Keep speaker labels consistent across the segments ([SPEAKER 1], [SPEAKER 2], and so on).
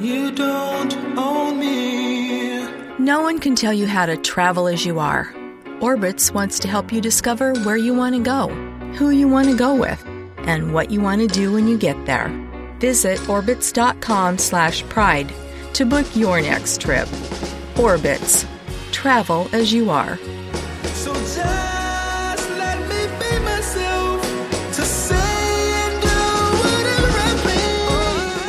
[SPEAKER 1] You don't own me.
[SPEAKER 2] No one can tell you how to travel as you are. Orbitz wants to help you discover where you want to go, who you want to go with, and what you want to do when you get there. Visit orbitz.com/pride to book your next trip. Orbitz. Travel as you are.
[SPEAKER 1] So just let me be myself to say and do whatever I please.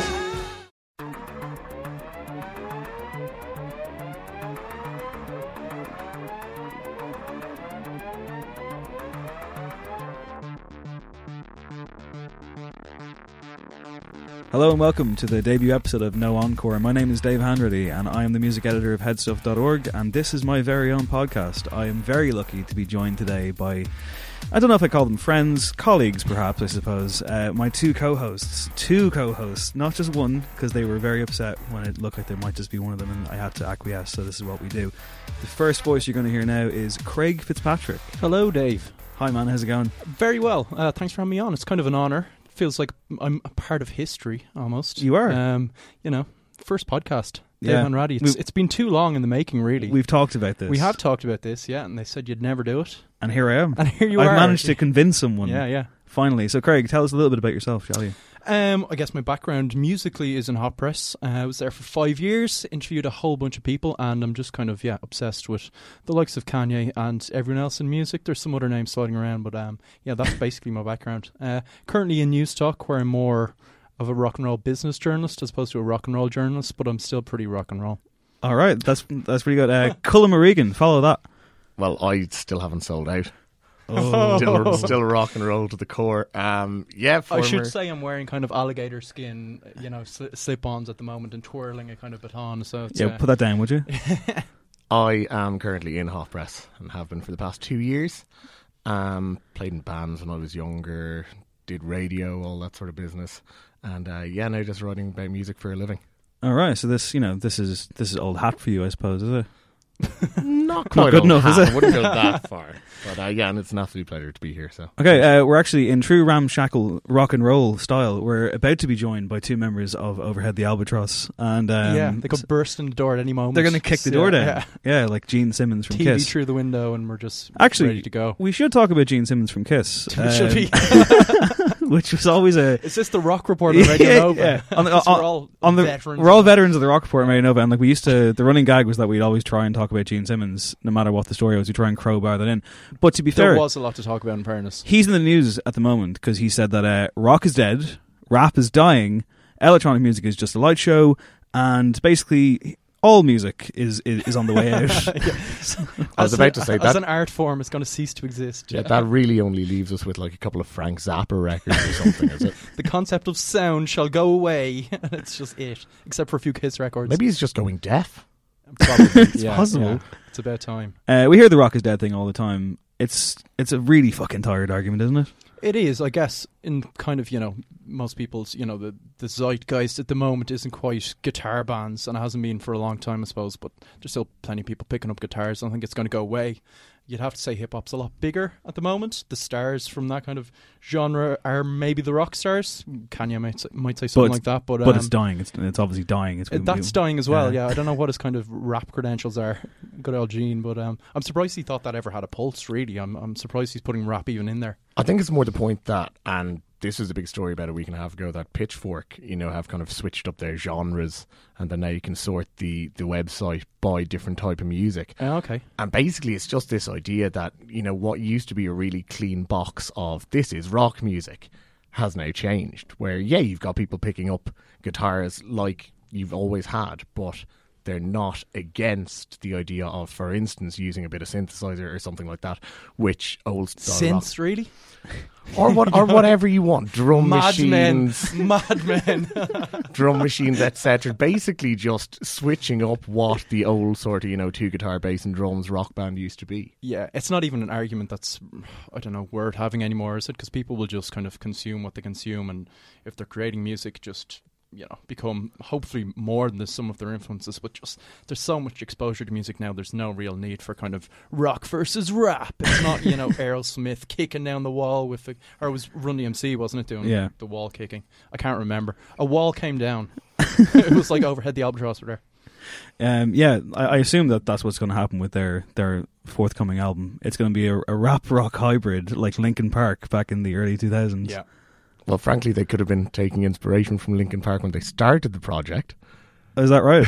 [SPEAKER 3] Hello and welcome to the debut episode of No Encore. My name is Dave Hanrady and I am the music editor of headstuff.org and this is my very own podcast. I am very lucky to be joined today by I don't know if I call them friends, colleagues perhaps, I suppose. Uh, my two co-hosts, two co-hosts, not just one because they were very upset when it looked like there might just be one of them and I had to acquiesce, so this is what we do. The first voice you're going to hear now is Craig Fitzpatrick.
[SPEAKER 4] Hello, Dave.
[SPEAKER 3] Hi man, how's it going?
[SPEAKER 4] Very well. Uh, thanks for having me on. It's kind of an honor. Feels like I'm a part of history almost.
[SPEAKER 3] You are.
[SPEAKER 4] Um, you know, first podcast.
[SPEAKER 3] Yeah.
[SPEAKER 4] Dave Hanratty. It's,
[SPEAKER 3] We-
[SPEAKER 4] it's been too long in the making, really.
[SPEAKER 3] We've talked about this.
[SPEAKER 4] We have talked about this, yeah, and they said you'd never do it.
[SPEAKER 3] and here I am.
[SPEAKER 4] And here you
[SPEAKER 3] I've
[SPEAKER 4] are.
[SPEAKER 3] managed to convince someone.
[SPEAKER 4] Yeah, yeah.
[SPEAKER 3] Finally. So, Craig, tell us a little bit about yourself, shall you?
[SPEAKER 4] Um, I guess my background musically is in hot press. Uh, I was there for five years, interviewed a whole bunch of people, and I'm just kind of yeah obsessed with the likes of Kanye and everyone else in music. There's some other names sliding around, but um, yeah, that's basically my background. Uh, currently in News Talk, where I'm more of a rock and roll business journalist as opposed to a rock and roll journalist, but I'm still pretty rock and roll.
[SPEAKER 3] All right, that's that's pretty good. Uh, Cullen O'Regan, follow that.
[SPEAKER 5] Well, I still haven't sold out. Still, still rock and roll to the core. Um, yeah, former,
[SPEAKER 4] I should say I'm wearing kind of alligator skin, you know, sli- slip-ons at the moment and twirling a kind of baton. So it's,
[SPEAKER 3] Yeah,
[SPEAKER 4] uh,
[SPEAKER 3] put that down, would you?
[SPEAKER 5] I am currently in Hot Press and have been for the past two years. Um, played in bands when I was younger, did radio, all that sort of business, and uh, yeah, now just writing about music for a living.
[SPEAKER 3] All right, so this you know this is this is old hat for you, I suppose, is it?
[SPEAKER 5] Not
[SPEAKER 3] quite good
[SPEAKER 5] old
[SPEAKER 3] enough, is
[SPEAKER 5] hat,
[SPEAKER 3] it?
[SPEAKER 5] I wouldn't go that far, but uh, yeah, and it's an absolute pleasure to be here. So
[SPEAKER 3] Okay, uh, we're actually in true ramshackle rock and roll style. We're about to be joined by two members of Overhead the Albatross, and um,
[SPEAKER 4] yeah, they could burst in the door at any moment.
[SPEAKER 3] they're going to kick the
[SPEAKER 4] Yeah,
[SPEAKER 3] door down.
[SPEAKER 4] yeah.
[SPEAKER 3] Yeah, like Gene Simmons from
[SPEAKER 4] TV
[SPEAKER 3] Kiss.
[SPEAKER 4] through the window, and we're just
[SPEAKER 3] Actually,
[SPEAKER 4] ready to go.
[SPEAKER 3] we should talk about Gene Simmons from Kiss,
[SPEAKER 4] It should
[SPEAKER 3] um,
[SPEAKER 4] be.
[SPEAKER 3] which was always a
[SPEAKER 4] Is this the rock report of Radio Nova?
[SPEAKER 3] On the,
[SPEAKER 4] 'Cause
[SPEAKER 3] on,
[SPEAKER 4] we're all
[SPEAKER 3] on the
[SPEAKER 4] veterans.
[SPEAKER 3] we're all veterans of the Rockport and Radio Nova, and like we used to, the running gag was that we'd always try and talk about Gene Simmons, no matter what the story was. We try and crowbar that in. But to be
[SPEAKER 4] There
[SPEAKER 3] fair,
[SPEAKER 4] was a lot to talk about in fairness.
[SPEAKER 3] he's in the news at the moment because he said that uh, rock is dead, rap is dying, electronic music is just a light show, and basically all music is is, is on the way out.
[SPEAKER 5] I was
[SPEAKER 4] As
[SPEAKER 5] about
[SPEAKER 4] a-
[SPEAKER 5] to say
[SPEAKER 4] as
[SPEAKER 5] that.
[SPEAKER 4] an art form, it's going to cease to exist.
[SPEAKER 5] yeah, that really only leaves us with like a couple of Frank Zappa records or something, is it?
[SPEAKER 4] The concept of sound shall go away. it's just it, except for a few Kiss records.
[SPEAKER 5] Maybe he's just going deaf.
[SPEAKER 4] Probably.
[SPEAKER 3] It's
[SPEAKER 4] Yeah,
[SPEAKER 3] possible.
[SPEAKER 4] yeah. It's about time.
[SPEAKER 3] Uh, we hear the rock is dead thing all the time. It's it's a really fucking tired argument, isn't it? It is, I guess, in kind of you know most people's you know the the zeitgeist at the moment isn't quite guitar bands, and it hasn't been for a long time, I suppose. But there's still plenty of people picking up guitars. I don't think it's going to go away. You'd have to say hip hop's a lot bigger at the moment. The stars from that kind of genre are maybe the rock stars. Kanye might say, might say something
[SPEAKER 2] it's-
[SPEAKER 3] like that, but um,
[SPEAKER 2] but it's dying. It's, it's obviously dying. It's,
[SPEAKER 3] uh, That's dying as well.
[SPEAKER 2] Yeah.
[SPEAKER 3] Yeah. I don't know what his kind of rap credentials are. Good old Gene, but um, I'm surprised he thought that ever had a pulse. Really, I'm I'm surprised he's putting rap even in there.
[SPEAKER 6] I think it's more the point that, and this was a big story about a week and a half ago, that Pitchfork, you know, have kind of switched up their genres, and then now you can sort the the website by different type of music.
[SPEAKER 2] Oh,
[SPEAKER 3] Uh, okay,
[SPEAKER 6] And basically, it's just this idea that you know what used to be a really clean box of this is rock music has now changed. Where yeah, you've got people picking up guitars like you've always had, but they're not against the idea of, for instance, using a bit of synthesizer or something like that, which old style rock-
[SPEAKER 3] synths really.
[SPEAKER 6] or what or whatever you want, drum
[SPEAKER 3] Madmen,
[SPEAKER 6] machines,
[SPEAKER 3] madmen.
[SPEAKER 6] drum machines, etc. Basically, just switching up what the old sort of you know two guitar, bass, and drums rock band used to be.
[SPEAKER 3] yeah, it's not even an argument that's I don't know worth having anymore, is it? Because people will just kind of consume what they consume, and if they're creating music, just you know become hopefully more than the sum of their influences. But just there's so much exposure to music now. There's no real need for kind of rock versus rap. Ah, It's not you know Aerosmith kicking down the wall with the or it was Run DMC wasn't it doing
[SPEAKER 2] Yeah.
[SPEAKER 3] the wall kicking? I can't remember. A wall came down. it was like overhead the albatross were there.
[SPEAKER 2] Um, yeah, I, I assume that that's what's going to happen with their their forthcoming album. It's going to be a, a rap rock hybrid like Linkin Park back in the early 2000s.
[SPEAKER 3] Yeah.
[SPEAKER 6] Well, frankly, they could have been taking inspiration from Linkin Park when they started the project.
[SPEAKER 2] Is that right?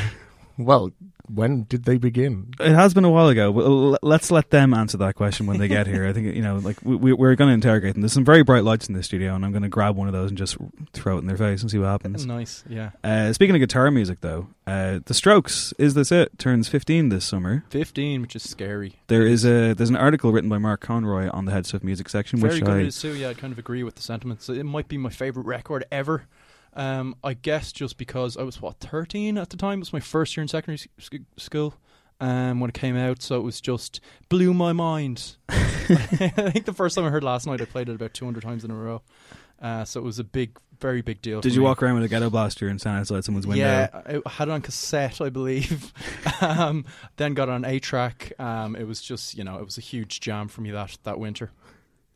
[SPEAKER 6] Well, when did they begin?
[SPEAKER 2] It has been a while ago. Well, l- Let's let them answer that question when they get here. I think you know, like we, we- we're going to interrogate them. There's some very bright lights in the studio, and I'm going to grab one of those and just throw it in their face and see what happens.
[SPEAKER 3] Nice, yeah.
[SPEAKER 2] Uh, speaking of guitar music, though, uh, The Strokes is this it turns 15 this summer.
[SPEAKER 3] 15, which is scary.
[SPEAKER 2] There is a there's an article written by Mark Conroy on the Head Stuff Music section,
[SPEAKER 3] Very
[SPEAKER 2] which
[SPEAKER 3] good
[SPEAKER 2] I
[SPEAKER 3] news too. Yeah, I kind of agree with the sentiments. It might be my favorite record ever. Um, I guess just because I was what 13 at the time. It was my first year in secondary s- sc- school um, when it came out, so it was just blew my mind. I think the first time I heard last night, I played it about 200 times in a row. Uh, so it was a big, very big deal.
[SPEAKER 2] did
[SPEAKER 3] for
[SPEAKER 2] you
[SPEAKER 3] me.
[SPEAKER 2] walk around with a ghetto blaster and stand outside someone's window?
[SPEAKER 3] Yeah, I I had it on cassette, I believe. um, then got it on a track. Um, it was just, you know, it was a huge jam for me that that winter,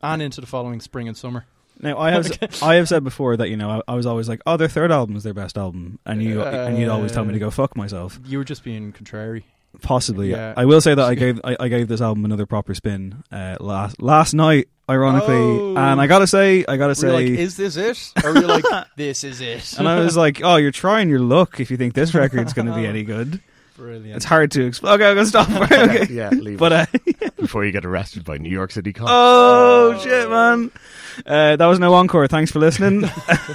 [SPEAKER 3] and into the following spring and summer.
[SPEAKER 2] Now I have I have said before that you know I, I was always like, oh, their third album is their best album, and you and you'd always tell me to go fuck myself.
[SPEAKER 3] You were just being contrary.
[SPEAKER 2] Possibly,
[SPEAKER 3] Yeah.
[SPEAKER 2] I will say that I gave I, I gave this album another proper spin uh, last last night, ironically,
[SPEAKER 3] Oh.
[SPEAKER 2] and I gotta say, I gotta
[SPEAKER 3] Were you
[SPEAKER 2] say,
[SPEAKER 3] like, is this it? Or were you like, this is it?
[SPEAKER 2] and I was like, oh, you're trying your luck if you think this record's going to be any good. It's
[SPEAKER 3] Brilliant.
[SPEAKER 2] hard to explain. Okay, I'm gonna stop. okay,
[SPEAKER 6] Yeah, leave
[SPEAKER 2] but uh,
[SPEAKER 6] before you get arrested by New York City cops.
[SPEAKER 2] oh shit, man, uh, that was no encore. Thanks for listening.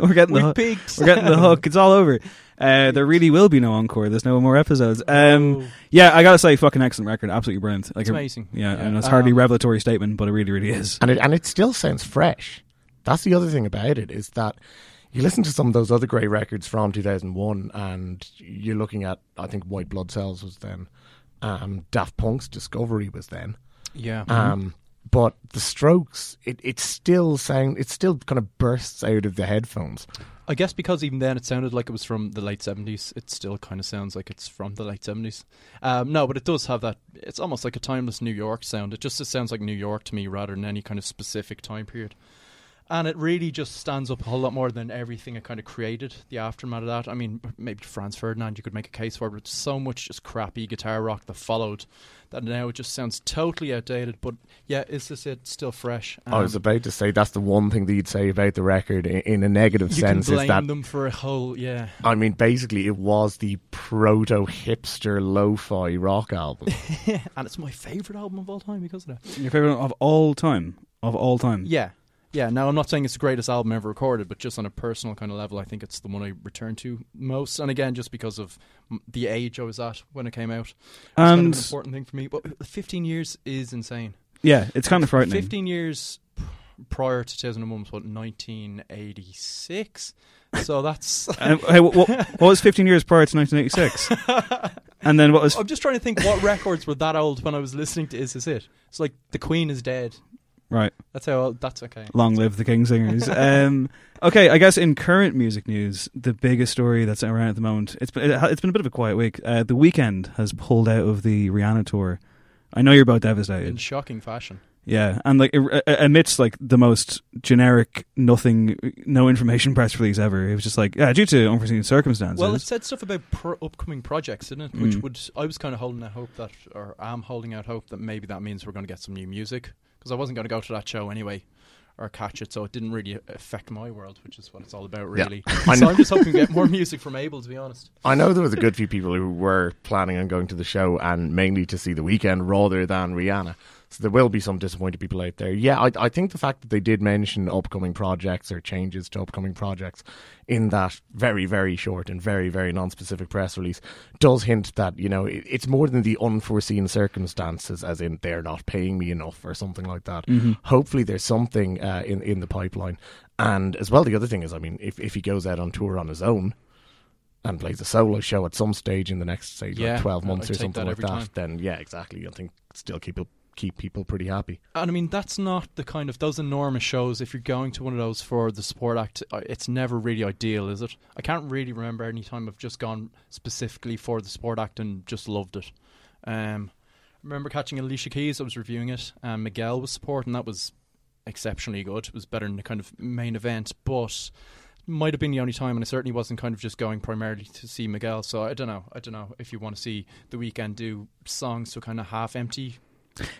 [SPEAKER 2] We're getting the
[SPEAKER 3] We
[SPEAKER 2] hu-
[SPEAKER 3] peaked.
[SPEAKER 2] We're getting the hook. It's all over. Uh, there really will be no encore. There's no more episodes. Um,
[SPEAKER 3] Oh.
[SPEAKER 2] yeah, I gotta say, fucking excellent record. Absolutely brilliant. Like
[SPEAKER 3] It's
[SPEAKER 2] a-
[SPEAKER 3] amazing.
[SPEAKER 2] Yeah,
[SPEAKER 3] Yeah.
[SPEAKER 2] and it's hardly a
[SPEAKER 3] Um,
[SPEAKER 2] revelatory statement, but it really, really is.
[SPEAKER 6] and it and it still sounds fresh. That's the other thing about it is that you listen to some of those other great records from 2001, and you're looking at I think White Blood Cells was then, um, Daft Punk's Discovery was then,
[SPEAKER 3] Yeah.
[SPEAKER 6] um, but The Strokes it it still sound it still kind of bursts out of the headphones.
[SPEAKER 3] I guess because even then it sounded like it was from the late 70s, it still kind of sounds like it's from the late 70s. Um, no, but it does have that, it's almost like a timeless New York sound. It just it sounds like New York to me rather than any kind of specific time period. And it really just stands up a whole lot more than everything it kind of created, the aftermath of that. I mean, maybe Franz Ferdinand you could make a case for, but it's so much just crappy guitar rock that followed that now it just sounds totally outdated. But yeah, is this it? Still fresh.
[SPEAKER 6] I was
[SPEAKER 3] Um,
[SPEAKER 6] about to say that's the one thing that you'd say about the record in, in a negative
[SPEAKER 3] you can
[SPEAKER 6] sense
[SPEAKER 3] blame
[SPEAKER 6] is that
[SPEAKER 3] them for a whole, yeah.
[SPEAKER 6] I mean basically it was the proto hipster lo-fi rock album.
[SPEAKER 3] and it's my favorite album of all time because of that.
[SPEAKER 2] Your favorite of all time, of all time.
[SPEAKER 3] Yeah, yeah. Now I'm not saying it's the greatest album ever recorded, but just on a personal kind of level, I think it's the one I return to most. And again, just because of m- the age I was at when it came out, it's kind of an
[SPEAKER 2] And-
[SPEAKER 3] important thing for me. But 15 years is insane.
[SPEAKER 2] yeah, it's kind of frightening.
[SPEAKER 3] 15 years p- prior to 2001 was what 1986. So that's.
[SPEAKER 2] And, hey, what, what, what was 15 years prior to 1986? and then what
[SPEAKER 3] Oh,
[SPEAKER 2] was?
[SPEAKER 3] I'm just trying to think what records were that old when I was listening to Is This It? It's like The Queen is Dead.
[SPEAKER 2] Right.
[SPEAKER 3] That's how. That's okay.
[SPEAKER 2] Long live the King Singers. um, okay, I guess in current music news, the biggest story that's around at the moment, it's been, it, ha- it's been a bit of a quiet week. Uh, the weekend has pulled out of the Rihanna tour. I know you're both
[SPEAKER 3] In
[SPEAKER 2] devastated.
[SPEAKER 3] shocking fashion.
[SPEAKER 2] Yeah, and like it- uh, amidst like the most generic, nothing, no information press release ever. It was just like, yeah, due to unforeseen circumstances.
[SPEAKER 3] Well, it said stuff about pro- upcoming projects, didn't it? Which
[SPEAKER 7] Mm.
[SPEAKER 3] would I was kind of holding out hope that, or I'm holding out hope that maybe that means we're going to get some new music because I wasn't going to go to that show anyway or catch it, so it didn't really affect my world, which is what it's all about,
[SPEAKER 7] Yeah.
[SPEAKER 3] really.
[SPEAKER 7] I
[SPEAKER 3] so
[SPEAKER 7] know-
[SPEAKER 3] I'm just hoping to get more music from Abel, to be honest.
[SPEAKER 7] I know there was a good few people who were planning on going to the show and mainly to see the weekend rather than Rihanna. So there will be some disappointed people out there. Yeah, I, I think the fact that they did mention upcoming projects or changes to upcoming projects in that very, very short and very, very non-specific press release does hint that, you know, it, it's more than the unforeseen circumstances, as in they're not paying me enough or something like that. Hopefully there's something uh, in, in the pipeline. And as well, the other thing is, I mean, if, if he goes out on tour on his own, and plays a solo show at some stage in the next say
[SPEAKER 3] Yeah,
[SPEAKER 7] like 12
[SPEAKER 3] I'd
[SPEAKER 7] months or
[SPEAKER 3] take
[SPEAKER 7] something
[SPEAKER 3] that
[SPEAKER 7] like
[SPEAKER 3] every
[SPEAKER 7] that
[SPEAKER 3] time.
[SPEAKER 7] then yeah exactly i think still keep keep people pretty happy
[SPEAKER 3] And I mean, that's not the kind of those enormous shows. If you're going to one of those for the support act, uh, it's never really ideal, is it? I can't really remember any time I've just gone specifically for the support act and just loved it. Um, I remember catching Alicia Keys. I was reviewing it, and Miguel was supporting. That was exceptionally good. It was better than the kind of main event, but might have been the only time, and I certainly wasn't kind of just going primarily to see Miguel. So I don't know. I don't know if you want to see the weekend do songs so kind of half empty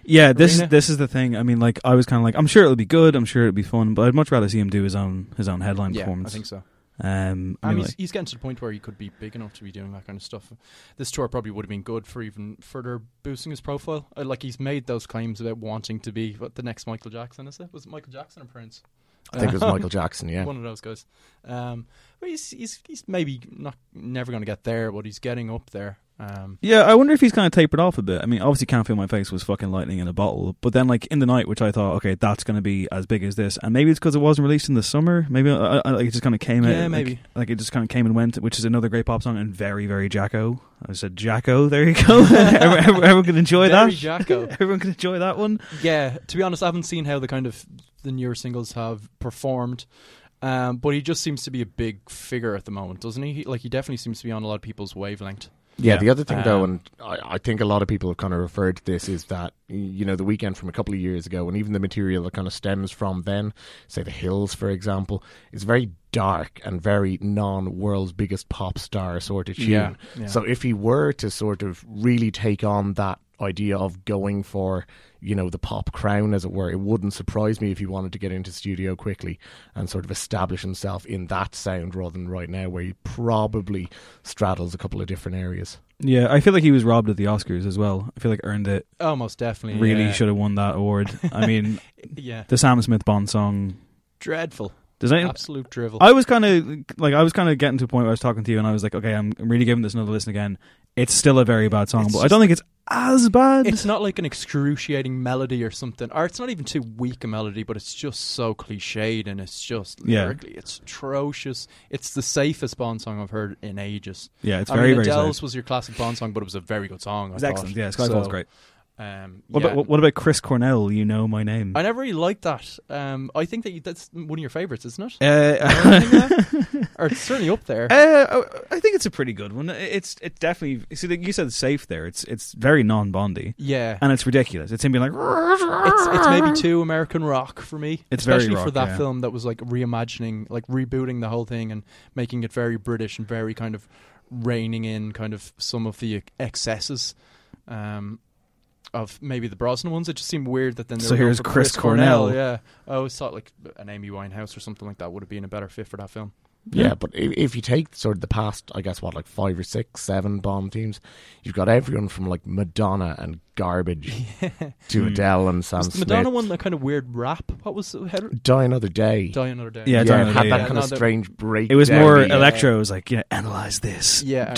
[SPEAKER 2] Yeah, this
[SPEAKER 3] Arena.
[SPEAKER 2] this is the thing. I mean, like I was kind of like, I'm sure it'll be good. I'm sure it'll be fun, but I'd much rather see him do his own his own headline performance.
[SPEAKER 3] I think so.
[SPEAKER 2] Um, I
[SPEAKER 3] I
[SPEAKER 2] mean,
[SPEAKER 3] mean, he's,
[SPEAKER 2] like-
[SPEAKER 3] he's getting to the point where he could be big enough to be doing that kind of stuff. This tour probably would have been good for even further boosting his profile. Uh, Like he's made those claims about wanting to be what, the next Michael Jackson. Is it? Was it Michael Jackson or Prince? Uh,
[SPEAKER 7] i think it was michael jackson yeah
[SPEAKER 3] One of those guys. Um, but he's he's he's maybe not never going to get there, but he's getting up there. Um,
[SPEAKER 2] yeah, I wonder if he's kind of tapered off a bit. I mean, obviously, can't feel my face was fucking lightning in a bottle. But then, like in the night, which I thought, okay, that's going to be as big as this, and maybe it's because it wasn't released in the summer. Maybe I, I, I- like, it just kind of came. out,
[SPEAKER 3] Yeah,
[SPEAKER 2] like-
[SPEAKER 3] maybe.
[SPEAKER 2] Like, it just kind of came and went, which is another great pop song and very, very Jacko. I said Jacko. There you go. everyone, everyone can enjoy
[SPEAKER 3] Very
[SPEAKER 2] that.
[SPEAKER 3] Jacko.
[SPEAKER 2] everyone can enjoy that one.
[SPEAKER 3] yeah, to be honest, I haven't seen how the kind of the newer singles have performed. Um, but he just seems to be a big figure at the moment, doesn't he? He- Like he definitely seems to be on a lot of people's wavelength.
[SPEAKER 7] Yeah, the other thing though,
[SPEAKER 3] Um,
[SPEAKER 7] and I, I think a lot of people have kind of referred to this is that you know the weekend from a couple of years ago, and even the material that kind of stems from then, say the Hills, for example, is very dark and very non-world's biggest pop star sort of tune.
[SPEAKER 3] Yeah, yeah.
[SPEAKER 7] So if he were to sort of really take on that idea of going for you know the pop crown as it were it wouldn't surprise me if he wanted to get into studio quickly and sort of establish himself in that sound rather than right now where he probably straddles a couple of different areas
[SPEAKER 2] Yeah, I feel like he was robbed at the Oscars as well. I feel like earned it.
[SPEAKER 3] Oh, most definitely.
[SPEAKER 2] Really
[SPEAKER 3] yeah.
[SPEAKER 2] should have won that award. I mean,
[SPEAKER 3] Yeah.
[SPEAKER 2] the Sam Smith Bond song.
[SPEAKER 3] Dreadful.
[SPEAKER 2] Does anyone?
[SPEAKER 3] Absolute drivel.
[SPEAKER 2] I was kind of like I was kind of getting to a point where I was talking to you and I was like, okay, I'm really giving this another listen again. It's still a very bad song,
[SPEAKER 3] It's
[SPEAKER 2] but I don't think it's as bad.
[SPEAKER 3] it's not like an excruciating melody or something, or it's not even too weak a melody, but it's just so cliched and it's just
[SPEAKER 2] Yeah.
[SPEAKER 3] lyrically, it's atrocious. It's the safest Bond song I've heard in ages.
[SPEAKER 2] Yeah, it's
[SPEAKER 3] I
[SPEAKER 2] very,
[SPEAKER 3] mean,
[SPEAKER 2] very
[SPEAKER 3] Adele's
[SPEAKER 2] safe.
[SPEAKER 3] was your classic Bond song, but it was a very good song. I
[SPEAKER 2] It's
[SPEAKER 3] thought.
[SPEAKER 2] excellent. Yeah, Skyfall's
[SPEAKER 3] So,
[SPEAKER 2] great.
[SPEAKER 3] Um,
[SPEAKER 2] What,
[SPEAKER 3] yeah.
[SPEAKER 2] about, what about Chris Cornell? You know my name.
[SPEAKER 3] I never really liked that. Um, I think that you, that's one of your favorites, isn't it?
[SPEAKER 2] uh,
[SPEAKER 3] or it's certainly up there.
[SPEAKER 2] uh, I think it's a pretty good one. It's it definitely. See, like you said safe there. It's it's very non-Bondy,
[SPEAKER 3] yeah,
[SPEAKER 2] and it's ridiculous. It's him being like,
[SPEAKER 3] it's, it's maybe too American rock for me.
[SPEAKER 2] It's very
[SPEAKER 3] especially for
[SPEAKER 2] rock,
[SPEAKER 3] that
[SPEAKER 2] yeah.
[SPEAKER 3] film that was like reimagining, like rebooting the whole thing and making it very British and very kind of reining in kind of some of the excesses um, of maybe the Brosnan ones. It just seemed weird that then. They
[SPEAKER 2] So
[SPEAKER 3] were going
[SPEAKER 2] here's
[SPEAKER 3] for
[SPEAKER 2] Chris Cornell.
[SPEAKER 3] Yeah, I always thought like an Amy Winehouse or something like that would have been a better fit for that film.
[SPEAKER 7] Yeah, but if, if you take sort of the past, I guess what like five or six, seven Bond themes, you've got everyone from like Madonna and garbage to Adele and Sam
[SPEAKER 3] was Hmm. the
[SPEAKER 7] Smith.
[SPEAKER 3] Madonna one that kind of weird rap? What was it? How did-
[SPEAKER 7] Die another day.
[SPEAKER 3] Die Another Day?
[SPEAKER 2] Yeah,
[SPEAKER 7] yeah,
[SPEAKER 2] Die
[SPEAKER 7] it
[SPEAKER 2] Another
[SPEAKER 7] had
[SPEAKER 2] Day,
[SPEAKER 7] that
[SPEAKER 2] yeah.
[SPEAKER 7] kind of
[SPEAKER 3] Another-
[SPEAKER 7] strange break.
[SPEAKER 2] It was more
[SPEAKER 3] Yeah.
[SPEAKER 2] electro. It was like, you know, analyze this.
[SPEAKER 3] Yeah,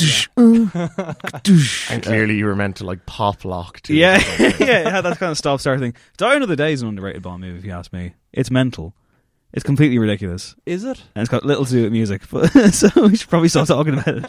[SPEAKER 7] And clearly, you were meant to like pop lock. To
[SPEAKER 2] Yeah, yeah, it had that kind of stop start thing. Die Another Day is an underrated Bond movie, if you ask me. It's mental. It's completely ridiculous.
[SPEAKER 3] Is it?
[SPEAKER 2] And it's got little to do with music, but so we should probably stop talking about it.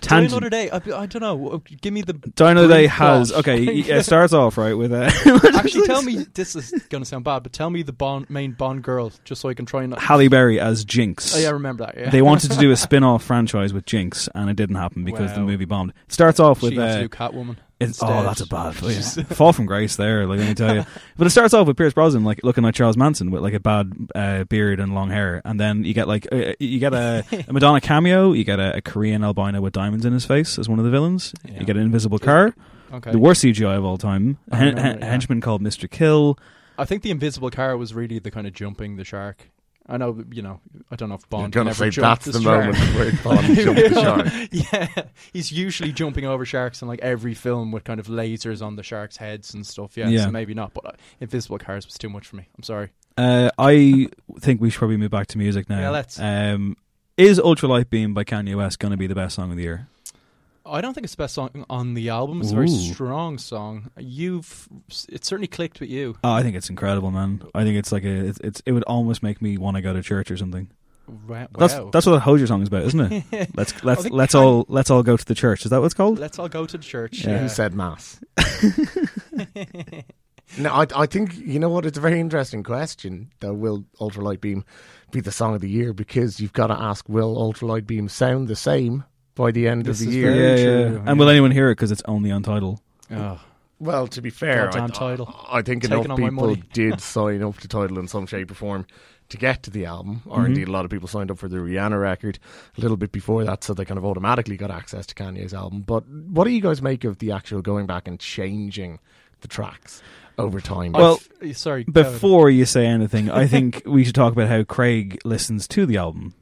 [SPEAKER 3] Tangent.
[SPEAKER 2] Tangent.
[SPEAKER 3] Dino Day. I, I don't know. Give me the.
[SPEAKER 2] Dino
[SPEAKER 3] brief
[SPEAKER 2] Day has
[SPEAKER 3] plot.
[SPEAKER 2] okay. y- yeah, It starts off right with uh,
[SPEAKER 3] Actually, tell me. This is gonna sound bad, but tell me the Bond main Bond girl, just so I can try and.
[SPEAKER 2] Halle Berry as Jinx.
[SPEAKER 3] Oh yeah, I remember that. Yeah.
[SPEAKER 2] they wanted to do a spin-off franchise with Jinx, and it didn't happen because the
[SPEAKER 3] Wow.
[SPEAKER 2] movie bombed. It starts off
[SPEAKER 3] She
[SPEAKER 2] with
[SPEAKER 3] had to
[SPEAKER 2] uh,
[SPEAKER 3] do Catwoman.
[SPEAKER 2] it's, oh,
[SPEAKER 3] instead.
[SPEAKER 2] that's a bad yeah.
[SPEAKER 3] She's-
[SPEAKER 2] fall from grace there. Like, let me tell you, but it starts off with Pierce Brosnan like looking like Charles Manson with like a bad uh, beard and long hair, and then you get like uh, you get a, a Madonna cameo, you get a, a Korean albino with diamonds in his face as one of the villains,
[SPEAKER 3] Yeah.
[SPEAKER 2] you get an invisible car,
[SPEAKER 3] Okay.
[SPEAKER 2] the worst CGI of all time, a
[SPEAKER 3] I
[SPEAKER 2] hen-
[SPEAKER 3] remember
[SPEAKER 2] hen-
[SPEAKER 3] it, yeah.
[SPEAKER 2] henchman called Mister Kill.
[SPEAKER 3] I think the invisible car was really the kind of jumping the shark. I know, you know, I don't know if
[SPEAKER 6] I'm
[SPEAKER 3] Bond
[SPEAKER 6] going to
[SPEAKER 3] never
[SPEAKER 6] say that's
[SPEAKER 3] jumped
[SPEAKER 6] the
[SPEAKER 3] this shark.
[SPEAKER 6] moment where Bond jumped the shark.
[SPEAKER 3] yeah, he's usually jumping over sharks in like every film with kind of lasers on the sharks' heads and stuff. Yeah,
[SPEAKER 2] Yeah.
[SPEAKER 3] so maybe not, but uh, Invisible Cars was too much for me. I'm sorry.
[SPEAKER 2] Uh, I think we should probably move back to music now.
[SPEAKER 3] Yeah, let's.
[SPEAKER 2] Um, is Ultralight Beam by Kanye West going to be the best song of the year?
[SPEAKER 3] I don't think it's the best song on the album. It's a very
[SPEAKER 2] Ooh.
[SPEAKER 3] strong song. You've it certainly clicked with you.
[SPEAKER 2] Oh, I think it's incredible, man. I think it's like a it's, it's it would almost make me want to go to church or something.
[SPEAKER 3] Wow.
[SPEAKER 2] That's that's what that Hosier song is about, isn't it? let's
[SPEAKER 3] I
[SPEAKER 2] let's
[SPEAKER 3] think
[SPEAKER 2] let's
[SPEAKER 3] Kan-
[SPEAKER 2] all let's all go to the church. Is that what it's called?
[SPEAKER 3] Let's all go to the church.
[SPEAKER 6] Who
[SPEAKER 3] Yeah.
[SPEAKER 6] said mass? no, I, I think you know what. It's a very interesting question. Though, will Ultralight Beam be the song of the year? Because you've got to ask, will Ultralight Beam sound the same by the end
[SPEAKER 3] This
[SPEAKER 6] of the
[SPEAKER 3] is
[SPEAKER 6] year?
[SPEAKER 3] very-
[SPEAKER 2] yeah, yeah.
[SPEAKER 3] true,
[SPEAKER 2] And will anyone hear it because it's only on title?
[SPEAKER 3] Oh,
[SPEAKER 6] Well, to be fair, I,
[SPEAKER 3] Goddamn Tidal.
[SPEAKER 6] I think
[SPEAKER 3] Taking
[SPEAKER 6] enough
[SPEAKER 3] all my
[SPEAKER 6] people
[SPEAKER 3] money.
[SPEAKER 6] did sign up to title in some shape or form to get to the album, or
[SPEAKER 3] Mm-hmm.
[SPEAKER 6] indeed a lot of people signed up for the Rihanna record a little bit before that, so they kind of automatically got access to Kanye's album. But what do you guys make of the actual going back and changing the tracks over time?
[SPEAKER 2] Well,
[SPEAKER 3] I f- sorry. go ahead.
[SPEAKER 2] Before you say anything, I think we should talk about how Craig listens to the album.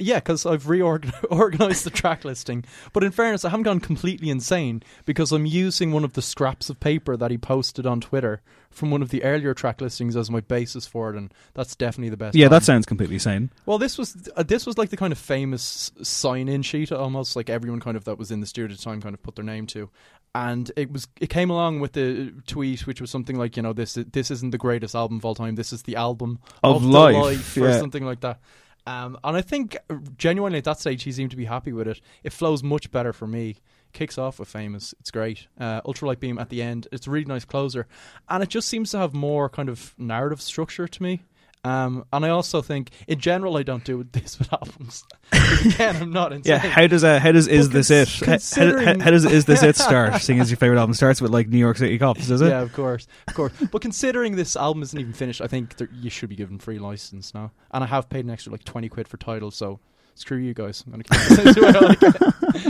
[SPEAKER 3] Yeah, because I've reorganized the track listing. But in fairness, I haven't gone completely insane because I'm using one of the scraps of paper that he posted on Twitter from one of the earlier track listings as my basis for it, and that's definitely the best.
[SPEAKER 2] Yeah,
[SPEAKER 3] one.
[SPEAKER 2] that sounds completely sane.
[SPEAKER 3] Well, this was uh, this was like the kind of famous sign-in sheet, almost like everyone kind of that was in the studio at the time kind of put their name to, and it was it came along with the tweet, which was something like you know this this isn't the greatest album of all time, this is the album
[SPEAKER 2] Of
[SPEAKER 3] the
[SPEAKER 2] life,
[SPEAKER 3] or
[SPEAKER 2] yeah.
[SPEAKER 3] something like that. Um, and I think uh, genuinely at that stage he seemed to be happy with it. It flows much better for me. Kicks off with famous. It's great. Uh, Ultralight beam at the end. It's a really nice closer, and it just seems to have more kind of narrative structure to me. Um, and I also think, in general, I don't do this with albums. Again, I'm not insane.
[SPEAKER 2] Yeah, how does uh, how does is
[SPEAKER 3] But
[SPEAKER 2] this it?
[SPEAKER 3] cons-
[SPEAKER 2] How, how- how,
[SPEAKER 3] considering-
[SPEAKER 2] does is this it start? Seeing as your favorite album starts with like New York City Cops, does it?
[SPEAKER 3] Yeah, of course, of course. but considering this album isn't even finished, I think there, you should be given free license now. And I have paid an extra like twenty quid for title, so screw you guys. I'm gonna keep this as well.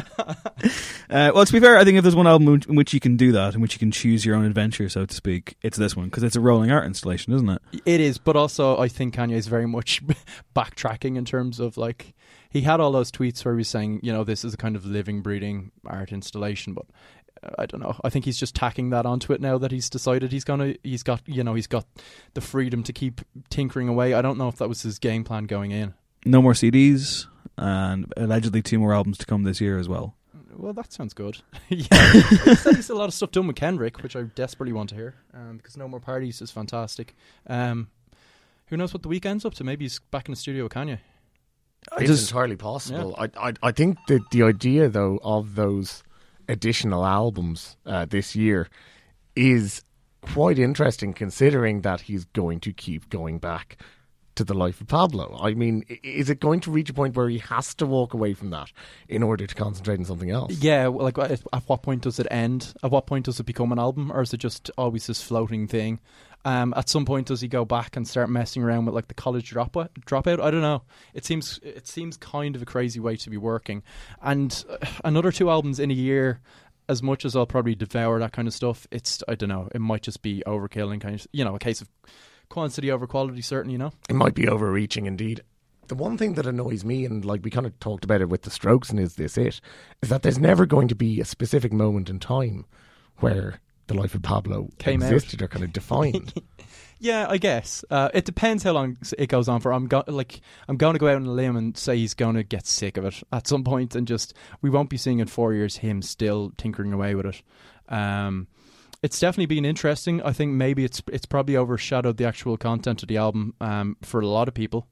[SPEAKER 2] Uh, well, to be fair, I think if there's one album in- in which you can do that, in which you can choose your own adventure, so to speak, it's this one because it's a rolling art installation, isn't it?
[SPEAKER 3] It is, but also I think Kanye is very much backtracking in terms of like he had all those tweets where he was saying, you know, this is a kind of living, breathing art installation, but uh, I don't know. I think he's just tacking that onto it now that he's decided he's gonna, he's got, you know, he's got the freedom to keep tinkering away. I don't know if that was his game plan going in.
[SPEAKER 2] No more CDs, and allegedly two more albums to come this year as well.
[SPEAKER 3] Well, that sounds good. yeah, he said he's a lot of stuff done with Kendrick, which I desperately want to hear um, because No More Parties is fantastic. Um, who knows what the weekend's up to? Maybe he's back in the studio with Kanye.
[SPEAKER 6] it's
[SPEAKER 2] just-
[SPEAKER 6] entirely possible. I, I I think that the idea though of those additional albums uh, this year is quite interesting, considering that he's going to keep going back to the life of Pablo. I mean, i- is it going to reach a point where he has to walk away from that in order to concentrate on something else?
[SPEAKER 3] Yeah, well, like at, at what point does it end? At what point does it become an album, or is it just always this floating thing? Um, at some point, does he go back and start messing around with like the college dropout? Dropout? I don't know. It seems it seems kind of a crazy way to be working, and uh, another two albums in a year. As much as I'll probably devour that kind of stuff, it's I don't know. It might just be overkill and kind of you know a case of quantity over quality. Certainly, you know.
[SPEAKER 6] It might be overreaching indeed. The one thing that annoys me, and like we kind of talked about it with the strokes and is this it, is that there's never going to be a specific moment in time where the life of Pablo
[SPEAKER 3] Came out.
[SPEAKER 6] existed or kind of defined.
[SPEAKER 3] Yeah, I guess uh, it depends how long s- it goes on for. I'm go- like I'm going to go out on a limb and say he's going to get sick of it at some point, and just we won't be seeing in four years him still tinkering away with it. Um, it's definitely been interesting. I think maybe it's it's probably overshadowed the actual content of the album um, for a lot of people.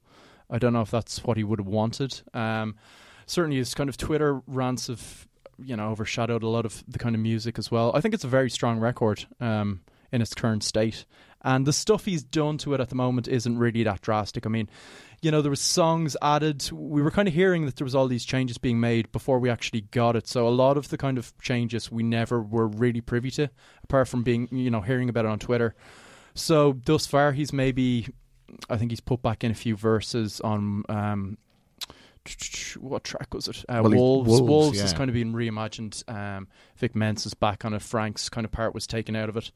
[SPEAKER 3] I don't know if that's what he would have wanted. Um, certainly, his kind of Twitter rants have you know overshadowed a lot of the kind of music as well. I think it's a very strong record um, in its current state, and the stuff he's done to it at the moment isn't really that drastic. I mean, you know, there was songs added. We were kind of hearing that there was all these changes being made before we actually got it. So a lot of the kind of changes we never were really privy to, apart from being you know hearing about it on Twitter. So thus far, he's maybe, I think he's put back in a few verses on. Um, what track was it? Uh,
[SPEAKER 6] Well, he-
[SPEAKER 3] Wolves. Wolves,
[SPEAKER 6] Wolves,
[SPEAKER 3] is
[SPEAKER 6] yeah.
[SPEAKER 3] kind of being reimagined. Um, Vic Mensa is back on it. Frank's kind of part was taken out of it.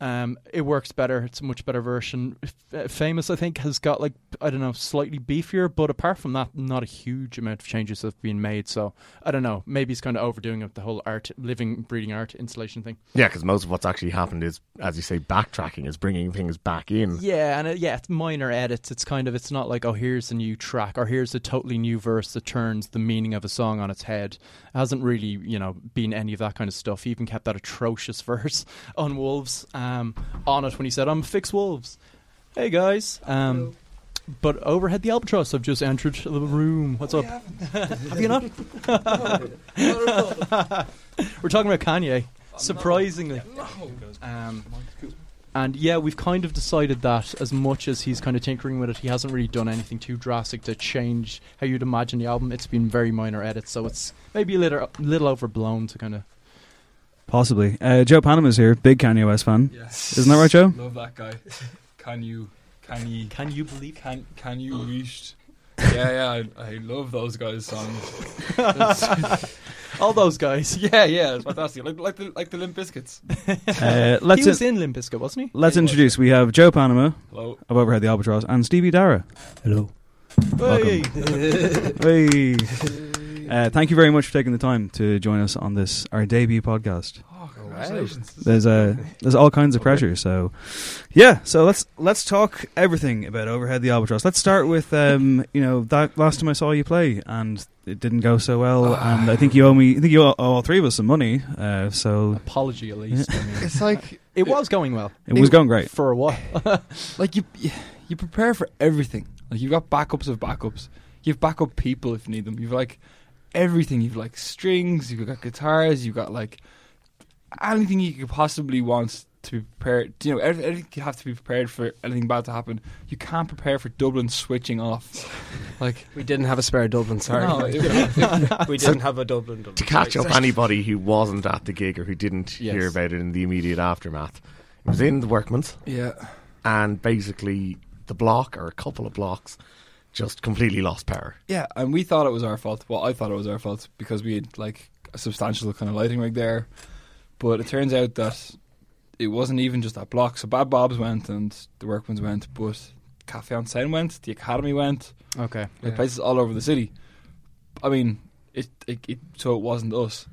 [SPEAKER 3] Um, it works better. It's a much better version. F- uh, Famous, I think, has got like I don't know, slightly beefier, but apart from that, not a huge amount of changes have been made. So I don't know. Maybe he's kind of overdoing it. The whole art, living, breeding art, installation thing.
[SPEAKER 6] Yeah, because most of what's actually happened is, as you say, backtracking is bringing things back in.
[SPEAKER 3] Yeah, and uh, yeah, it's minor edits. It's kind of it's not like oh here's a new track or here's a totally new verse that turns the meaning of a song on its head. It hasn't really you know been any of that kind of stuff. He even kept that atrocious verse on Wolves um, on it when he said I'm fix Wolves. Hey guys. Um, but overhead the albatross have just entered the room. What's up? have you not? We're talking about Kanye. Surprisingly. Um, and yeah, we've kind of decided that as much as he's kind of tinkering with it, he hasn't really done anything too drastic to change how you'd imagine the album. It's been very minor edits, so it's maybe a little, little overblown to kind of.
[SPEAKER 2] Possibly. Uh, Joe Panama's here, big Kanye West fan.
[SPEAKER 7] Yes.
[SPEAKER 2] Isn't that right, Joe?
[SPEAKER 7] Love that guy. Can you? Can you?
[SPEAKER 3] Can you believe?
[SPEAKER 7] Can Can you reach? Yeah, yeah. I, I love those guys' songs. It's-
[SPEAKER 3] All those guys.
[SPEAKER 7] yeah, yeah. It's fantastic. Like like the like the Limp Biscuits.
[SPEAKER 2] Uh,
[SPEAKER 3] He was
[SPEAKER 2] let's
[SPEAKER 3] in Limp Bizkit, wasn't he?
[SPEAKER 2] let's introduce. We have Joe Panama
[SPEAKER 7] Hello.
[SPEAKER 2] of Overhead the Albatross and Stevie Dara. Hello.
[SPEAKER 3] Hey.
[SPEAKER 2] Hey. Uh, thank you very much for taking the time to join us on this our debut podcast.
[SPEAKER 7] Oh, congratulations.
[SPEAKER 2] There's uh, there's all kinds of pressure, so yeah. So let's let's talk everything about Overhead the Albatross. Let's start with um, you know that last time I saw you play, and it didn't go so well.
[SPEAKER 3] Ah.
[SPEAKER 2] And I think you owe me, I think you owe all three of us some money. Uh, so
[SPEAKER 3] Apology, at least. I mean,
[SPEAKER 6] It's like
[SPEAKER 3] it was going well
[SPEAKER 2] it was going great.
[SPEAKER 3] for a while.
[SPEAKER 7] Like you, you prepare for everything. Like you've got backups of backups. You've backup people if you need them. You've like everything. You've like strings. You've got guitars. You've got like anything you could possibly want to be prepared. You know, every- everything you have to be prepared for anything bad to happen. You can't prepare for Dublin switching off. Like
[SPEAKER 8] We didn't have a spare Dublin, sorry.
[SPEAKER 7] no, it-
[SPEAKER 8] we didn't have a Dublin Dublin.
[SPEAKER 6] to catch up anybody who wasn't at the gig or who didn't
[SPEAKER 7] Yes.
[SPEAKER 6] hear about it in the immediate aftermath. It was in the Workman's,
[SPEAKER 7] yeah.
[SPEAKER 6] and basically the block or a couple of blocks just completely lost power.
[SPEAKER 7] Yeah, and we thought it was our fault. Well, I thought it was our fault because we had like a substantial kind of lighting rig there. But it turns out that it wasn't even just that block. So Bad Bob's went and the Workman's went, but Cafe on Sound went, the Academy went,
[SPEAKER 3] okay.
[SPEAKER 7] like places all over the city. I mean, it, it, it so it wasn't us,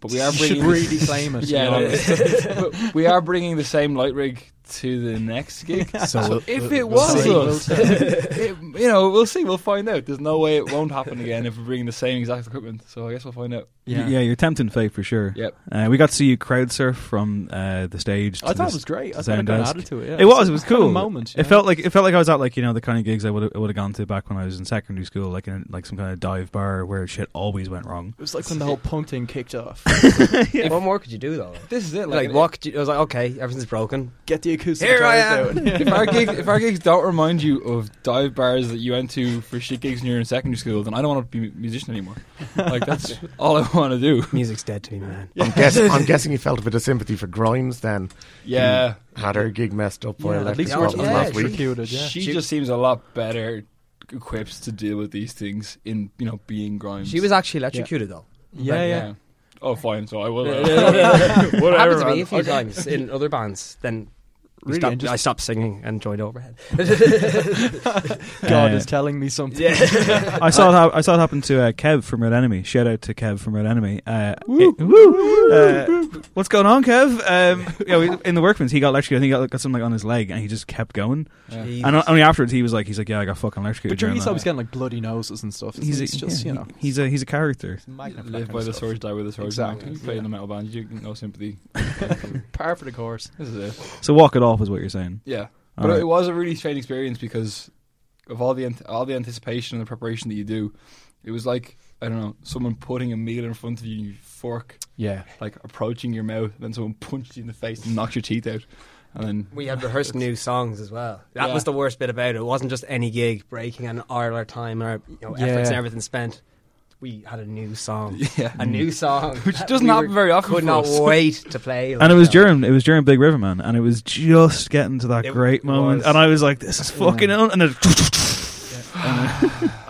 [SPEAKER 7] but we are
[SPEAKER 3] you should
[SPEAKER 7] bringing
[SPEAKER 3] really claim it.
[SPEAKER 7] yeah,
[SPEAKER 3] you know.
[SPEAKER 7] no, but we are bringing the same light rig to the next gig.
[SPEAKER 2] So
[SPEAKER 7] If it was
[SPEAKER 3] see.
[SPEAKER 7] us, it, you know, we'll see. We'll find out. There's no way it won't happen again if we bring the same exact equipment. So I guess we'll find out.
[SPEAKER 2] yeah. you're tempting fate for sure.
[SPEAKER 7] Yep.
[SPEAKER 2] Uh, we got to see you crowd surf from uh, the stage.
[SPEAKER 3] I
[SPEAKER 2] to
[SPEAKER 3] thought
[SPEAKER 2] this-
[SPEAKER 3] it was great. I
[SPEAKER 2] to
[SPEAKER 3] thought I
[SPEAKER 2] sound
[SPEAKER 3] got
[SPEAKER 2] desk.
[SPEAKER 3] added to it. yeah.
[SPEAKER 2] It was. It was
[SPEAKER 3] It's kind of
[SPEAKER 2] cool.
[SPEAKER 3] a moment.
[SPEAKER 2] It
[SPEAKER 3] yeah.
[SPEAKER 2] felt like it felt like I was at like you know the kind of gigs I would would have gone to back when I was in secondary school, like in like some kind of dive bar where shit always went wrong.
[SPEAKER 3] It was like when the whole punk thing kicked off.
[SPEAKER 8] What more could you do though?
[SPEAKER 7] This is it.
[SPEAKER 8] Like,
[SPEAKER 7] Like,
[SPEAKER 8] what? Could you, I was like, okay, everything's broken.
[SPEAKER 3] Get the acoustic
[SPEAKER 8] Here I
[SPEAKER 3] guitars
[SPEAKER 8] am.
[SPEAKER 3] out.
[SPEAKER 7] If our gigs, if our gigs don't remind you of dive bars that you went to for shit gigs when you were in secondary school, then I don't want to be a musician anymore. Like that's all I want to do.
[SPEAKER 8] Music's dead to me, man.
[SPEAKER 6] I'm, guess- I'm guessing you felt a bit of sympathy for Grimes then.
[SPEAKER 7] Yeah.
[SPEAKER 6] Had her gig messed up by
[SPEAKER 3] Yeah, at
[SPEAKER 6] electric
[SPEAKER 3] least
[SPEAKER 8] Yeah,
[SPEAKER 3] we're
[SPEAKER 6] problems
[SPEAKER 8] wasn't yeah,
[SPEAKER 6] last
[SPEAKER 8] true.
[SPEAKER 6] week.
[SPEAKER 3] electrocuted. Yeah.
[SPEAKER 7] She just seems a lot better equipped to deal with these things in you know being Grimes.
[SPEAKER 8] She was actually electrocuted though.
[SPEAKER 3] Yeah, yeah.
[SPEAKER 7] Oh, fine. So I will.
[SPEAKER 8] It
[SPEAKER 7] Whatever.
[SPEAKER 8] happened to me
[SPEAKER 7] man.
[SPEAKER 8] a few
[SPEAKER 7] Okay.
[SPEAKER 8] times in other bands. Then Really,
[SPEAKER 3] and just-
[SPEAKER 8] I stopped singing and joined overhead.
[SPEAKER 3] God
[SPEAKER 2] Yeah.
[SPEAKER 7] Uh,
[SPEAKER 3] is telling me something.
[SPEAKER 8] yeah.
[SPEAKER 2] I saw it. hap- I saw it happen to uh, Kev from Red Enemy. Shout out to Kev from Red Enemy. Uh, it- woo. Uh, what's going on, Kev? Um, yeah, we, in the workman's, he got electrocuted. I think he got, got something like, on his leg, and he just kept going.
[SPEAKER 8] Jesus.
[SPEAKER 2] And o- only afterwards, he was like, he's like, yeah, I got fucking electrocuted.
[SPEAKER 3] But sure,
[SPEAKER 2] during
[SPEAKER 3] he's
[SPEAKER 2] that.
[SPEAKER 3] always getting like bloody noses and stuff. He's,
[SPEAKER 2] He's a,
[SPEAKER 3] it's just
[SPEAKER 2] yeah,
[SPEAKER 3] you know.
[SPEAKER 2] he- he's a he's a character.
[SPEAKER 3] magnet for that
[SPEAKER 7] Live
[SPEAKER 3] kind
[SPEAKER 7] by
[SPEAKER 3] of
[SPEAKER 7] the
[SPEAKER 3] stuff.
[SPEAKER 7] sword, die with the sword.
[SPEAKER 3] Exactly,
[SPEAKER 7] You play
[SPEAKER 3] yeah.
[SPEAKER 7] in a metal band, you get no sympathy.
[SPEAKER 3] Par for the course.
[SPEAKER 7] This is it.
[SPEAKER 2] So walk it off is what you're saying.
[SPEAKER 7] Yeah,
[SPEAKER 2] All
[SPEAKER 7] but
[SPEAKER 2] right.
[SPEAKER 7] it was a really strange experience because of all the ant- all the anticipation and the preparation that you do. It was like I don't know, someone putting a meal in front of you, and you fork
[SPEAKER 3] Yeah.
[SPEAKER 7] like approaching your mouth, and then someone punched you in the face and knocked your teeth out, and then
[SPEAKER 8] We had rehearsed new songs as well. That
[SPEAKER 7] Yeah.
[SPEAKER 8] was the worst bit about it. It wasn't just any gig breaking an hour at a time or you know,
[SPEAKER 3] Yeah.
[SPEAKER 8] efforts and everything spent. We had a new song.
[SPEAKER 7] Yeah.
[SPEAKER 8] A new song.
[SPEAKER 7] Which
[SPEAKER 8] that
[SPEAKER 7] doesn't
[SPEAKER 8] we
[SPEAKER 7] happen very often
[SPEAKER 8] Could
[SPEAKER 7] for
[SPEAKER 8] not
[SPEAKER 7] us.
[SPEAKER 8] wait to play. like
[SPEAKER 2] And it was
[SPEAKER 8] that.
[SPEAKER 2] during it was during Big River Man, and it was just getting to that
[SPEAKER 8] It
[SPEAKER 2] great moment,
[SPEAKER 8] was.
[SPEAKER 2] and I was like, "This is fucking." Un-, and then,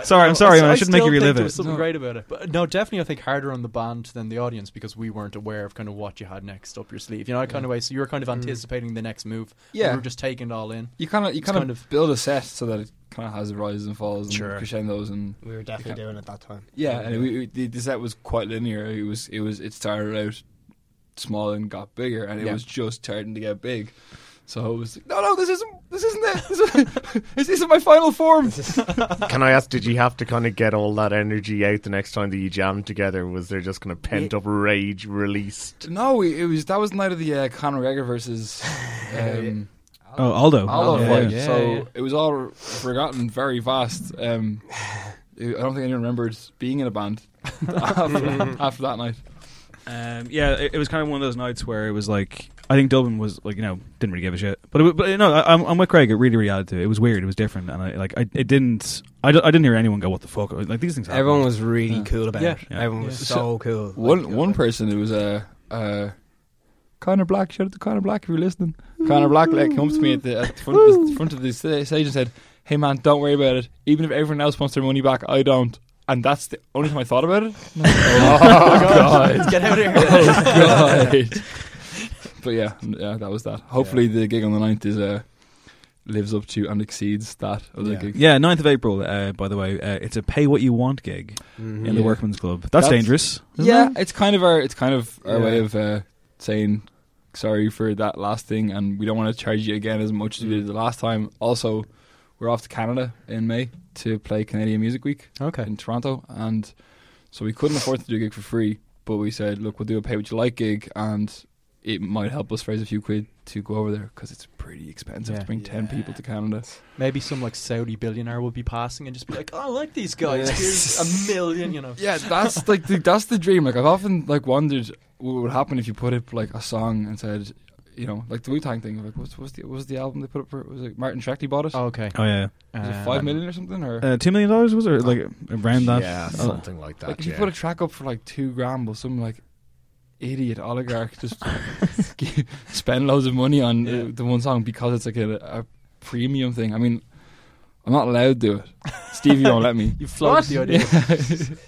[SPEAKER 2] sorry, I'm sorry, man. I shouldn't make
[SPEAKER 3] still
[SPEAKER 2] you
[SPEAKER 3] think
[SPEAKER 2] relive
[SPEAKER 3] There
[SPEAKER 2] it.
[SPEAKER 3] was something great about it, but no, definitely, I think harder on the band than the audience because we weren't aware of kind of what you had next up your sleeve. You know, that kind of way. So you were kind of
[SPEAKER 8] Mm.
[SPEAKER 3] anticipating the next move.
[SPEAKER 7] Yeah.
[SPEAKER 3] we were just taking it all in.
[SPEAKER 7] you kind of you
[SPEAKER 3] It's
[SPEAKER 7] kind
[SPEAKER 3] kind
[SPEAKER 7] of
[SPEAKER 3] of-
[SPEAKER 7] build a set so that it kind of has rises and falls and
[SPEAKER 3] Sure.
[SPEAKER 7] crescendos and
[SPEAKER 8] We were definitely doing it that time.
[SPEAKER 7] Yeah, and we, we, the, the set was quite linear. It was it was it started out small and got bigger, and it
[SPEAKER 3] Yeah.
[SPEAKER 7] was just starting to get big. So it was like, no, no, this isn't this isn't it. This isn't, this isn't my final form.
[SPEAKER 6] Can I ask, did you have to kind of get all that energy out the next time that you jammed together? Was there just kind of pent up rage released?
[SPEAKER 7] no, it was that was the night of the uh, Conor McGregor versus um,
[SPEAKER 2] Oh, Aldo.
[SPEAKER 7] Aldo
[SPEAKER 2] Yeah.
[SPEAKER 7] fight.
[SPEAKER 2] Yeah.
[SPEAKER 7] so it was all forgotten very fast. Um, I don't think anyone remembered being in a band after, after that night.
[SPEAKER 2] Um, yeah, it, it was kind of one of those nights where it was like I think Dublin was like you know didn't really give a shit, but it, wa- but you know I, I'm, I'm with Craig. It really really added to it. It was weird. It was different, and I like I it didn't. I, d- I didn't hear anyone go what the fuck. Like these things. Happen.
[SPEAKER 8] Everyone was really cool about
[SPEAKER 3] Yeah.
[SPEAKER 8] it. Everyone was
[SPEAKER 7] Yeah.
[SPEAKER 8] so cool.
[SPEAKER 7] One one person who was uh, uh, Connor Black. Shout out to Connor Black if you're listening. Connor Black like, comes to me at the, at the front, of the front of the sta- stage and said, "Hey man, don't worry about it. Even if everyone else wants their money back, I don't." And that's the only time I thought about it. oh god!
[SPEAKER 3] Get out of here.
[SPEAKER 7] Oh god! but yeah, n- yeah, that was that. Hopefully, the gig on the 9th is uh, lives up to and exceeds that other
[SPEAKER 3] Yeah.
[SPEAKER 7] gig.
[SPEAKER 2] Yeah, 9th of April. Uh, by the way, uh, it's a pay what you want gig
[SPEAKER 8] Mm-hmm.
[SPEAKER 2] in the
[SPEAKER 7] Yeah.
[SPEAKER 2] Workman's Club. That's,
[SPEAKER 7] That's-
[SPEAKER 2] dangerous. isn't
[SPEAKER 7] yeah,
[SPEAKER 2] it?
[SPEAKER 7] it's kind of our it's kind of our
[SPEAKER 8] Yeah.
[SPEAKER 7] way of uh, saying sorry for that last thing, and we don't want to charge you again as much as
[SPEAKER 3] Mm.
[SPEAKER 7] we did the last time. Also, we're off to Canada in May to play Canadian Music Week
[SPEAKER 3] Okay.
[SPEAKER 7] in Toronto, and so we couldn't afford to do a gig for free. But we said, look, we'll do a pay what you like gig, and it might help us raise a few quid to go over there because it's pretty expensive
[SPEAKER 3] Yeah.
[SPEAKER 7] to bring ten people to Canada.
[SPEAKER 3] Maybe some like Saudi billionaire will be passing and just be like, "Oh, I like these guys. Here's a million, you know."
[SPEAKER 7] Yeah, that's like the, that's the dream. Like I've often like wondered what would happen if you put up like a song and said, you know, like the Wu Tang thing. Like what's what's the what was the album they put up for? Was it Martin Shkreli bought it?
[SPEAKER 3] Okay.
[SPEAKER 2] Oh yeah.
[SPEAKER 7] was
[SPEAKER 3] Um,
[SPEAKER 7] it five million or something? Or
[SPEAKER 2] Uh, Two million dollars was it Or, like around that?
[SPEAKER 6] yeah,
[SPEAKER 2] Oh.
[SPEAKER 6] something like that.
[SPEAKER 7] like if you
[SPEAKER 6] yeah.
[SPEAKER 7] put a track up for like two grand, will some like idiot oligarch just g- spend loads of money on uh,
[SPEAKER 3] Yeah.
[SPEAKER 7] the one song because it's like a, a premium thing? I mean, I'm not allowed to do it. Stevie won't let me.
[SPEAKER 3] You floated the idea.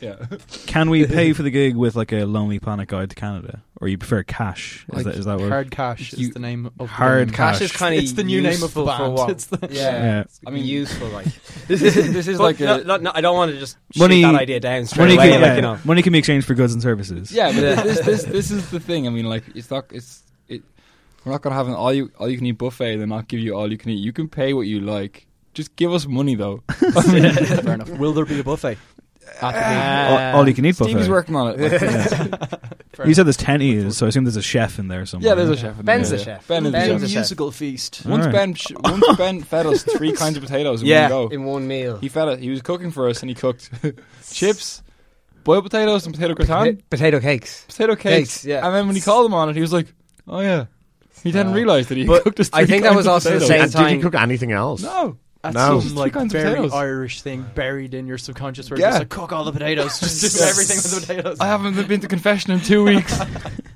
[SPEAKER 7] yeah.
[SPEAKER 2] Can we pay for the gig with like a Lonely Planet guide to Canada, or you prefer cash? Is
[SPEAKER 7] Like,
[SPEAKER 2] that is that what?
[SPEAKER 3] Hard cash
[SPEAKER 7] You-
[SPEAKER 3] is the name of
[SPEAKER 2] Hard
[SPEAKER 3] the
[SPEAKER 2] Cash
[SPEAKER 8] Cash is kind of
[SPEAKER 3] It's the new name of the band. It's the-
[SPEAKER 8] yeah.
[SPEAKER 2] Yeah.
[SPEAKER 8] I mean,
[SPEAKER 7] Yeah.
[SPEAKER 8] useful. Like this is this is
[SPEAKER 7] like
[SPEAKER 8] like
[SPEAKER 7] a-
[SPEAKER 8] I don't want to just
[SPEAKER 2] Money-
[SPEAKER 8] shoot that idea down straight
[SPEAKER 2] Money
[SPEAKER 8] away.
[SPEAKER 2] can,
[SPEAKER 8] like
[SPEAKER 2] yeah,
[SPEAKER 8] you know,
[SPEAKER 2] money can be exchanged for goods and services.
[SPEAKER 7] Yeah, but
[SPEAKER 8] Yeah.
[SPEAKER 7] this, this this is the thing. I mean, like it's not it's it. We're not gonna have an all you all you can eat buffet and then not give you all you can eat. You can pay what you like. Just give us money though.
[SPEAKER 3] Fair enough. Will there be a buffet?
[SPEAKER 2] All, all you can eat buffet.
[SPEAKER 7] Stevie's Uh, working on it. Like,
[SPEAKER 2] You said there's ten e's, so I assume there's a chef in there somewhere.
[SPEAKER 7] yeah, there's a chef. In
[SPEAKER 8] Ben's
[SPEAKER 7] there.
[SPEAKER 8] the chef.
[SPEAKER 7] Ben is
[SPEAKER 8] Ben's
[SPEAKER 7] the
[SPEAKER 8] the
[SPEAKER 7] chef.
[SPEAKER 8] chef.
[SPEAKER 3] musical feast.
[SPEAKER 7] Once
[SPEAKER 2] Alright.
[SPEAKER 7] Ben sh- once Ben fed us three kinds of potatoes in
[SPEAKER 8] yeah,
[SPEAKER 7] one go.
[SPEAKER 8] in one meal.
[SPEAKER 7] He fed us. He was cooking for us and he cooked chips, boiled potatoes, and potato gratin,
[SPEAKER 8] Pota- potato cakes.
[SPEAKER 7] potato cakes.
[SPEAKER 8] Cakes, yeah.
[SPEAKER 7] And then when he called him on it, he was like, "Oh yeah." He didn't
[SPEAKER 8] Uh,
[SPEAKER 7] realize that he
[SPEAKER 8] but
[SPEAKER 7] cooked us.
[SPEAKER 8] I
[SPEAKER 7] three
[SPEAKER 8] think that
[SPEAKER 7] kinds
[SPEAKER 8] was
[SPEAKER 7] of
[SPEAKER 8] also the
[SPEAKER 7] potatoes.
[SPEAKER 8] same
[SPEAKER 6] and did you
[SPEAKER 8] time-
[SPEAKER 6] cook anything else?
[SPEAKER 7] No,
[SPEAKER 3] That's
[SPEAKER 6] No.
[SPEAKER 3] some
[SPEAKER 7] Three
[SPEAKER 3] like
[SPEAKER 7] "Oh, kinds of
[SPEAKER 3] very
[SPEAKER 7] potatoes.
[SPEAKER 3] Irish thing buried in your subconscious where
[SPEAKER 7] Yeah.
[SPEAKER 3] you just like cook all the potatoes, just do
[SPEAKER 7] Yeah.
[SPEAKER 3] everything with the potatoes.
[SPEAKER 7] I haven't been to confession in two weeks.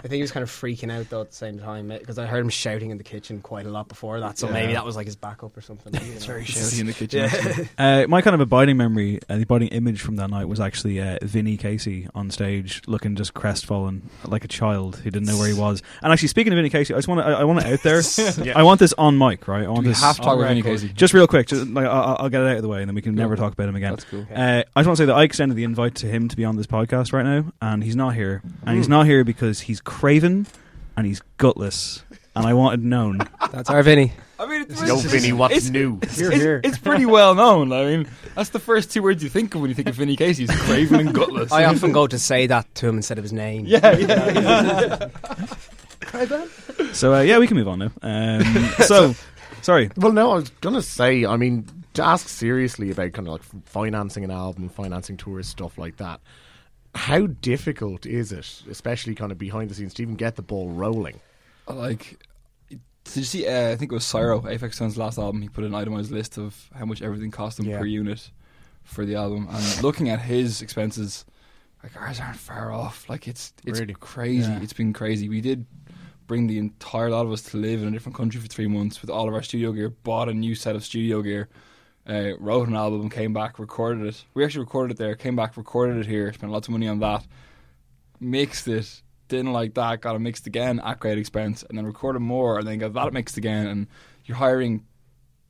[SPEAKER 6] I think he was kind of freaking out though at the same time because I heard him shouting in the kitchen quite a lot before that. So
[SPEAKER 2] Yeah.
[SPEAKER 6] maybe that was like his backup or something. it's very
[SPEAKER 2] shouty in the kitchen,
[SPEAKER 6] Yeah.
[SPEAKER 2] Uh, my kind of abiding memory, uh, the abiding image from that night was actually uh, Vinny Casey on stage, looking just crestfallen, like a child who didn't know where he was. And actually, speaking of Vinny Casey, I just want to, I, I want it out there.
[SPEAKER 3] Yeah.
[SPEAKER 2] I want this on mic, right? I want
[SPEAKER 3] we
[SPEAKER 2] this
[SPEAKER 3] have to talk
[SPEAKER 2] on
[SPEAKER 3] about Vinny
[SPEAKER 2] record.
[SPEAKER 3] Casey?
[SPEAKER 2] Just real quick, just, like, I'll, I'll get it out of the way, and then we can never talk about him again.
[SPEAKER 3] That's cool.
[SPEAKER 2] Uh, I just want to say that I extended the invite to him to be on this podcast right now, and he's not here, and
[SPEAKER 3] Hmm.
[SPEAKER 2] he's not here because he's craven and he's gutless, and I wanted known.
[SPEAKER 6] That's our Vinny.
[SPEAKER 3] I mean, it's,
[SPEAKER 8] Yo, Vinny, what's
[SPEAKER 3] it's-
[SPEAKER 8] new?
[SPEAKER 3] It's,
[SPEAKER 6] Here,
[SPEAKER 3] it's-
[SPEAKER 6] here.
[SPEAKER 3] it's pretty well known. I mean, that's the first two words you think of when you think of Vinny Casey. He's craven and gutless.
[SPEAKER 6] I often go to say that to him instead of his name.
[SPEAKER 3] yeah, yeah, yeah.
[SPEAKER 2] So uh, yeah, we can move on now. Um, so sorry.
[SPEAKER 8] Well, no, I was gonna say. I mean, to ask seriously about kind of like financing an album, financing tours, stuff like that. How difficult is it, especially kind of behind the scenes, to even get the ball rolling?
[SPEAKER 3] like did you see uh, I think it was Cyro Apex Sound's last album he put an itemized list of how much everything cost him
[SPEAKER 6] Yeah.
[SPEAKER 3] per unit for the album and looking at his expenses like ours aren't far off like it's it's crazy
[SPEAKER 2] Yeah.
[SPEAKER 3] it's been crazy we did bring the entire lot of us to live in a different country for three months with all of our studio gear bought a new set of studio gear uh, wrote an album came back recorded it we actually recorded it there came back recorded it here spent lots of money on that mixed it, didn't like that, got it mixed again at great expense, and then recorded more, and then got that mixed again. And you're hiring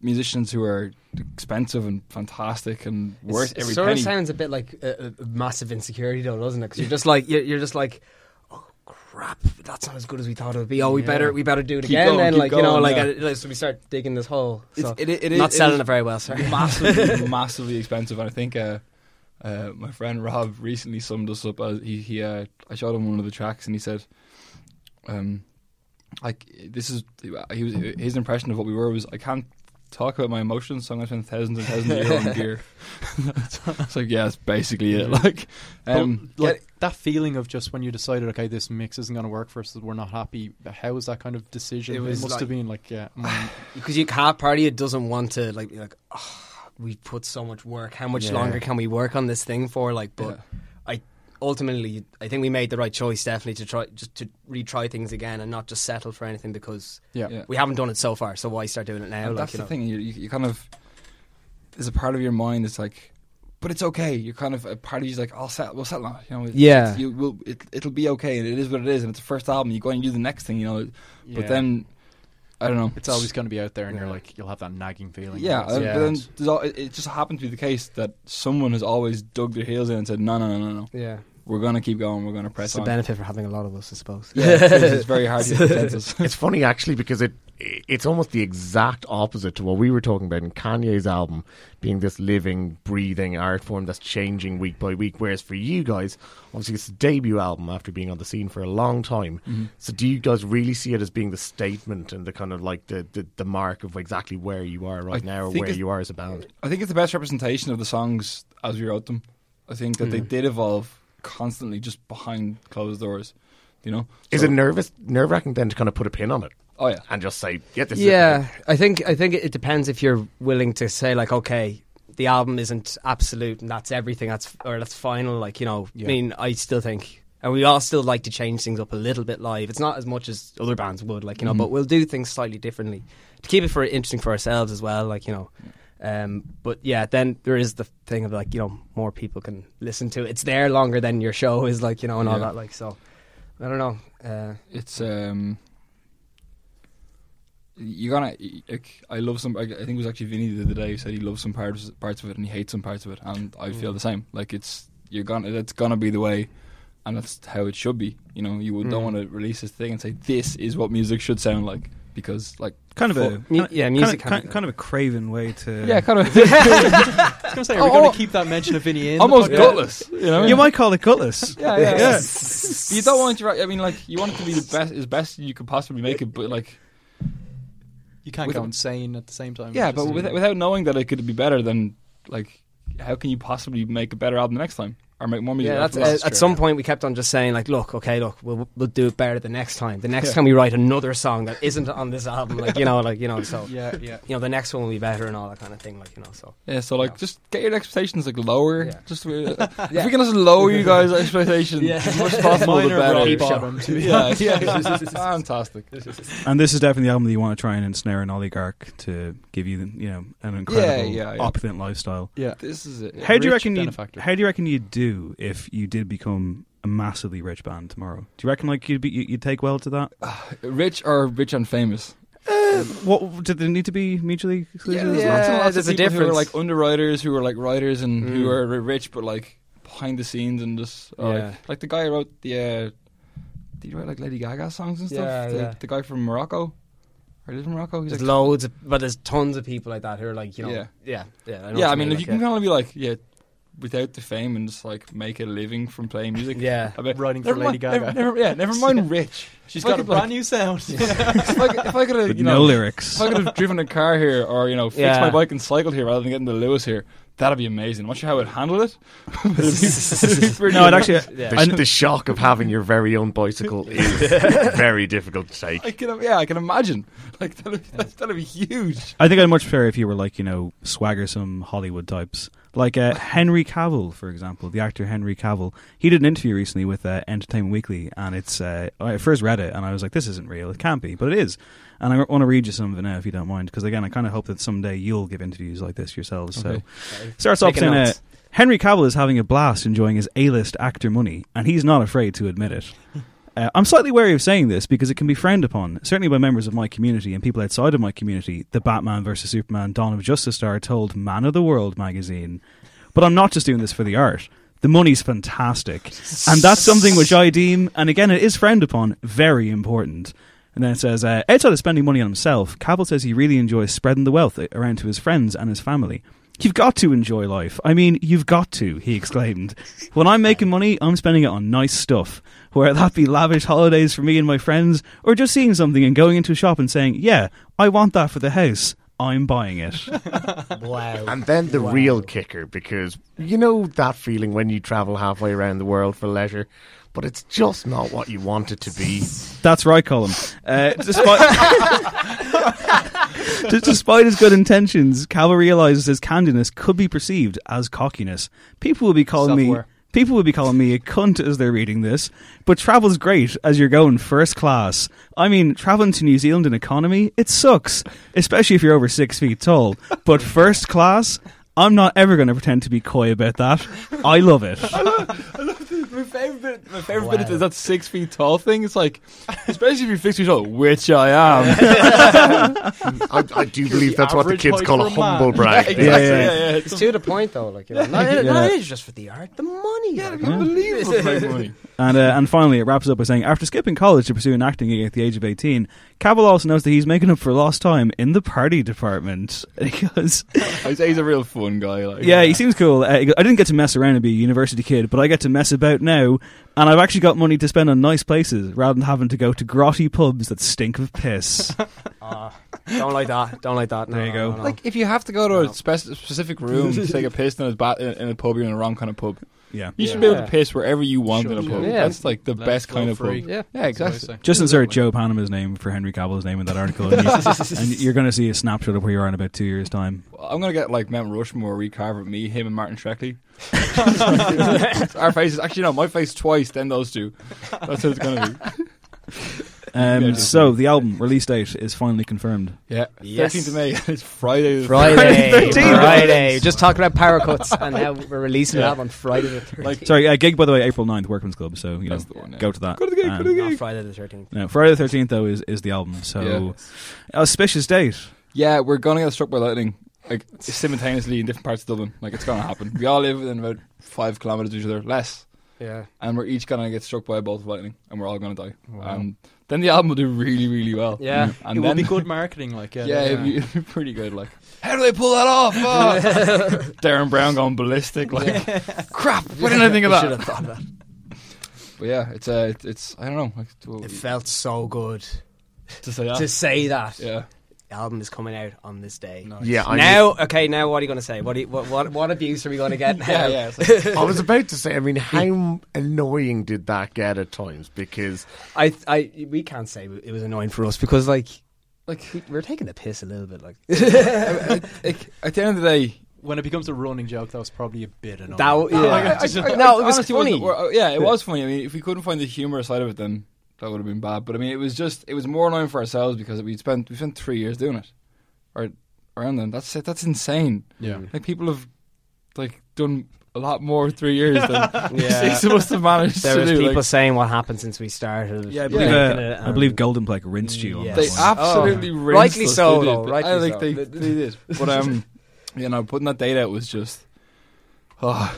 [SPEAKER 3] musicians who are expensive and fantastic and worth every
[SPEAKER 6] sort
[SPEAKER 3] penny.
[SPEAKER 6] of sounds a bit like a, a massive insecurity, though, doesn't it? Because you're just like you're, you're just like, oh crap, that's not as good as we thought it would be. Oh, we better we better do it
[SPEAKER 3] Keep
[SPEAKER 6] again.
[SPEAKER 3] going,
[SPEAKER 6] then,
[SPEAKER 3] keep
[SPEAKER 6] like you know,
[SPEAKER 3] going,
[SPEAKER 6] like,
[SPEAKER 3] yeah.
[SPEAKER 6] uh, like, so we start digging this hole.
[SPEAKER 3] It's-
[SPEAKER 6] So
[SPEAKER 3] it i- it is-
[SPEAKER 6] not
[SPEAKER 3] it
[SPEAKER 6] selling
[SPEAKER 3] is
[SPEAKER 6] it very well, sorry.
[SPEAKER 3] massively, massively expensive. And I think uh, uh, my friend Rob recently summed us up. As he, he uh, I showed him one of the tracks, and he said, um, "Like this is he was his impression of what we were was I can't." Talk about my emotions, so I'm going to spend thousands and thousands of euro on gear. it's like, yeah, that's basically it. Like, um,
[SPEAKER 9] But, like that feeling of just when you decided, okay, this mix isn't going to work for us, we're not happy. How was that kind of decision?
[SPEAKER 6] It
[SPEAKER 9] It,
[SPEAKER 6] was
[SPEAKER 9] must
[SPEAKER 6] like-
[SPEAKER 9] have been like, yeah, mm,
[SPEAKER 6] because you can't party it doesn't want to like be like oh, we put so much work how much
[SPEAKER 3] Yeah.
[SPEAKER 6] longer can we work on this thing for like but i ultimately i think we made the right choice definitely to try just to retry things again and not just settle for anything because
[SPEAKER 9] yeah.
[SPEAKER 3] Yeah.
[SPEAKER 6] we haven't done it so far so why start doing it now
[SPEAKER 3] And
[SPEAKER 6] like
[SPEAKER 3] that's
[SPEAKER 6] you
[SPEAKER 3] the
[SPEAKER 6] know
[SPEAKER 3] thing. You, you, you kind of there's a part of your mind that's like, but it's okay. You're kind of a part of you's like, I'll settle. We'll settle on it. You know, it's-
[SPEAKER 6] Yeah.
[SPEAKER 3] it's- You will. It, it'll be okay, and it is what it is. And it's the first album. You go and you do the next thing. You know,
[SPEAKER 9] Yeah.
[SPEAKER 3] but then I don't know.
[SPEAKER 9] it's always going to be out there, and
[SPEAKER 3] Yeah.
[SPEAKER 9] you're like, you'll have that nagging feeling.
[SPEAKER 3] yeah.
[SPEAKER 9] It's-
[SPEAKER 3] uh, But then there's all, it, it just happened to be the case that someone has always dug their heels in and said, no, no, no, no, no.
[SPEAKER 6] yeah
[SPEAKER 3] We're gonna keep going. We're gonna press
[SPEAKER 6] it's the
[SPEAKER 3] on.
[SPEAKER 6] benefit for having a lot of us i suppose
[SPEAKER 3] Yeah, it's, it's very hard to get consensus.
[SPEAKER 8] It's funny actually because it it's almost the exact opposite to what we were talking about in Kanye's album being this living, breathing art form that's changing week by week. Whereas for you guys, obviously it's a debut album after being on the scene for a long time.
[SPEAKER 3] Mm-hmm.
[SPEAKER 8] So do you guys really see it as being the statement and the kind of like the the, the mark of exactly where you are right
[SPEAKER 3] I
[SPEAKER 8] now or
[SPEAKER 3] think
[SPEAKER 8] where
[SPEAKER 3] it's-
[SPEAKER 8] you are as a band?
[SPEAKER 3] I think it's the best representation of the songs as we wrote them. I think that they
[SPEAKER 9] Hmm.
[SPEAKER 3] did evolve constantly, just behind closed doors. You know,
[SPEAKER 8] Is
[SPEAKER 3] So-
[SPEAKER 8] it nervous nerve wracking then to kind of put a pin on it
[SPEAKER 3] Oh yeah,
[SPEAKER 8] and just say, Yeah, this is
[SPEAKER 6] yeah i think i think it it depends if you're willing to say like okay the album isn't absolute and that's everything that's or that's final like you know i mean i still think and we all still like to change things up a little bit live it's not as much as other bands would like you
[SPEAKER 7] Mm-hmm.
[SPEAKER 6] know but we'll do things slightly differently to keep it for interesting for ourselves as well like you know um, but yeah, then there is the thing of like you know more people can listen to it. It's there longer than your show is like you know and all
[SPEAKER 3] Yeah.
[SPEAKER 6] that like so. I don't know. Uh,
[SPEAKER 3] it's um. You're gonna. Like, I love some. I, I think it was actually Vinny the other day who said he loves some parts parts of it and he hates some parts of it, and I feel the same. Like it's you're gonna. That's gonna be the way, and that's how it should be. You know, you would don't
[SPEAKER 9] Hmm.
[SPEAKER 3] want to release this thing and say this is what music should sound like because like
[SPEAKER 2] Kind of a
[SPEAKER 3] Fuck.
[SPEAKER 6] Mu-
[SPEAKER 2] kind of-
[SPEAKER 6] yeah,
[SPEAKER 2] kind
[SPEAKER 6] music
[SPEAKER 2] of, kind,
[SPEAKER 6] kind of-
[SPEAKER 2] kind of a craven way to
[SPEAKER 3] yeah, kind of
[SPEAKER 9] I was going to say, are
[SPEAKER 3] Oh,
[SPEAKER 9] we going
[SPEAKER 3] oh.
[SPEAKER 9] to keep that mention of Vinny in? the
[SPEAKER 3] almost
[SPEAKER 9] podcast?
[SPEAKER 3] gutless. You know,
[SPEAKER 2] You might call it gutless.
[SPEAKER 3] Yeah, yeah, yeah. you don't want it to. I mean, like you want it to be the best as best you could possibly make it, but like
[SPEAKER 9] You can't
[SPEAKER 3] With-
[SPEAKER 9] go insane at the same time.
[SPEAKER 3] yeah,
[SPEAKER 9] It's
[SPEAKER 3] but
[SPEAKER 9] just-
[SPEAKER 3] with, without knowing that it could be better, then like how can you possibly make a better album the next time?
[SPEAKER 7] or make more music.
[SPEAKER 8] Yeah,
[SPEAKER 7] out
[SPEAKER 8] that's,
[SPEAKER 7] of
[SPEAKER 8] uh,
[SPEAKER 7] it.
[SPEAKER 8] at some point we kept on just saying like, look, okay, look, we'll we'll do it better the next time. The next
[SPEAKER 7] Yeah.
[SPEAKER 8] time we write another song that isn't on this album, like you know, like you know, so
[SPEAKER 7] Yeah, yeah.
[SPEAKER 8] you know, the next one will be better and all that kind of thing, like you know, so
[SPEAKER 7] Yeah, so like, just get your expectations like lower.
[SPEAKER 8] Yeah.
[SPEAKER 7] Just uh, if we can just lower you guys' expectations
[SPEAKER 8] Yeah.
[SPEAKER 7] as much as possible, the
[SPEAKER 3] Minor rock
[SPEAKER 7] better.
[SPEAKER 3] bottom to be
[SPEAKER 7] yeah, yeah, fantastic.
[SPEAKER 2] And this is definitely the album that you want to try and ensnare an oligarch to give you, you know, an incredible
[SPEAKER 7] yeah, yeah.
[SPEAKER 2] opulent lifestyle.
[SPEAKER 3] Yeah.
[SPEAKER 7] This is it.
[SPEAKER 2] How do you
[SPEAKER 3] Rich
[SPEAKER 2] reckon you?
[SPEAKER 3] benefactor.
[SPEAKER 2] How do you reckon you'd do if you did become a massively rich band tomorrow? Do you reckon like you'd be, you- you'd take well to that?
[SPEAKER 7] Rich or rich and famous?
[SPEAKER 2] What did they need to be mutually exclusive? as well?
[SPEAKER 7] lots and lots
[SPEAKER 8] there's a
[SPEAKER 7] of people who are
[SPEAKER 8] difference.
[SPEAKER 7] like underwriters, who are like writers, and who
[SPEAKER 8] Mm.
[SPEAKER 7] are r- rich but like behind the scenes and just are,
[SPEAKER 8] Yeah.
[SPEAKER 7] like like the guy who wrote the. Uh, did he write like Lady Gaga songs and stuff?
[SPEAKER 8] Yeah,
[SPEAKER 7] the,
[SPEAKER 8] yeah.
[SPEAKER 7] the guy from Morocco, or is it Morocco? He's
[SPEAKER 8] there's
[SPEAKER 7] like,
[SPEAKER 8] loads, of, but there's tons of people like that who are like, you know,
[SPEAKER 7] Yeah.
[SPEAKER 8] yeah, yeah, yeah. know
[SPEAKER 7] yeah,
[SPEAKER 8] what
[SPEAKER 7] I mean, if
[SPEAKER 8] like,
[SPEAKER 7] you can kind of be like, yeah, without the fame and just like make a living from playing music,
[SPEAKER 8] Yeah.
[SPEAKER 7] I bet-
[SPEAKER 3] Writing for
[SPEAKER 7] never
[SPEAKER 3] Lady
[SPEAKER 7] mind- never-
[SPEAKER 3] Gaga.
[SPEAKER 7] never- yeah, never mind rich.
[SPEAKER 3] She's
[SPEAKER 7] If I
[SPEAKER 3] got a
[SPEAKER 7] could, like-
[SPEAKER 3] brand new sound.
[SPEAKER 7] if I, could- if I could have,
[SPEAKER 2] With
[SPEAKER 7] you
[SPEAKER 2] no
[SPEAKER 7] know,
[SPEAKER 2] lyrics.
[SPEAKER 7] if I could have driven a car here or you know fixed
[SPEAKER 8] Yeah.
[SPEAKER 7] my bike and cycled here rather than getting to Lewis here, that'd be amazing. I'm not sure how I'd handle it. but it'd be- it'd be pretty
[SPEAKER 2] No, I'd
[SPEAKER 7] amazing.
[SPEAKER 2] actually.
[SPEAKER 6] The,
[SPEAKER 2] I,
[SPEAKER 6] the shock of having your very own bicycle is very difficult to take.
[SPEAKER 7] I can, yeah, I can imagine. Like that'd be, that'd be huge.
[SPEAKER 2] I think I'd much prefer if you were like you know swaggersome Hollywood types, like uh, Henry Cavill, for example, the actor Henry Cavill. He did an interview recently with uh, Entertainment Weekly, and it's uh, I first read it and I was like, this isn't real. It can't be, but it is. And I want to read you some of it now, if you don't mind, because again, I kind of hope that someday you'll give interviews like this yourselves. So
[SPEAKER 7] Okay.
[SPEAKER 2] starts off
[SPEAKER 8] Making
[SPEAKER 2] saying. Uh,
[SPEAKER 8] notes.
[SPEAKER 2] Henry Cavill is having a blast enjoying his A-list actor money, and he's not afraid to admit it. Uh, I'm slightly wary of saying this because it can be frowned upon, certainly by members of my community and people outside of my community. The Batman vs Superman: Dawn of Justice star told Man of the World magazine, "But I'm not just doing this for the art. The money's fantastic, and that's something which I deem, and again, it is frowned upon, very important." And then it says, uh, outside of spending money on himself, Cavill says he really enjoys spreading the wealth around to his friends and his family. You've got to enjoy life. I mean, you've got to, he exclaimed. When I'm making money, I'm spending it on nice stuff, whether that be lavish holidays for me and my friends, or just seeing something and going into a shop and saying, yeah, I want that for the house. I'm buying it.
[SPEAKER 8] wow,
[SPEAKER 6] And then the real kicker, because you know that feeling when you travel halfway around the world for leisure, but it's just not what you want it to be.
[SPEAKER 2] That's right, Colin. Uh, despite, D- despite his good intentions, Cavill realizes his candidness could be perceived as cockiness. People will be calling me.
[SPEAKER 3] Self-aware.
[SPEAKER 2] People will be calling me a cunt as they're reading this, but travel's great as you're going first class. I mean, traveling to New Zealand in economy, it sucks, especially if you're over six feet tall. But first class, I'm not ever going to pretend to be coy about that. I love it.
[SPEAKER 7] My favorite bit, my favorite bit is that six feet tall thing. It's like, especially if you're six feet tall, which I am.
[SPEAKER 6] I, I do believe that's what the
[SPEAKER 3] average
[SPEAKER 6] kids
[SPEAKER 3] height
[SPEAKER 6] call
[SPEAKER 3] for
[SPEAKER 6] a
[SPEAKER 3] a man.
[SPEAKER 6] humble brag.
[SPEAKER 7] Exactly,
[SPEAKER 2] Yeah, yeah.
[SPEAKER 8] it's to the point though, like you know, not,
[SPEAKER 2] Yeah.
[SPEAKER 8] not it's just for the art, the money.
[SPEAKER 7] Yeah,
[SPEAKER 8] like,
[SPEAKER 7] it'd be unbelievable to make money.
[SPEAKER 2] And uh, and finally, it wraps up by saying, after skipping college to pursue an acting gig at the age of eighteen, Cavill also knows that he's making up for lost time in the party department because
[SPEAKER 7] I'd say he's a real fun guy. Like,
[SPEAKER 2] yeah, he seems cool. Uh, he go- I didn't get to mess around and be a university kid, but I get to mess about now, and I've actually got money to spend on nice places rather than having to go to grotty pubs that stink of piss.
[SPEAKER 8] Don't like that. Don't like that. No,
[SPEAKER 2] There you
[SPEAKER 8] no,
[SPEAKER 2] go.
[SPEAKER 8] no, no.
[SPEAKER 7] Like if you have to go to a spec- specific room to take a piss in a bat in, in a pub, you're in a wrong kind of pub.
[SPEAKER 2] yeah,
[SPEAKER 7] You should be able
[SPEAKER 8] Yeah.
[SPEAKER 7] to piss wherever you want in a
[SPEAKER 3] Should,
[SPEAKER 7] pub.
[SPEAKER 8] yeah.
[SPEAKER 7] That's like the
[SPEAKER 3] Let
[SPEAKER 7] best
[SPEAKER 3] it
[SPEAKER 7] kind
[SPEAKER 3] flow
[SPEAKER 7] of
[SPEAKER 3] free.
[SPEAKER 7] pub.
[SPEAKER 8] Yeah.
[SPEAKER 7] yeah,
[SPEAKER 3] That's what I
[SPEAKER 7] exactly.
[SPEAKER 3] say.
[SPEAKER 2] just insert Joe Panama's name for Henry Cavill's name in that article, and, you, and you're going to see a snapshot of where you are in about two years' time.
[SPEAKER 7] I'm gonna get like Mount Rushmore recarved with me, him, and Martin Shrekley. Our faces, actually, no, my face twice, then those two. That's what it's gonna be.
[SPEAKER 2] Um, so the album release date is finally confirmed.
[SPEAKER 7] Yeah,
[SPEAKER 8] Yes.
[SPEAKER 7] 13th of May. It's Friday. the
[SPEAKER 8] Friday,
[SPEAKER 7] 13th.
[SPEAKER 8] Friday. Just talking about power cuts, and now we're releasing that on Friday the thirteenth.
[SPEAKER 2] Sorry, uh, gig by the way, April 9th, Workman's Club. So you
[SPEAKER 7] That's
[SPEAKER 2] know,
[SPEAKER 7] the one, yeah.
[SPEAKER 2] go to that. Um,
[SPEAKER 7] Go to the gig, go to the gig.
[SPEAKER 8] Not Friday the thirteenth.
[SPEAKER 2] No, Friday the Thirteenth though is, is the album. So auspicious date.
[SPEAKER 7] Yeah, we're gonna get struck by lightning like simultaneously in different parts of Dublin. Like it's gonna happen. We all live within about five kilometers of each other, less.
[SPEAKER 8] Yeah.
[SPEAKER 7] and we're each gonna get struck by a bolt of lightning, and we're all gonna die. Um, then the album will do really, really well. Mm.
[SPEAKER 8] Yeah.
[SPEAKER 7] and
[SPEAKER 3] it
[SPEAKER 7] then
[SPEAKER 3] would be good marketing, like yeah.
[SPEAKER 7] Yeah, It'd, be, it'd be pretty good. Like, how do they pull that off? Oh. Darren Brown gone ballistic. Like, crap. What didn't I think of
[SPEAKER 8] We Should
[SPEAKER 7] that?
[SPEAKER 8] have thought of
[SPEAKER 7] But yeah, it's uh, it's- it's I don't know. Like,
[SPEAKER 8] that. It
[SPEAKER 7] to,
[SPEAKER 8] felt so good
[SPEAKER 7] to say that.
[SPEAKER 8] to say that.
[SPEAKER 7] yeah,
[SPEAKER 8] the album is coming out on this day.
[SPEAKER 6] Yeah, I
[SPEAKER 8] now, okay, now what are you going to say? What, do you, what what what abuse are we going to get now?
[SPEAKER 7] Yeah, yeah, it's
[SPEAKER 6] I was about to say, I mean, how annoying did that get at times? Because
[SPEAKER 8] I, th- I, we can't say it was annoying for us because like, like we, we're taking the piss a little bit. Like
[SPEAKER 7] like, at the end of the day,
[SPEAKER 3] When it becomes a running joke, that was probably a bit annoying.
[SPEAKER 8] that, w- yeah.
[SPEAKER 7] no,
[SPEAKER 8] no, it was funny.
[SPEAKER 7] oh, yeah, it was funny. I mean, if we couldn't find the humorous side of it, then that would have been bad. But I mean, it was just it was more annoying for ourselves because we spent we spent three years doing it, or around then. That's it. That's insane.
[SPEAKER 3] Yeah.
[SPEAKER 7] Like people have like done a lot more in three years than six of us have managed
[SPEAKER 8] there
[SPEAKER 7] to
[SPEAKER 8] was
[SPEAKER 7] do.
[SPEAKER 8] people
[SPEAKER 7] like,
[SPEAKER 8] saying what happened since we started.
[SPEAKER 2] Yeah, I
[SPEAKER 7] believe,
[SPEAKER 2] believe,
[SPEAKER 7] uh,
[SPEAKER 8] Yeah.
[SPEAKER 2] I believe Golden Plake rinsed you. On
[SPEAKER 8] um, Mm, Yes.
[SPEAKER 2] that
[SPEAKER 7] they
[SPEAKER 2] one.
[SPEAKER 7] absolutely
[SPEAKER 8] Oh.
[SPEAKER 7] rinsed
[SPEAKER 8] Rightly
[SPEAKER 7] us,
[SPEAKER 8] so,
[SPEAKER 7] they did,
[SPEAKER 8] though,
[SPEAKER 7] but
[SPEAKER 8] rightly
[SPEAKER 7] I think
[SPEAKER 8] so.
[SPEAKER 7] they, they did. But um, you know, putting that date out was just, oh,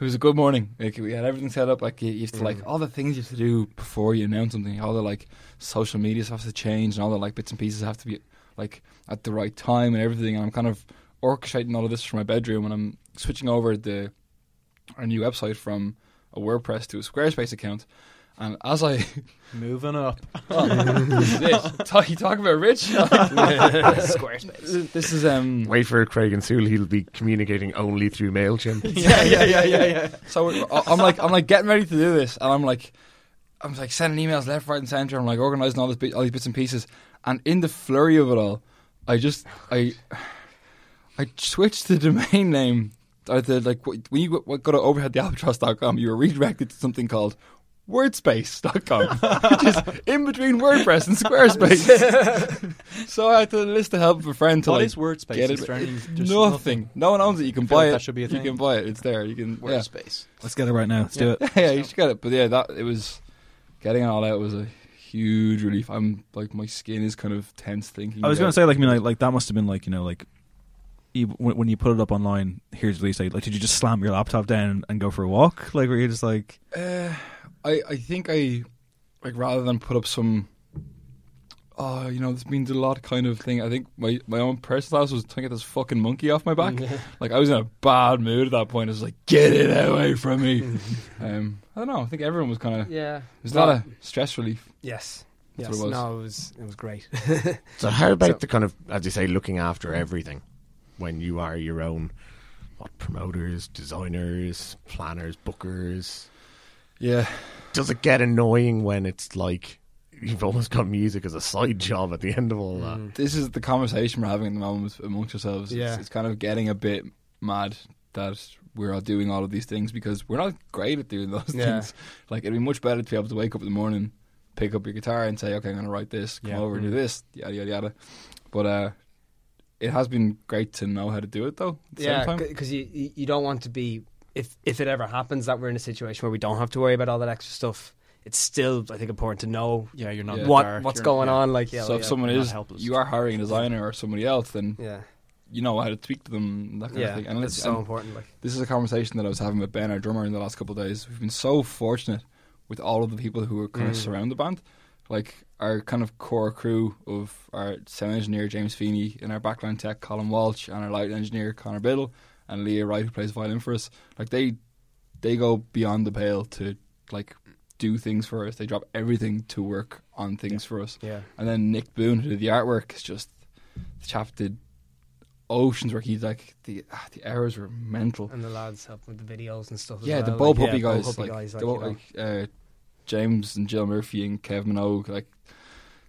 [SPEAKER 7] it was a good morning. Like we had everything set up. Like you used to
[SPEAKER 3] Mm.
[SPEAKER 7] like all the things you have to do before you announce something. All the like social medias have to change, and all the like bits and pieces have to be like at the right time and everything. And I'm kind of orchestrating all of this from my bedroom, and I'm switching over the our new website from a WordPress to a Squarespace account. And as I Oh,
[SPEAKER 3] Moving up.
[SPEAKER 7] talk, you talk about rich Squarespace. This is um.
[SPEAKER 6] wait for Craig and Sewell, he'll be communicating only through MailChimp.
[SPEAKER 7] Yeah, yeah, yeah, yeah, yeah. So we're- I- I'm like, I'm like getting ready to do this, and I'm like, I'm like sending emails left, right, and center. I'm like organizing all this, bit, all these bits and pieces, and in the flurry of it all, I just, I, I switched the domain name. I did like wh- when you go go to overheadthealbatross.com, you were redirected to something called wordspace.com, which is in between WordPress and Squarespace. so I had to enlist the help of a friend to
[SPEAKER 3] What
[SPEAKER 7] like
[SPEAKER 3] is WordSpace?
[SPEAKER 7] get
[SPEAKER 3] Is
[SPEAKER 7] it.
[SPEAKER 3] there any-
[SPEAKER 7] It's
[SPEAKER 3] just
[SPEAKER 7] nothing.
[SPEAKER 3] nothing?
[SPEAKER 7] No one owns it. You can
[SPEAKER 3] I feel
[SPEAKER 7] buy
[SPEAKER 3] like
[SPEAKER 7] it.
[SPEAKER 3] that should be a
[SPEAKER 7] You
[SPEAKER 3] thing.
[SPEAKER 7] can buy it. It's there. You can yeah.
[SPEAKER 3] Workspace.
[SPEAKER 2] Let's get it right now. Let's do it.
[SPEAKER 7] yeah, you should get it. But yeah, that it was getting it all out was a huge relief. I'm like my skin is kind of tense thinking.
[SPEAKER 2] I was going
[SPEAKER 7] about
[SPEAKER 2] to say, like, I mean, like, like that must have been like, you know, like you, when, when you put it up online, here's release date. Like, did you just slam your laptop down and go for a walk? Like, were you just like,
[SPEAKER 7] I, I think I like rather than put up some oh you know this means a lot kind of thing. I think my my own personal house was trying to get this fucking monkey off my back. like I was in a bad mood at that point. I was like, get it away from me. um, I don't know. I think everyone was kind of it
[SPEAKER 8] yeah.
[SPEAKER 7] was a lot of stress relief.
[SPEAKER 8] Yes.
[SPEAKER 7] That's
[SPEAKER 8] Yes.
[SPEAKER 7] what it was.
[SPEAKER 8] No, it was it was great.
[SPEAKER 6] So how about the kind of, as you say, looking after everything when you are your own, what, promoters, designers, planners, bookers?
[SPEAKER 7] Yeah.
[SPEAKER 6] Does it get annoying when it's like you've almost got music as a side job at the end of all that?
[SPEAKER 10] Mm.
[SPEAKER 7] this is the conversation we're having at the moment amongst ourselves. It's,
[SPEAKER 8] Yeah.
[SPEAKER 7] it's kind of getting a bit mad that we're all doing all of these things because we're not great at doing those
[SPEAKER 8] Yeah.
[SPEAKER 7] things. Like it'd be much better to be able to wake up in the morning, pick up your guitar, and say, "Okay, I'm going to write this. Come
[SPEAKER 3] Yeah.
[SPEAKER 7] over
[SPEAKER 8] Mm-hmm.
[SPEAKER 7] and do this." Yada yada yada. But uh, it has been great to know how to do it though. At the same
[SPEAKER 8] yeah,
[SPEAKER 7] time.
[SPEAKER 8] because you you you don't want to be if if it ever happens that we're in a situation where we don't have to worry about all that extra stuff. It's still, I think, important to know
[SPEAKER 3] Yeah, you're not.
[SPEAKER 7] Yeah.
[SPEAKER 3] in the
[SPEAKER 8] what
[SPEAKER 3] dark,
[SPEAKER 8] what's
[SPEAKER 3] you're-
[SPEAKER 8] going
[SPEAKER 3] yeah.
[SPEAKER 8] on. Like, yeah,
[SPEAKER 7] so if
[SPEAKER 8] yeah.
[SPEAKER 7] someone
[SPEAKER 3] not
[SPEAKER 7] is,
[SPEAKER 3] helpless.
[SPEAKER 7] you are hiring a designer or somebody else, then
[SPEAKER 8] yeah,
[SPEAKER 7] you know how to speak to them. and That kind of
[SPEAKER 8] yeah,
[SPEAKER 7] thing. And
[SPEAKER 8] it's
[SPEAKER 7] it's-
[SPEAKER 8] so
[SPEAKER 7] and-
[SPEAKER 8] important. Like,
[SPEAKER 7] This is a conversation that I was having with Ben, our drummer, in the last couple of days. We've been so fortunate with all of the people who are kind
[SPEAKER 3] Mm.
[SPEAKER 7] of surround the band. Like our kind of core crew of our sound engineer James Feeney and our backline tech Colin Walsh and our light engineer Connor Biddle and Leah Wright who plays violin for us. Like they they go beyond the pale to like do things for us. They drop everything to work on things for us.
[SPEAKER 8] yeah,
[SPEAKER 7] And then Nick Boone, who did the artwork, is just the chap did oceans work. He's like the ah, the hours were mental.
[SPEAKER 8] and the lads help with the videos and stuff.
[SPEAKER 7] Yeah,
[SPEAKER 8] as
[SPEAKER 7] the
[SPEAKER 8] well.
[SPEAKER 7] Bo
[SPEAKER 8] like,
[SPEAKER 7] Puppy
[SPEAKER 8] yeah, Bo
[SPEAKER 7] guys,
[SPEAKER 8] Puppy
[SPEAKER 7] like,
[SPEAKER 8] guys,
[SPEAKER 7] the
[SPEAKER 8] like, you
[SPEAKER 7] Bo-
[SPEAKER 8] know.
[SPEAKER 7] like, uh, James and Jill Murphy and Kev Minogue, like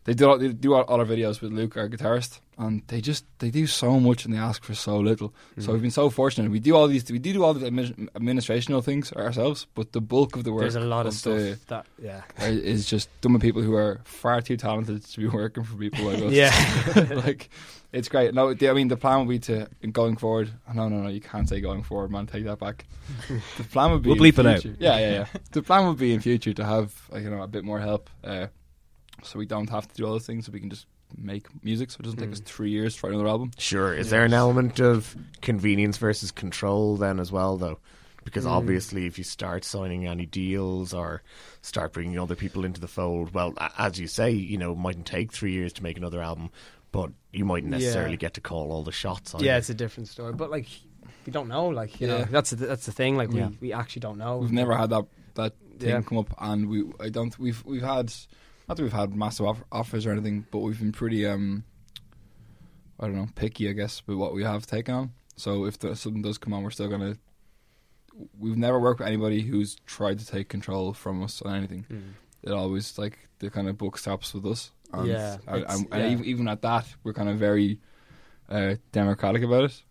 [SPEAKER 7] they do all, they do all, all our videos with Luke, our guitarist, and they just they do so much and they ask for so little.
[SPEAKER 8] Mm.
[SPEAKER 7] So we've been so fortunate. We do all these, we do do all the admin, administrational things ourselves, but the bulk of the work
[SPEAKER 8] There's a lot of stuff
[SPEAKER 7] the-
[SPEAKER 8] that, yeah,
[SPEAKER 7] are- is just done by people who are far too talented to be working for people like us.
[SPEAKER 8] Yeah.
[SPEAKER 7] like it's great. No, the, I mean the plan would be to going forward. oh, No, no, no, you can't say going forward, man. Take that back. The plan would be
[SPEAKER 2] We'll
[SPEAKER 7] in
[SPEAKER 2] bleep it out.
[SPEAKER 7] future- Yeah, yeah, yeah. the plan would be in future to have like, you know a bit more help, uh, so we don't have to do all those things. So we can just make music. So it doesn't take
[SPEAKER 2] Mm.
[SPEAKER 7] us three years to write another album.
[SPEAKER 6] Sure. Is there an element of convenience versus control then as well, though?
[SPEAKER 8] Hmm.
[SPEAKER 6] Because obviously, if you start signing any deals or start bringing other people into the fold, well, a- as you say, you know, it mightn't take three years to make another album, but you mightn't
[SPEAKER 8] Yeah.
[SPEAKER 6] necessarily get to call all the shots. Either.
[SPEAKER 8] yeah, it's a different story. But like, you don't know. Like, you
[SPEAKER 7] Yeah.
[SPEAKER 8] know, that's the- that's the thing. Like,
[SPEAKER 6] Yeah.
[SPEAKER 8] we we actually don't know.
[SPEAKER 7] We've never had that that thing
[SPEAKER 8] Yeah.
[SPEAKER 7] come up, and we I don't we've we've had not that we've had massive off- offers or anything, but we've been pretty um I don't know, picky, I guess, with what we have to take on. So if the, something does come on, we're still gonna. We've never worked with anybody who's tried to take control from us on anything.
[SPEAKER 8] Hmm.
[SPEAKER 7] It always like the kind of book stops with us. And
[SPEAKER 8] Yeah,
[SPEAKER 7] I,
[SPEAKER 8] it's-
[SPEAKER 7] I'm,
[SPEAKER 8] yeah.
[SPEAKER 7] And even, even at that, we're kind of very uh, democratic about it,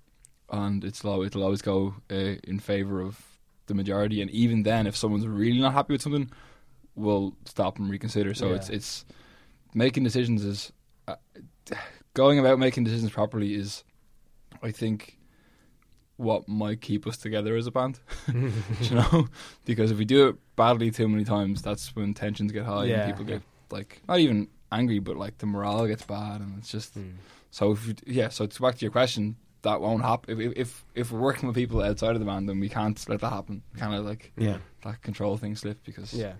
[SPEAKER 7] and it's al- it'll always go uh, in favor of the majority. And even then, if someone's really not happy with something, we'll stop and reconsider. So
[SPEAKER 3] Yeah.
[SPEAKER 7] it's it's making decisions is uh, going about making decisions properly is, I think, what might keep us together as a band. Do you know, because if we do it badly too many times, that's when tensions get high
[SPEAKER 8] Yeah.
[SPEAKER 7] and people get like not even angry, but like the morale gets bad, and it's just
[SPEAKER 8] Hmm.
[SPEAKER 7] so. If you, yeah, so it's back to your question. That won't happen if, if if we're working with people outside of the band, then we can't let that happen. Kind of like
[SPEAKER 8] Yeah.
[SPEAKER 7] that control thing slip because
[SPEAKER 8] Yeah.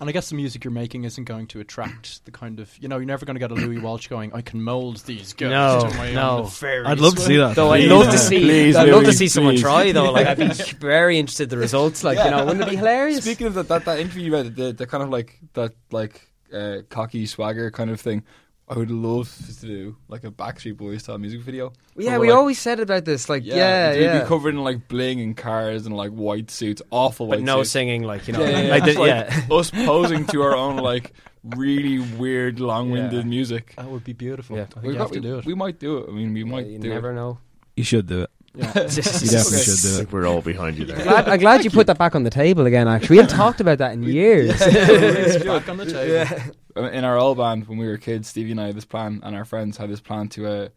[SPEAKER 3] And I guess the music you're making isn't going to attract the kind of you know you're never going to get a Louis Walsh going I can mold these girls
[SPEAKER 8] No,
[SPEAKER 3] to my
[SPEAKER 8] no.
[SPEAKER 3] own fairies."
[SPEAKER 2] I'd love to see that.
[SPEAKER 8] Though I'd
[SPEAKER 2] Please,
[SPEAKER 8] love
[SPEAKER 2] man.
[SPEAKER 8] to see,
[SPEAKER 2] Please,
[SPEAKER 8] I'd love to
[SPEAKER 2] Louis,
[SPEAKER 8] see someone
[SPEAKER 2] please.
[SPEAKER 8] try though. Like I'd be very interested in the results. Like you know, wouldn't it be hilarious?
[SPEAKER 7] Speaking of that, that, that interview you read, the, the kind of like that like uh, cocky swagger kind of thing, I would love to do like a Backstreet Boys style music video.
[SPEAKER 8] yeah,
[SPEAKER 7] Where
[SPEAKER 8] we
[SPEAKER 7] we're like-
[SPEAKER 8] always said about this. Like yeah,
[SPEAKER 7] we'd
[SPEAKER 8] yeah,
[SPEAKER 7] be covered in like bling and cars and like white suits, awful
[SPEAKER 8] but
[SPEAKER 7] white
[SPEAKER 8] no
[SPEAKER 7] suits.
[SPEAKER 8] singing. Like you know,
[SPEAKER 7] Yeah, yeah, yeah.
[SPEAKER 8] like
[SPEAKER 7] Just,
[SPEAKER 8] the-
[SPEAKER 7] like,
[SPEAKER 8] yeah.
[SPEAKER 7] us posing to our own like really weird, long-winded
[SPEAKER 8] Yeah.
[SPEAKER 7] music.
[SPEAKER 3] that would be beautiful.
[SPEAKER 8] Yeah.
[SPEAKER 3] I think
[SPEAKER 7] We've
[SPEAKER 3] you
[SPEAKER 7] got-
[SPEAKER 3] have to do it.
[SPEAKER 7] We might do it. I mean, we might
[SPEAKER 8] you
[SPEAKER 7] do
[SPEAKER 8] never know.
[SPEAKER 2] You should do it. You definitely should do it.
[SPEAKER 6] We're all behind you there.
[SPEAKER 8] Glad, I'm glad you put that back on the table again. Actually, we haven't talked about that in years.
[SPEAKER 3] It's back on the table.
[SPEAKER 7] it. Uh, In our old band, when we were kids, Stevie and I had this plan, and our friends had this plan to uh,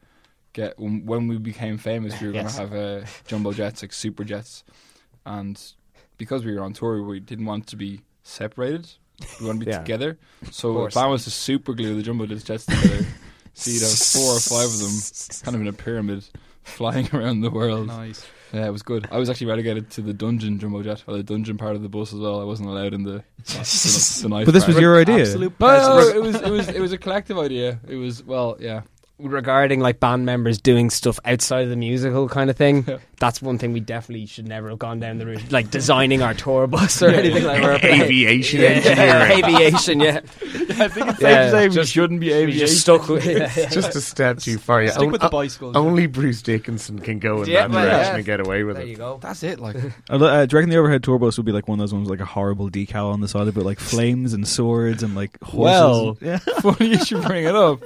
[SPEAKER 7] get when, when we became famous, we were
[SPEAKER 8] Yes.
[SPEAKER 7] going to have uh, jumbo jets, like super jets, and because we were on tour, we didn't want to be separated. We wanted to be
[SPEAKER 8] Yeah.
[SPEAKER 7] together. So the
[SPEAKER 8] course.
[SPEAKER 7] plan was to super glue the jumbo jets together. so you'd have four or five of them, kind of in a pyramid, flying around the world.
[SPEAKER 3] Nice.
[SPEAKER 7] Yeah, it was good. I was actually relegated to the dungeon jumbo jet, or the dungeon part of the bus as well. I wasn't allowed in the. the, the nice
[SPEAKER 2] But this was
[SPEAKER 7] part.
[SPEAKER 2] your idea.
[SPEAKER 3] Absolute
[SPEAKER 7] No, no, no,
[SPEAKER 3] peasants.
[SPEAKER 7] it was it was it was a collective idea. It was well, yeah.
[SPEAKER 8] regarding like band members doing stuff outside of the musical kind of thing, that's one thing we definitely should never have gone down the route, like designing our tour bus or anything like that.
[SPEAKER 6] Aviation
[SPEAKER 8] Yeah,
[SPEAKER 6] engineering.
[SPEAKER 8] aviation, yeah.
[SPEAKER 7] I think it's
[SPEAKER 8] Yeah,
[SPEAKER 7] safe to say we
[SPEAKER 8] just-
[SPEAKER 7] shouldn't be
[SPEAKER 8] We
[SPEAKER 7] aviation.
[SPEAKER 8] just stuck with yeah.
[SPEAKER 6] Just a step too far. Yeah.
[SPEAKER 3] Stick
[SPEAKER 6] On-
[SPEAKER 3] with
[SPEAKER 7] uh,
[SPEAKER 3] the
[SPEAKER 6] o-
[SPEAKER 3] bicycle.
[SPEAKER 6] only Bruce Dickinson can go in
[SPEAKER 8] Yeah,
[SPEAKER 6] that
[SPEAKER 8] well,
[SPEAKER 6] direction
[SPEAKER 8] yeah.
[SPEAKER 6] and get away with
[SPEAKER 8] There
[SPEAKER 6] it.
[SPEAKER 8] you go.
[SPEAKER 7] That's it. Like
[SPEAKER 2] I lo- Uh, do you reckon the overhead tour bus would be like one of those ones with like a horrible decal on the side of it, like flames and swords and like horses?
[SPEAKER 7] Well,
[SPEAKER 2] and- yeah.
[SPEAKER 7] funny you should bring it up.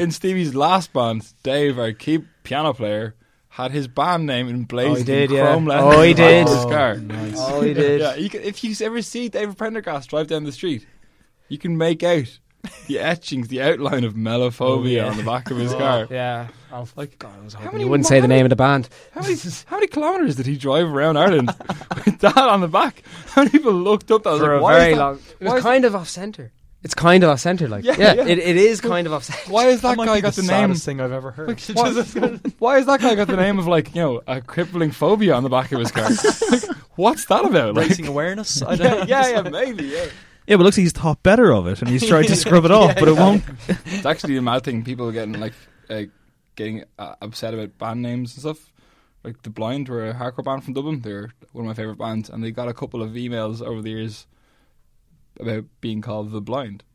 [SPEAKER 7] In Stevie's last band, Dave, our key piano player, had his band name emblazoned
[SPEAKER 8] Oh, he did,
[SPEAKER 7] in
[SPEAKER 8] yeah.
[SPEAKER 7] chrome letters
[SPEAKER 8] Oh, he
[SPEAKER 7] on the back
[SPEAKER 8] did.
[SPEAKER 7] of his car.
[SPEAKER 8] Oh, he did.
[SPEAKER 7] Yeah, you can, if you ever see David Prendergast drive down the street, you can make out the etchings, the outline of melophobia
[SPEAKER 8] Oh, yeah.
[SPEAKER 7] on the back of his car.
[SPEAKER 8] Yeah. Oh, like, God, I was hoping
[SPEAKER 7] many
[SPEAKER 8] you wouldn't say the
[SPEAKER 7] miles-
[SPEAKER 8] name of the band.
[SPEAKER 7] How many how many kilometers did he drive around Ireland with that on the back? How many people looked up? That I was
[SPEAKER 8] for
[SPEAKER 7] like,
[SPEAKER 8] a
[SPEAKER 7] why
[SPEAKER 8] very
[SPEAKER 7] is that,
[SPEAKER 8] long. It
[SPEAKER 7] why
[SPEAKER 8] was
[SPEAKER 7] is-
[SPEAKER 8] kind of off center. It's kind of off center, like
[SPEAKER 7] Yeah,
[SPEAKER 8] yeah,
[SPEAKER 7] yeah.
[SPEAKER 8] It, it is kind of off center.
[SPEAKER 7] Why has that
[SPEAKER 3] might
[SPEAKER 7] guy
[SPEAKER 3] be
[SPEAKER 7] got
[SPEAKER 3] the
[SPEAKER 7] the name?
[SPEAKER 3] saddest thing I've ever heard.
[SPEAKER 7] Like, why, why has that guy got the name of like you know a crippling phobia on the back of his car? Like, what's that about? Like,
[SPEAKER 3] Raising awareness. I
[SPEAKER 7] yeah,
[SPEAKER 3] don't
[SPEAKER 7] yeah, yeah, maybe. Yeah.
[SPEAKER 2] Yeah, but looks like he's thought better of it and he's tried to scrub it off, but it won't.
[SPEAKER 7] It's actually a mad thing. People are getting like uh, getting uh, upset about band names and stuff. Like the Blind were a hardcore band from Dublin. They're one of my favorite bands, and they got a couple of emails over the years about being called the Blind.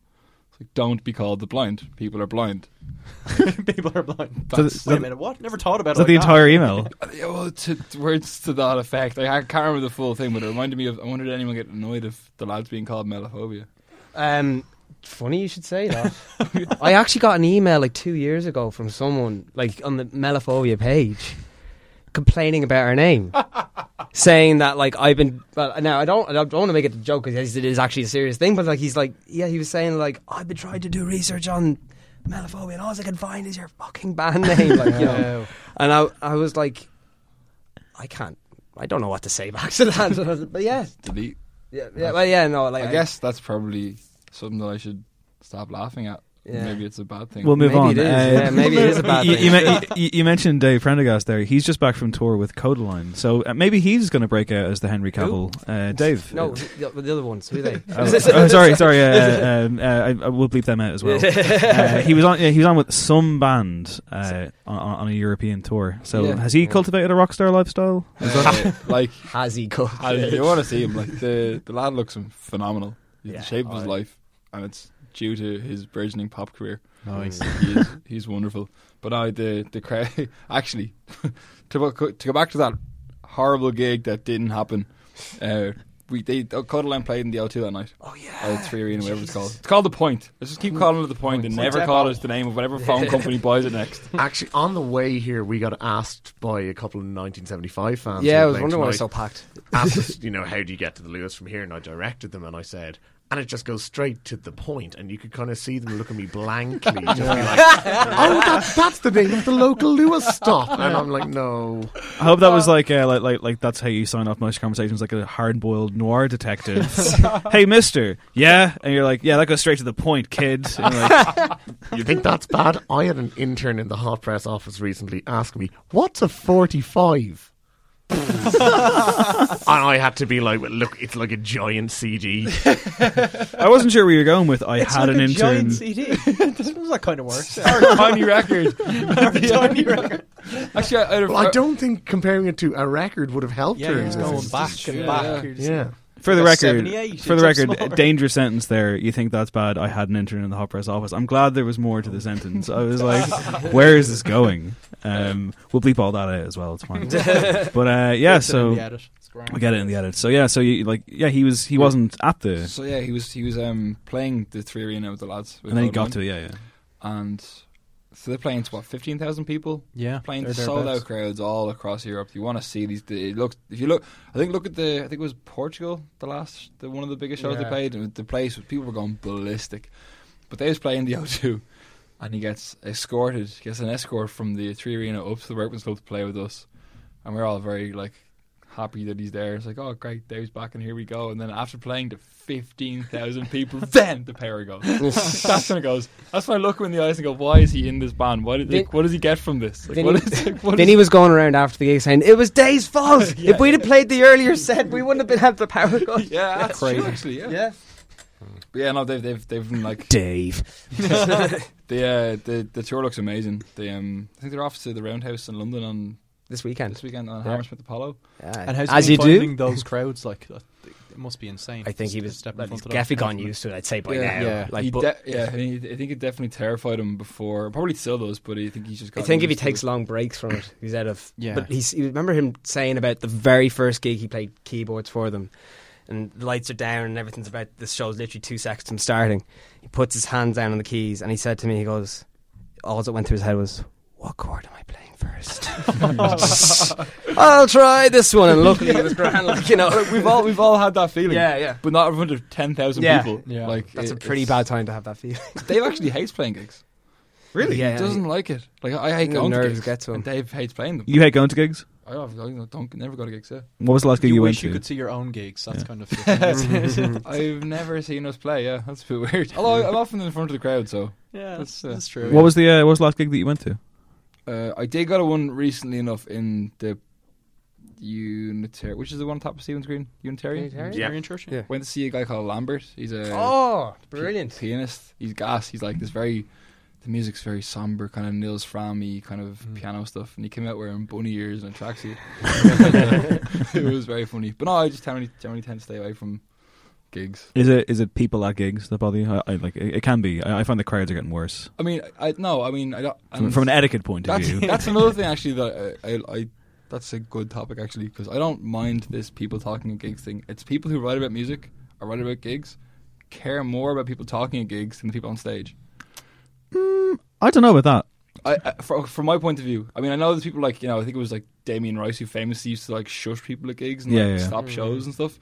[SPEAKER 7] It's like, don't be called the Blind. People are blind.
[SPEAKER 3] people are blind.
[SPEAKER 2] So
[SPEAKER 3] Wait
[SPEAKER 2] th-
[SPEAKER 3] a minute, what? Never thought about
[SPEAKER 2] Is
[SPEAKER 3] it.
[SPEAKER 2] that the
[SPEAKER 3] like
[SPEAKER 2] entire email?
[SPEAKER 7] Yeah, well, to, to words to that effect. Like, I can't remember the full thing, but it reminded me of. I wonder did anyone get annoyed of the lads being called melophobia?
[SPEAKER 8] Um, funny you should say that. I actually got an email like two years ago from someone like on the Melophobia page, complaining about our name, saying that like I've been. Well, now I don't. I don't want to make it a joke because it is actually a serious thing. But like he's like, yeah, he was saying like I've been trying to do research on Melophobia, and all I can find is your fucking band name. Like, you know. And I, I was like, I can't. I don't know what to say back to that. but yeah,
[SPEAKER 7] Delete.
[SPEAKER 8] yeah, yeah, well, yeah. No, like
[SPEAKER 7] I guess that's probably something that I should stop laughing at.
[SPEAKER 8] Yeah.
[SPEAKER 7] Maybe it's a bad thing.
[SPEAKER 2] We'll move
[SPEAKER 8] Maybe
[SPEAKER 2] on. Uh,
[SPEAKER 8] it is. Yeah, maybe it is a bad
[SPEAKER 2] you,
[SPEAKER 8] thing.
[SPEAKER 2] You, men- you- you mentioned Dave Prendergast there. He's just back from tour with Codaline, so uh, maybe he's going to break out as the Henry Cavill. Uh, Dave.
[SPEAKER 8] No,
[SPEAKER 2] Uh,
[SPEAKER 8] the, the other ones. Who are they?
[SPEAKER 2] Oh, oh, sorry, sorry. Uh, um, uh, I, I will bleep them out as well. Uh, he was on. Yeah, he was on with some band uh, on, on on a European tour. So
[SPEAKER 7] Yeah.
[SPEAKER 2] has he cultivated a rock star lifestyle?
[SPEAKER 7] Uh, like
[SPEAKER 8] Has he got?
[SPEAKER 7] I, you want to see him. Like the the lad looks phenomenal. He's
[SPEAKER 8] Yeah.
[SPEAKER 7] the shape of his
[SPEAKER 8] Oh,
[SPEAKER 7] life, and it's due to his burgeoning pop career.
[SPEAKER 3] Nice.
[SPEAKER 7] he is, he's wonderful. But I the the crowd actually to go- to go back to that horrible gig that didn't happen. Uh, we they Codaline played in the O2 that night. Oh yeah, or the Three Arena, whatever it's called. It's called the Point. Let's just keep calling it the Point and
[SPEAKER 6] Point
[SPEAKER 7] never
[SPEAKER 6] Depot.
[SPEAKER 7] call it the name of whatever phone company buys it next.
[SPEAKER 6] Actually, on the way here, we got asked by a couple of 1975 fans. who
[SPEAKER 8] Yeah, I was
[SPEAKER 6] played
[SPEAKER 8] wondering why it was
[SPEAKER 6] tonight,
[SPEAKER 8] so packed.
[SPEAKER 6] Asked us, you know, how do you get to the Lewis from here? And I directed them, and I said, and it just goes straight to the point, and you could kind of see them look at me blankly, just be like, "Oh, that's that's the name of the local Lewis stop," and I'm like, "No."
[SPEAKER 2] I hope that was like, uh, like, like, like that's how you sign off most conversations, like a hard-boiled noir detective. hey, Mister, yeah, and you're like, yeah, that goes straight to the point, kid. And you're like,
[SPEAKER 6] You think that's bad? I had an intern in the hot press office recently ask me, "What's a 45?" and I had to be like, well, "Look, it's like a giant CD."
[SPEAKER 2] I wasn't sure where you're going with. I had
[SPEAKER 10] like
[SPEAKER 2] an
[SPEAKER 10] a
[SPEAKER 2] intern.
[SPEAKER 10] giant CD. That's that kind of works.
[SPEAKER 7] Tiny record.
[SPEAKER 10] Tiny record.
[SPEAKER 7] Actually, I, I,
[SPEAKER 6] Well, I don't think comparing it to a record would have helped
[SPEAKER 10] Yeah,
[SPEAKER 6] her.
[SPEAKER 10] he's
[SPEAKER 6] in this
[SPEAKER 10] going
[SPEAKER 6] instance.
[SPEAKER 10] back and
[SPEAKER 7] yeah.
[SPEAKER 10] back. You're just-
[SPEAKER 6] Yeah.
[SPEAKER 2] For the
[SPEAKER 10] Like
[SPEAKER 2] record,
[SPEAKER 10] 78,
[SPEAKER 2] for the
[SPEAKER 10] it's
[SPEAKER 2] record,
[SPEAKER 10] smaller.
[SPEAKER 2] dangerous sentence there. You think that's bad? I had an intern in the hot press office. I'm glad there was more to the sentence. I was like, where is this going? Um, we'll bleep all that out as well. It's fine. but uh, yeah,
[SPEAKER 10] It's in the
[SPEAKER 2] so
[SPEAKER 10] edit. It's grand.
[SPEAKER 2] we get it in the edit. So yeah, so you like yeah, he was he wasn't at the
[SPEAKER 7] So yeah, he was he was um, playing the Three Arena with the lads, with
[SPEAKER 2] and then he
[SPEAKER 7] Codaline.
[SPEAKER 2] got to it. Yeah, yeah.
[SPEAKER 7] and so they're playing to what fifteen thousand people.
[SPEAKER 3] Yeah,
[SPEAKER 7] playing
[SPEAKER 3] they're
[SPEAKER 7] sold
[SPEAKER 3] thereabouts.
[SPEAKER 7] out crowds all across Europe. You want to see these? It looks if you look, I think look at the I think it was Portugal the last the one of the biggest shows they
[SPEAKER 10] Yeah.
[SPEAKER 7] played. and The place people were going ballistic, but they was playing the O2, and he gets escorted, gets an escort from the Three Arena up to the Workman's Club to play with us, and we're all very like. Happy that he's there. It's like, oh great, Dave's back, and here we go. And then after playing to fifteen thousand people, then the power goes. That's when it goes. That's when I look him in the eyes and go, "Why is he in this band? Why did,
[SPEAKER 8] Vin-
[SPEAKER 7] like, what does he get from this?" Like,
[SPEAKER 8] Vinny-
[SPEAKER 7] what is, like, what is-
[SPEAKER 8] Vinny was going around after the gig saying, It was Dave's fault!
[SPEAKER 7] Yeah,
[SPEAKER 8] if we'd have played the earlier set, we wouldn't have been at the power cut.
[SPEAKER 7] yeah, that's
[SPEAKER 3] Crazy.
[SPEAKER 7] true. Actually, yeah.
[SPEAKER 8] Yeah.
[SPEAKER 7] But yeah, no, they've they've they've been like
[SPEAKER 8] Dave.
[SPEAKER 7] the uh, the the tour looks amazing. They um, I think they're off to the Roundhouse in London on
[SPEAKER 8] This weekend.
[SPEAKER 7] this weekend on
[SPEAKER 8] Yeah.
[SPEAKER 7] Hammersmith Apollo.
[SPEAKER 3] And how's
[SPEAKER 8] As
[SPEAKER 3] he
[SPEAKER 8] you
[SPEAKER 3] finding
[SPEAKER 8] do.
[SPEAKER 3] those crowds? Like, that- it must be insane.
[SPEAKER 8] I think he
[SPEAKER 3] Just
[SPEAKER 8] was
[SPEAKER 3] step in
[SPEAKER 8] like,
[SPEAKER 3] front
[SPEAKER 8] he's
[SPEAKER 3] of that
[SPEAKER 8] definitely gone
[SPEAKER 3] crowd.
[SPEAKER 8] used to it, I'd say, by
[SPEAKER 7] Yeah.
[SPEAKER 8] now.
[SPEAKER 3] Yeah.
[SPEAKER 7] Like, he
[SPEAKER 8] Like, but
[SPEAKER 7] de- yeah, and he, I think it definitely terrified him before. Probably still does, but I think he's just.
[SPEAKER 8] I
[SPEAKER 7] gotten
[SPEAKER 8] think if he
[SPEAKER 7] used to
[SPEAKER 8] takes
[SPEAKER 7] it.
[SPEAKER 8] long breaks from it, he's out of.
[SPEAKER 3] Yeah.
[SPEAKER 8] But he's, you remember him saying about the very first gig he played keyboards for them, and the lights are down and everything's about. This show's literally two seconds from starting. He puts his hands down on the keys and he said to me, he goes, all that went through his head was, "What chord am I playing first? I'll try this one." And luckily, it was grand. Like you know,
[SPEAKER 7] We've all we've all had that feeling.
[SPEAKER 8] yeah, yeah.
[SPEAKER 7] But not in front of ten thousand
[SPEAKER 8] Yeah.
[SPEAKER 7] people.
[SPEAKER 3] Yeah.
[SPEAKER 7] Like
[SPEAKER 8] That's a
[SPEAKER 7] it-
[SPEAKER 8] pretty
[SPEAKER 7] it's-
[SPEAKER 8] bad time to have that feeling.
[SPEAKER 7] Dave actually hates playing gigs.
[SPEAKER 8] Really?
[SPEAKER 7] he
[SPEAKER 8] Yeah.
[SPEAKER 7] doesn't like it. Like I hate
[SPEAKER 8] The
[SPEAKER 7] going to
[SPEAKER 8] nerves
[SPEAKER 7] gigs.
[SPEAKER 8] get to him.
[SPEAKER 7] And Dave hates playing them.
[SPEAKER 2] You hate going to gigs?
[SPEAKER 7] I don't, I don't never go to gigs. Yeah.
[SPEAKER 2] What was the last gig
[SPEAKER 3] You,
[SPEAKER 2] you, went
[SPEAKER 3] wish
[SPEAKER 2] to?
[SPEAKER 3] you could see your own gigs. That's
[SPEAKER 2] Yeah.
[SPEAKER 3] kind of. yeah,
[SPEAKER 7] I've never seen us play. Yeah, that's a bit weird. Although I'm often in front of the crowd, so
[SPEAKER 3] that's,
[SPEAKER 7] That's, uh,
[SPEAKER 3] that's true.
[SPEAKER 2] What was the uh, what was the last gig that you went to?
[SPEAKER 7] uh, I did go to one recently enough in the Unitarian, which is the one on top of Stephen's Green, Unitarian.
[SPEAKER 8] Unitarian?
[SPEAKER 3] Yeah. Church?
[SPEAKER 8] Yeah.
[SPEAKER 7] Went to see a guy called Lambert. He's a
[SPEAKER 8] Oh,
[SPEAKER 7] pi-
[SPEAKER 8] brilliant!
[SPEAKER 7] pianist. He's gas. He's like this very. The music's very somber, kind of Nils Frami kind of
[SPEAKER 8] Hmm.
[SPEAKER 7] piano stuff, and he came out wearing bunny ears and a tracksuit. it was very funny, but no, I just generally, generally tend to stay away from gigs.
[SPEAKER 2] Is it is it people at gigs that bother you? I, I like it, it can be. I, I find the crowds are getting worse
[SPEAKER 7] I mean, I no, I mean, I don't.
[SPEAKER 2] from,
[SPEAKER 7] and-
[SPEAKER 2] from an etiquette point of
[SPEAKER 7] that's,
[SPEAKER 2] view.
[SPEAKER 7] that's another thing actually that I, I, I that's a good topic actually because I don't mind this people talking at gigs thing. It's people who write about music or write about gigs care more about people talking at gigs than the people on stage.
[SPEAKER 2] I don't know about that.
[SPEAKER 7] I, I fro- from my point of view, I mean, I know there's people like you know, I think it was like Damien Rice who famously used to like shush people at gigs and
[SPEAKER 2] Yeah,
[SPEAKER 7] like
[SPEAKER 2] yeah.
[SPEAKER 7] stop shows and stuff.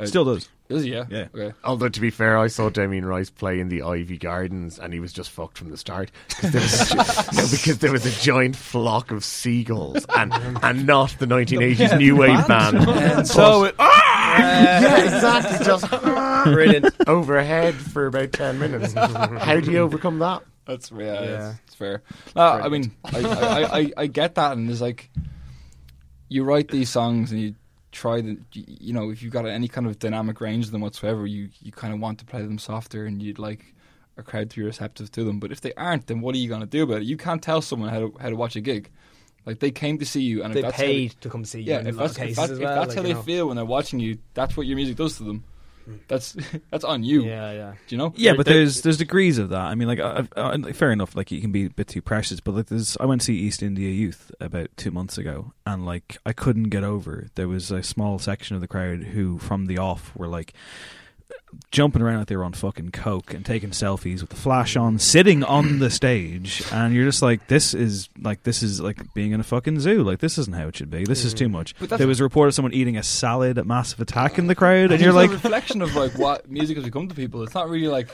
[SPEAKER 7] Uh,
[SPEAKER 2] Still does.
[SPEAKER 7] does he? Yeah,
[SPEAKER 2] Yeah.
[SPEAKER 7] Okay.
[SPEAKER 6] Although to be fair, I saw Damien Rice play in the Ivy Gardens, and he was just fucked from the start 'Cause there was a, no, because there was a giant flock of seagulls, and and not the 1980s new wave band.
[SPEAKER 2] So it,
[SPEAKER 6] yeah, exactly, just brilliant overhead for about ten minutes. How do you overcome that?
[SPEAKER 7] That's yeah, It's, it's fair. No, I mean, I, I, I- I, I get that, and it's like you write these songs and you try the, you you know, if you've got any kind of dynamic range of them whatsoever, you you kind of want to play them softer, and you'd like a crowd to be receptive to them. But if they aren't, then what are you going to do about it? You can't tell someone how to how to watch a gig. Like they came to see you, and
[SPEAKER 8] They
[SPEAKER 7] if that's how
[SPEAKER 8] paid to come see you.
[SPEAKER 7] yeah,
[SPEAKER 8] in
[SPEAKER 7] if
[SPEAKER 8] a lot of
[SPEAKER 7] that's,
[SPEAKER 8] cases
[SPEAKER 7] if that-
[SPEAKER 8] as
[SPEAKER 7] if
[SPEAKER 8] well,
[SPEAKER 7] that's
[SPEAKER 8] like,
[SPEAKER 7] how
[SPEAKER 8] you
[SPEAKER 7] they
[SPEAKER 8] know. Hmm.
[SPEAKER 7] feel when they're watching you, that's what your music does to them. That's that's on you.
[SPEAKER 8] Yeah, yeah.
[SPEAKER 7] Do you know?
[SPEAKER 2] Yeah, but there's there's degrees of that. I mean, like, I, I, I- fair enough. Like, you can be a bit too precious, but like, there's. I went to see East India Youth about two months ago, and like, I couldn't get over. There was a small section of the crowd who, from the off, were like jumping around like they were on fucking coke and taking selfies with the flash on, sitting on the stage, and you're just like, this is like this is like being in a fucking zoo. Like, this isn't how it should be. This is too much.
[SPEAKER 7] Mm. But that's-
[SPEAKER 2] There was a report of someone eating a salad at Massive Attack in the crowd, and
[SPEAKER 7] It's
[SPEAKER 2] you're
[SPEAKER 7] a
[SPEAKER 2] like,
[SPEAKER 7] reflection of like what music has become to people. It's not really like,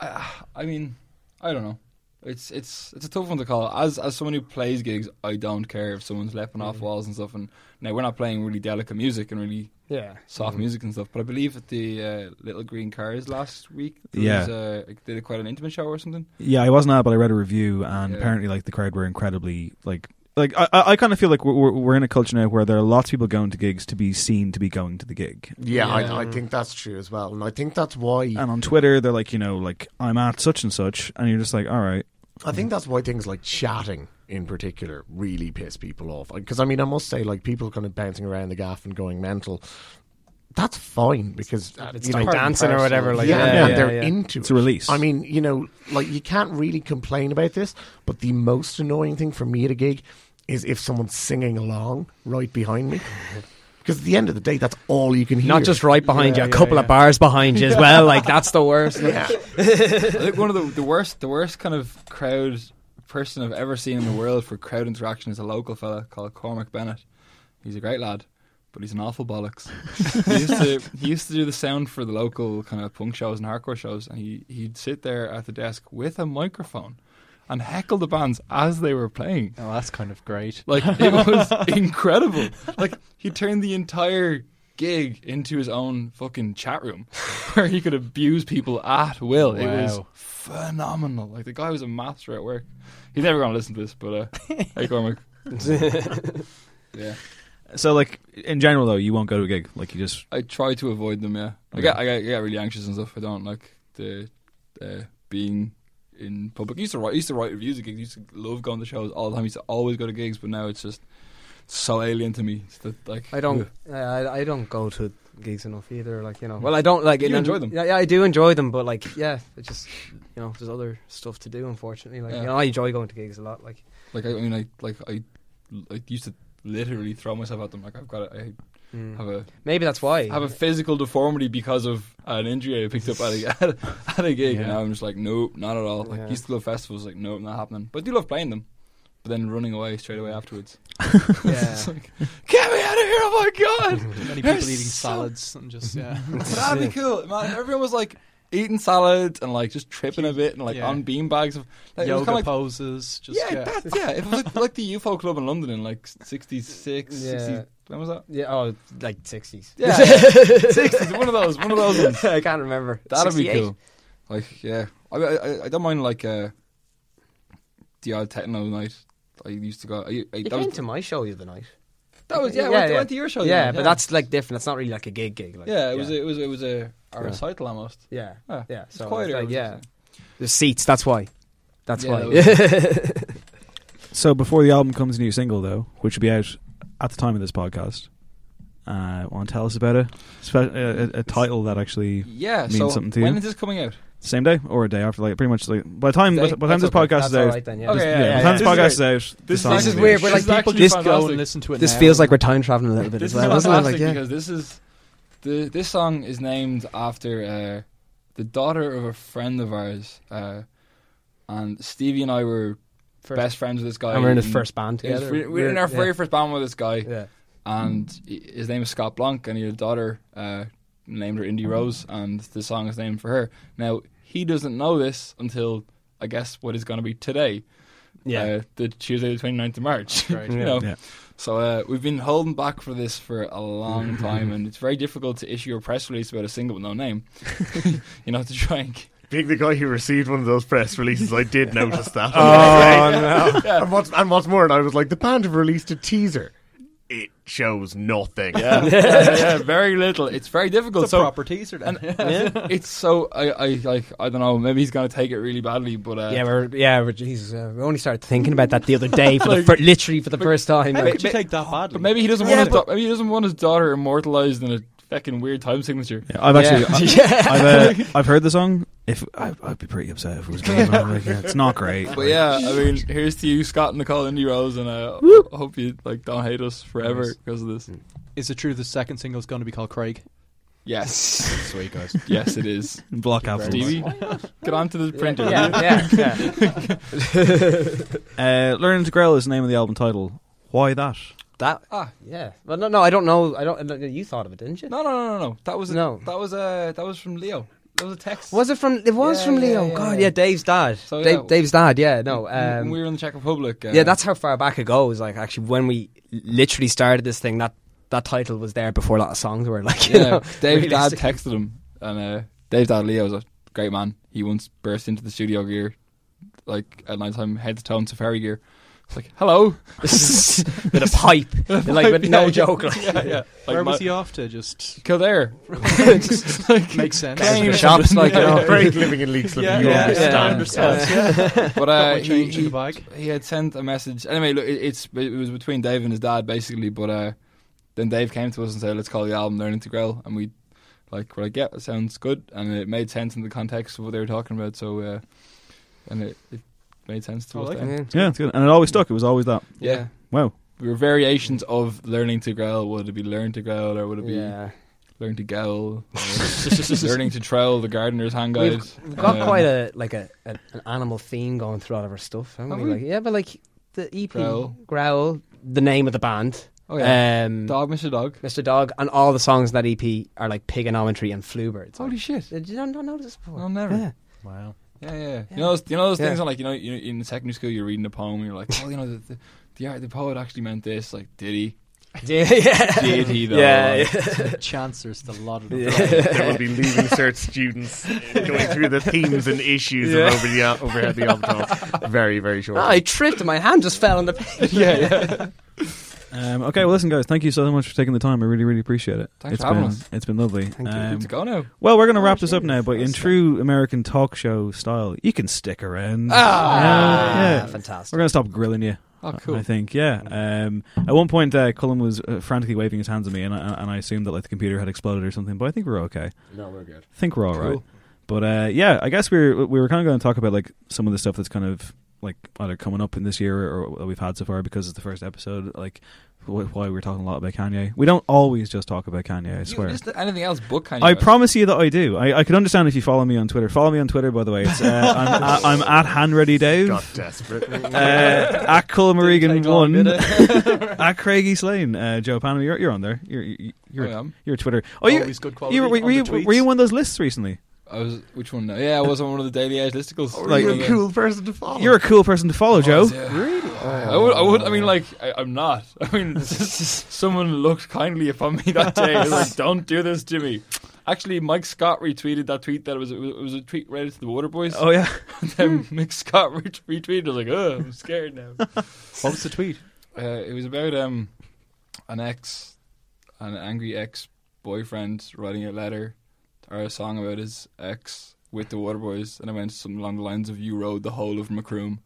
[SPEAKER 7] I, I mean, I don't know. It's it's it's a tough one to call. As as someone who plays gigs, I don't care if someone's leaping
[SPEAKER 2] Mm.
[SPEAKER 7] off walls and stuff. And now we're not playing really delicate music and really
[SPEAKER 8] Yeah.
[SPEAKER 7] soft music and stuff. But I believe at the uh, Little Green Cars last week, there
[SPEAKER 2] Yeah.
[SPEAKER 7] was, uh, like, they did quite an intimate show or something.
[SPEAKER 2] Yeah, I wasn't at, it, but I read a review, and
[SPEAKER 7] Yeah.
[SPEAKER 2] apparently, like the crowd were incredibly like. Like I, I kind of feel like we're- we're we're in a culture now where there are lots of people going to gigs to be seen to be going to the gig,
[SPEAKER 6] Yeah,
[SPEAKER 8] Yeah.
[SPEAKER 6] I, I think that's true as well, and I think that's why
[SPEAKER 2] and on Twitter they're like, you know, like I'm at such and such, and you're just like, all right,
[SPEAKER 6] I think that's why things like chatting in particular really piss people off. Because I mean, I must say, like people kind of bouncing around the gaff and going mental. That's fine because uh,
[SPEAKER 8] it's
[SPEAKER 6] you
[SPEAKER 8] like
[SPEAKER 6] know,
[SPEAKER 8] dancing or whatever, like,
[SPEAKER 6] yeah,
[SPEAKER 8] yeah,
[SPEAKER 6] yeah,
[SPEAKER 8] yeah,
[SPEAKER 6] they're
[SPEAKER 8] yeah.
[SPEAKER 6] into
[SPEAKER 2] It's
[SPEAKER 6] it.
[SPEAKER 2] a release.
[SPEAKER 6] I mean, you know, like you can't really complain about this. But the most annoying thing for me at a gig is if someone's singing along right behind me. Because at the end of the day, that's all you can hear.
[SPEAKER 8] Not just right behind you, a couple of bars behind you as well. Like that's the worst.
[SPEAKER 6] Yeah.
[SPEAKER 7] I think one of the, the worst the worst kind of crowd person I've ever seen in the world for crowd interaction is a local fella called Cormac Bennett. He's a great lad, but he's an awful bollocks. he used to he used to do the sound for the local kind of punk shows and hardcore shows, and he he'd sit there at the desk with a microphone and heckle the bands as they were playing.
[SPEAKER 10] Oh, that's kind of great.
[SPEAKER 7] Like it was incredible. Like he turned the entire gig into his own fucking chat room where he could abuse people at will. It was
[SPEAKER 10] Wow.
[SPEAKER 7] phenomenal. Like the guy was a master at work. He's never gonna listen to this, but uh hey Cormac. yeah.
[SPEAKER 2] so like in general though, you won't go to a gig, like you just
[SPEAKER 7] I try to avoid them, yeah. I get I get, I get really anxious and stuff. I don't like the uh, being in public. I used to write I used to write reviews of gigs, I used to love going to shows all the time, I used to always go to gigs, but now it's just so alien to me. It's that, like
[SPEAKER 8] I don't. Uh, I, I don't go to gigs enough either. Like you know. Well, I don't like.
[SPEAKER 7] You
[SPEAKER 8] and-
[SPEAKER 7] enjoy them.
[SPEAKER 8] Yeah, yeah, I do enjoy them, but like, yeah, it's just you know, there's other stuff to do. Unfortunately, like
[SPEAKER 7] Yeah.
[SPEAKER 8] you know, I enjoy going to gigs a lot. Like
[SPEAKER 7] Like I, I mean, I like I, I used to literally throw myself at them. Like I've got, a, I
[SPEAKER 8] mm.
[SPEAKER 7] have a
[SPEAKER 8] maybe that's why.
[SPEAKER 7] have a physical deformity because of an injury I picked up at a at a, gig, and
[SPEAKER 8] Yeah.
[SPEAKER 7] I'm just like, nope, not at all. Like
[SPEAKER 8] Yeah.
[SPEAKER 7] used to love festivals, like nope, not happening. But I do love playing them, but then running away straight away afterwards.
[SPEAKER 8] yeah.
[SPEAKER 7] It's like, get me out of here! Oh my god!
[SPEAKER 10] Many
[SPEAKER 7] They're
[SPEAKER 10] people eating
[SPEAKER 7] so-
[SPEAKER 10] salads and just yeah.
[SPEAKER 7] That'd be cool, man. Everyone was like eating salads and like just tripping a bit and like
[SPEAKER 10] Yeah.
[SPEAKER 7] on beanbags of like, it was
[SPEAKER 10] yoga
[SPEAKER 7] kinda like
[SPEAKER 10] poses. Just
[SPEAKER 7] yeah, that's yeah. If it was like, like the UFO club in London in like '66,
[SPEAKER 8] Yeah.
[SPEAKER 7] 60, when was that?
[SPEAKER 8] yeah. Oh, like sixties.
[SPEAKER 7] Yeah, '60s. One of those. One of those ones.
[SPEAKER 8] I can't remember.
[SPEAKER 7] That'd be
[SPEAKER 8] 68?
[SPEAKER 7] cool. Like, yeah, I, I I- I don't mind like uh, the odd techno night. I used to go. I, I,
[SPEAKER 8] You
[SPEAKER 7] that, was,
[SPEAKER 8] came to my show the other night.
[SPEAKER 7] that was yeah. I
[SPEAKER 8] Yeah,
[SPEAKER 7] went, I
[SPEAKER 8] yeah.
[SPEAKER 7] went to your show.
[SPEAKER 8] Yeah,
[SPEAKER 7] didn't I?
[SPEAKER 8] but that's like different. That's not really like a gig gig. Like,
[SPEAKER 7] yeah. It was it was it was a, a recital almost.
[SPEAKER 8] Yeah,
[SPEAKER 7] Yeah.
[SPEAKER 8] yeah.
[SPEAKER 7] It's
[SPEAKER 8] So it's
[SPEAKER 7] quieter,
[SPEAKER 8] like,
[SPEAKER 7] which is-
[SPEAKER 8] yeah. The seats. That's why. That's
[SPEAKER 7] Yeah,
[SPEAKER 8] why.
[SPEAKER 2] so before the album comes a new single though, which will be out at the time of this podcast. Uh, want to tell us about it? Spe- a, a, a title that actually
[SPEAKER 7] Yeah.
[SPEAKER 2] Means
[SPEAKER 7] so
[SPEAKER 2] something to
[SPEAKER 7] when
[SPEAKER 2] you?
[SPEAKER 7] is this coming out?
[SPEAKER 2] same day or a day after, like pretty much like by the time by
[SPEAKER 7] Day?
[SPEAKER 2] the time this
[SPEAKER 7] That's okay.
[SPEAKER 2] podcast
[SPEAKER 8] That's
[SPEAKER 2] is out.
[SPEAKER 8] all right then. Yeah.
[SPEAKER 7] Okay,
[SPEAKER 8] Just-
[SPEAKER 7] yeah,
[SPEAKER 2] Yeah,
[SPEAKER 7] yeah,
[SPEAKER 2] by the
[SPEAKER 7] yeah.
[SPEAKER 2] time
[SPEAKER 7] This is
[SPEAKER 2] this podcast is out, the
[SPEAKER 7] This is
[SPEAKER 2] song
[SPEAKER 7] actually-
[SPEAKER 8] This is weird. We're
[SPEAKER 7] This
[SPEAKER 8] like
[SPEAKER 7] is
[SPEAKER 8] people
[SPEAKER 7] actually
[SPEAKER 8] just
[SPEAKER 7] fantastic.
[SPEAKER 10] go and listen to it.
[SPEAKER 8] This
[SPEAKER 10] now.
[SPEAKER 8] feels like we're time traveling a little bit
[SPEAKER 7] This
[SPEAKER 8] as
[SPEAKER 7] is
[SPEAKER 8] well, doesn't it?
[SPEAKER 7] fantastic
[SPEAKER 8] Like, yeah.
[SPEAKER 7] because this is the this song is named after uh, the daughter of a friend of ours, uh, and Stevie and I were
[SPEAKER 8] First-
[SPEAKER 7] best friends with this guy.
[SPEAKER 8] And we're in his
[SPEAKER 7] and-
[SPEAKER 8] first band
[SPEAKER 7] Yes,
[SPEAKER 8] together.
[SPEAKER 7] we- we We're in our
[SPEAKER 8] yeah.
[SPEAKER 7] very first band with this guy,
[SPEAKER 8] Yeah.
[SPEAKER 7] and i- his name is Scott Blanc, and he had a daughter uh, named her Indie Rose, and the song is named for her. Now he doesn't know this until I guess what is going to be today,
[SPEAKER 8] Yeah.
[SPEAKER 7] uh, the Tuesday the 29th of March.
[SPEAKER 10] Right.
[SPEAKER 7] you know,
[SPEAKER 2] Yeah.
[SPEAKER 7] so uh, we've been holding back for this for a long time, and it's very difficult to issue a press release about a single with no name. you know, to try and.
[SPEAKER 6] Being the guy who received one of those press releases, I did notice that.
[SPEAKER 7] Oh, no.
[SPEAKER 6] and, what's, and what's more, and I was like, the band have released a teaser. It shows nothing.
[SPEAKER 7] Yeah, yeah, yeah, very little. It's very difficult.
[SPEAKER 10] It's a
[SPEAKER 7] so
[SPEAKER 10] proper teaser then.
[SPEAKER 7] it's so I, I like I don't know. Maybe he's gonna take it really badly, but uh,
[SPEAKER 8] Yeah, we're yeah, we're, Jesus, uh, we only started thinking about that the other day, for the fir- literally for the first time.
[SPEAKER 10] How
[SPEAKER 8] Like,
[SPEAKER 10] could you take that badly?
[SPEAKER 7] But maybe he doesn't
[SPEAKER 8] Yeah,
[SPEAKER 7] want his da- maybe he doesn't want his daughter immortalized in a
[SPEAKER 3] fucking weird time signature.
[SPEAKER 2] Yeah, I've actually,
[SPEAKER 3] Yeah.
[SPEAKER 2] I, have uh, I've heard the song. If I, I'd be pretty upset if it was going on right now. It's not great.
[SPEAKER 3] But Oh, yeah, I mean, here's to you, Scott and Nicole Indie Rose, and uh, I hope you like don't hate us forever
[SPEAKER 6] Nice.
[SPEAKER 3] because of this.
[SPEAKER 6] Mm. Is it true the second single's going to be called Craig?
[SPEAKER 3] Yes,
[SPEAKER 11] Sweet, guys.
[SPEAKER 3] yes, it is.
[SPEAKER 2] block out.
[SPEAKER 3] Stevie, get onto the printer.
[SPEAKER 7] Yeah,
[SPEAKER 3] will you?
[SPEAKER 7] yeah, yeah.
[SPEAKER 2] Uh, Learning to Growl is the name of the album title. Why that?
[SPEAKER 7] That. Ah, yeah. Well, no, no, I don't know. I don't. no, You thought of it, didn't you?
[SPEAKER 3] No, no, no, no, no. That was a,
[SPEAKER 7] No.
[SPEAKER 3] That was a that was from Leo. That was a text.
[SPEAKER 7] Was it from? It was
[SPEAKER 3] Yeah,
[SPEAKER 7] from
[SPEAKER 3] yeah,
[SPEAKER 7] Leo.
[SPEAKER 3] yeah,
[SPEAKER 7] God,
[SPEAKER 3] yeah.
[SPEAKER 7] yeah. Dave's dad.
[SPEAKER 3] So,
[SPEAKER 7] Dave,
[SPEAKER 3] yeah.
[SPEAKER 7] Dave's dad. Yeah, no.
[SPEAKER 3] When
[SPEAKER 7] Um,
[SPEAKER 3] we were in the Czech Republic. Uh,
[SPEAKER 7] yeah, that's how far back it goes. Like actually, when we literally started this thing, that that title was there before a lot of songs were. Like, you
[SPEAKER 3] yeah.
[SPEAKER 7] know,
[SPEAKER 3] Dave's dad
[SPEAKER 7] realistic.
[SPEAKER 3] texted him, and uh, Dave's dad Leo was a great man. He once burst into the studio gear, like at nighttime, head to toe in safari gear. It's like hello,
[SPEAKER 7] with a pipe, like with no joke. Like,
[SPEAKER 3] yeah, yeah. Like
[SPEAKER 6] Where was
[SPEAKER 3] my-
[SPEAKER 6] he off to? Just
[SPEAKER 3] Kildare.
[SPEAKER 6] Just makes sense.
[SPEAKER 7] Down to the
[SPEAKER 3] Damn.
[SPEAKER 7] shops, like you know.
[SPEAKER 8] Craig living in Leeds, living
[SPEAKER 6] Yeah,
[SPEAKER 8] yeah,
[SPEAKER 7] yeah,
[SPEAKER 8] yeah,
[SPEAKER 7] yeah.
[SPEAKER 6] I
[SPEAKER 8] yeah,
[SPEAKER 6] understand. Yeah.
[SPEAKER 3] But
[SPEAKER 6] Got
[SPEAKER 3] uh,
[SPEAKER 6] my
[SPEAKER 3] he,
[SPEAKER 6] change in
[SPEAKER 3] he,
[SPEAKER 6] the bag.
[SPEAKER 3] he had sent a message. Anyway, look, it, it's it was between Dave and his dad basically. But uh, then Dave came to us and said, "Let's call the album Learning to Grow," and we like were like, "Yeah, it sounds good," and it made sense in the context of what they were talking about. So, uh, and it, it made sense to
[SPEAKER 6] I
[SPEAKER 3] us.
[SPEAKER 6] like
[SPEAKER 3] then.
[SPEAKER 2] Yeah, it's good. And it always stuck. It was always that.
[SPEAKER 3] Yeah,
[SPEAKER 2] Wow.
[SPEAKER 3] we were variations of Learning to Grow. Would it be Learn to Grow or would it be
[SPEAKER 7] Yeah,
[SPEAKER 3] Learn to Gowl? or learning to Trowel, the gardener's hand guide.
[SPEAKER 7] we've, we've got
[SPEAKER 3] Um,
[SPEAKER 7] quite a like a, a an animal theme going through all of our stuff. Haven't
[SPEAKER 3] Have
[SPEAKER 7] we?
[SPEAKER 3] we?
[SPEAKER 7] Like, yeah, but like the EP
[SPEAKER 3] Growl.
[SPEAKER 7] Growl, the name of the band.
[SPEAKER 3] Oh yeah,
[SPEAKER 7] Um,
[SPEAKER 3] dog, Mr. Dog.
[SPEAKER 7] Mr. Dog, and all the songs in that EP are like Piganometry and Flubirds.
[SPEAKER 3] Holy shit!
[SPEAKER 7] Did you not, not notice this before?
[SPEAKER 3] No, never.
[SPEAKER 7] Yeah.
[SPEAKER 11] Wow.
[SPEAKER 3] Yeah, yeah. You know, those, you know those
[SPEAKER 7] Yeah.
[SPEAKER 3] things on like you know, you know, in secondary school you're reading a poem, and you're like, oh, you know, the the, the, art- the poet actually meant this. Like, did he?
[SPEAKER 7] Yeah, yeah.
[SPEAKER 3] Did he though?
[SPEAKER 7] Yeah,
[SPEAKER 3] Like,
[SPEAKER 11] Chancers, the lot of them.
[SPEAKER 8] There will be leaving cert students going through the themes and issues of over the overhead the album. Very, very short.
[SPEAKER 7] I tripped and my hand just fell on the page.
[SPEAKER 3] yeah, yeah.
[SPEAKER 2] Um, okay, well, listen, guys, thank you so much for taking the time. I really, really appreciate it.
[SPEAKER 3] Thanks
[SPEAKER 2] It's
[SPEAKER 3] for having
[SPEAKER 2] been,
[SPEAKER 3] us.
[SPEAKER 2] It's been lovely.
[SPEAKER 7] you.
[SPEAKER 2] Um,
[SPEAKER 3] Good to go now.
[SPEAKER 2] well, we're going to wrap this up now, but in true American talk show style, you can stick around.
[SPEAKER 7] Ah,
[SPEAKER 2] Yeah, yeah. We're
[SPEAKER 7] fantastic.
[SPEAKER 2] going to stop grilling you.
[SPEAKER 3] Oh,
[SPEAKER 2] I-
[SPEAKER 3] cool.
[SPEAKER 2] I think, yeah. Um, at one point, uh, Cullen was uh, frantically waving his hands at me, and I, and I assumed that like the computer had exploded or something. But I think we're okay.
[SPEAKER 8] No, we're good.
[SPEAKER 2] I think we're all right.
[SPEAKER 3] Cool.
[SPEAKER 2] But uh, yeah, I guess we were we were kind of going to talk about like some of the stuff that's kind of like either coming up in this year or that we've had so far because it's the first episode. Like wh- why we're talking a lot about Kanye. We don't always just talk about Kanye. I
[SPEAKER 3] You-
[SPEAKER 2] swear.
[SPEAKER 3] just anything else, but Kanye.
[SPEAKER 2] I
[SPEAKER 3] West.
[SPEAKER 2] promise you that I do. I, I could understand if you follow me on Twitter. Follow me on Twitter, by the way. It's, uh, I'm, at, I'm at Handready Dave, uh,
[SPEAKER 8] Got desperate.
[SPEAKER 2] at
[SPEAKER 6] Take
[SPEAKER 2] Culmerigan
[SPEAKER 6] long,
[SPEAKER 2] One,
[SPEAKER 6] did it?
[SPEAKER 2] at Craigie Slane. Uh, Joe Panama, you're, you're on there. You're you're,
[SPEAKER 3] I
[SPEAKER 2] you're,
[SPEAKER 3] am.
[SPEAKER 2] you're Twitter. Oh, you
[SPEAKER 6] Always good quality.
[SPEAKER 2] you were,
[SPEAKER 6] on
[SPEAKER 2] were, you,
[SPEAKER 6] the
[SPEAKER 2] were you
[SPEAKER 6] tweets.
[SPEAKER 2] one of those lists recently?
[SPEAKER 3] I was which one? now? Yeah, I was on one of the Daily Age listicles.
[SPEAKER 2] Like-
[SPEAKER 8] you're
[SPEAKER 3] Yeah.
[SPEAKER 8] a cool person to follow.
[SPEAKER 2] You're a cool person to follow, Joe.
[SPEAKER 3] Oh. Yeah. I would, I would. I mean, like, I, I'm not. I mean, someone looked kindly upon me that day. They were like, "Don't do this to me." Actually, Mike Scott retweeted that tweet. That was it was, it was a tweet related to the Water Boys.
[SPEAKER 2] Oh yeah.
[SPEAKER 3] then Mick Scott re- retweeted. I was like, "Oh, I'm scared now."
[SPEAKER 6] What was the tweet?
[SPEAKER 3] Uh, it was about um, an ex, an angry ex boyfriend writing a letter or a song about his ex with the Waterboys, and it went something along the lines of "You rode the whole of Macroom."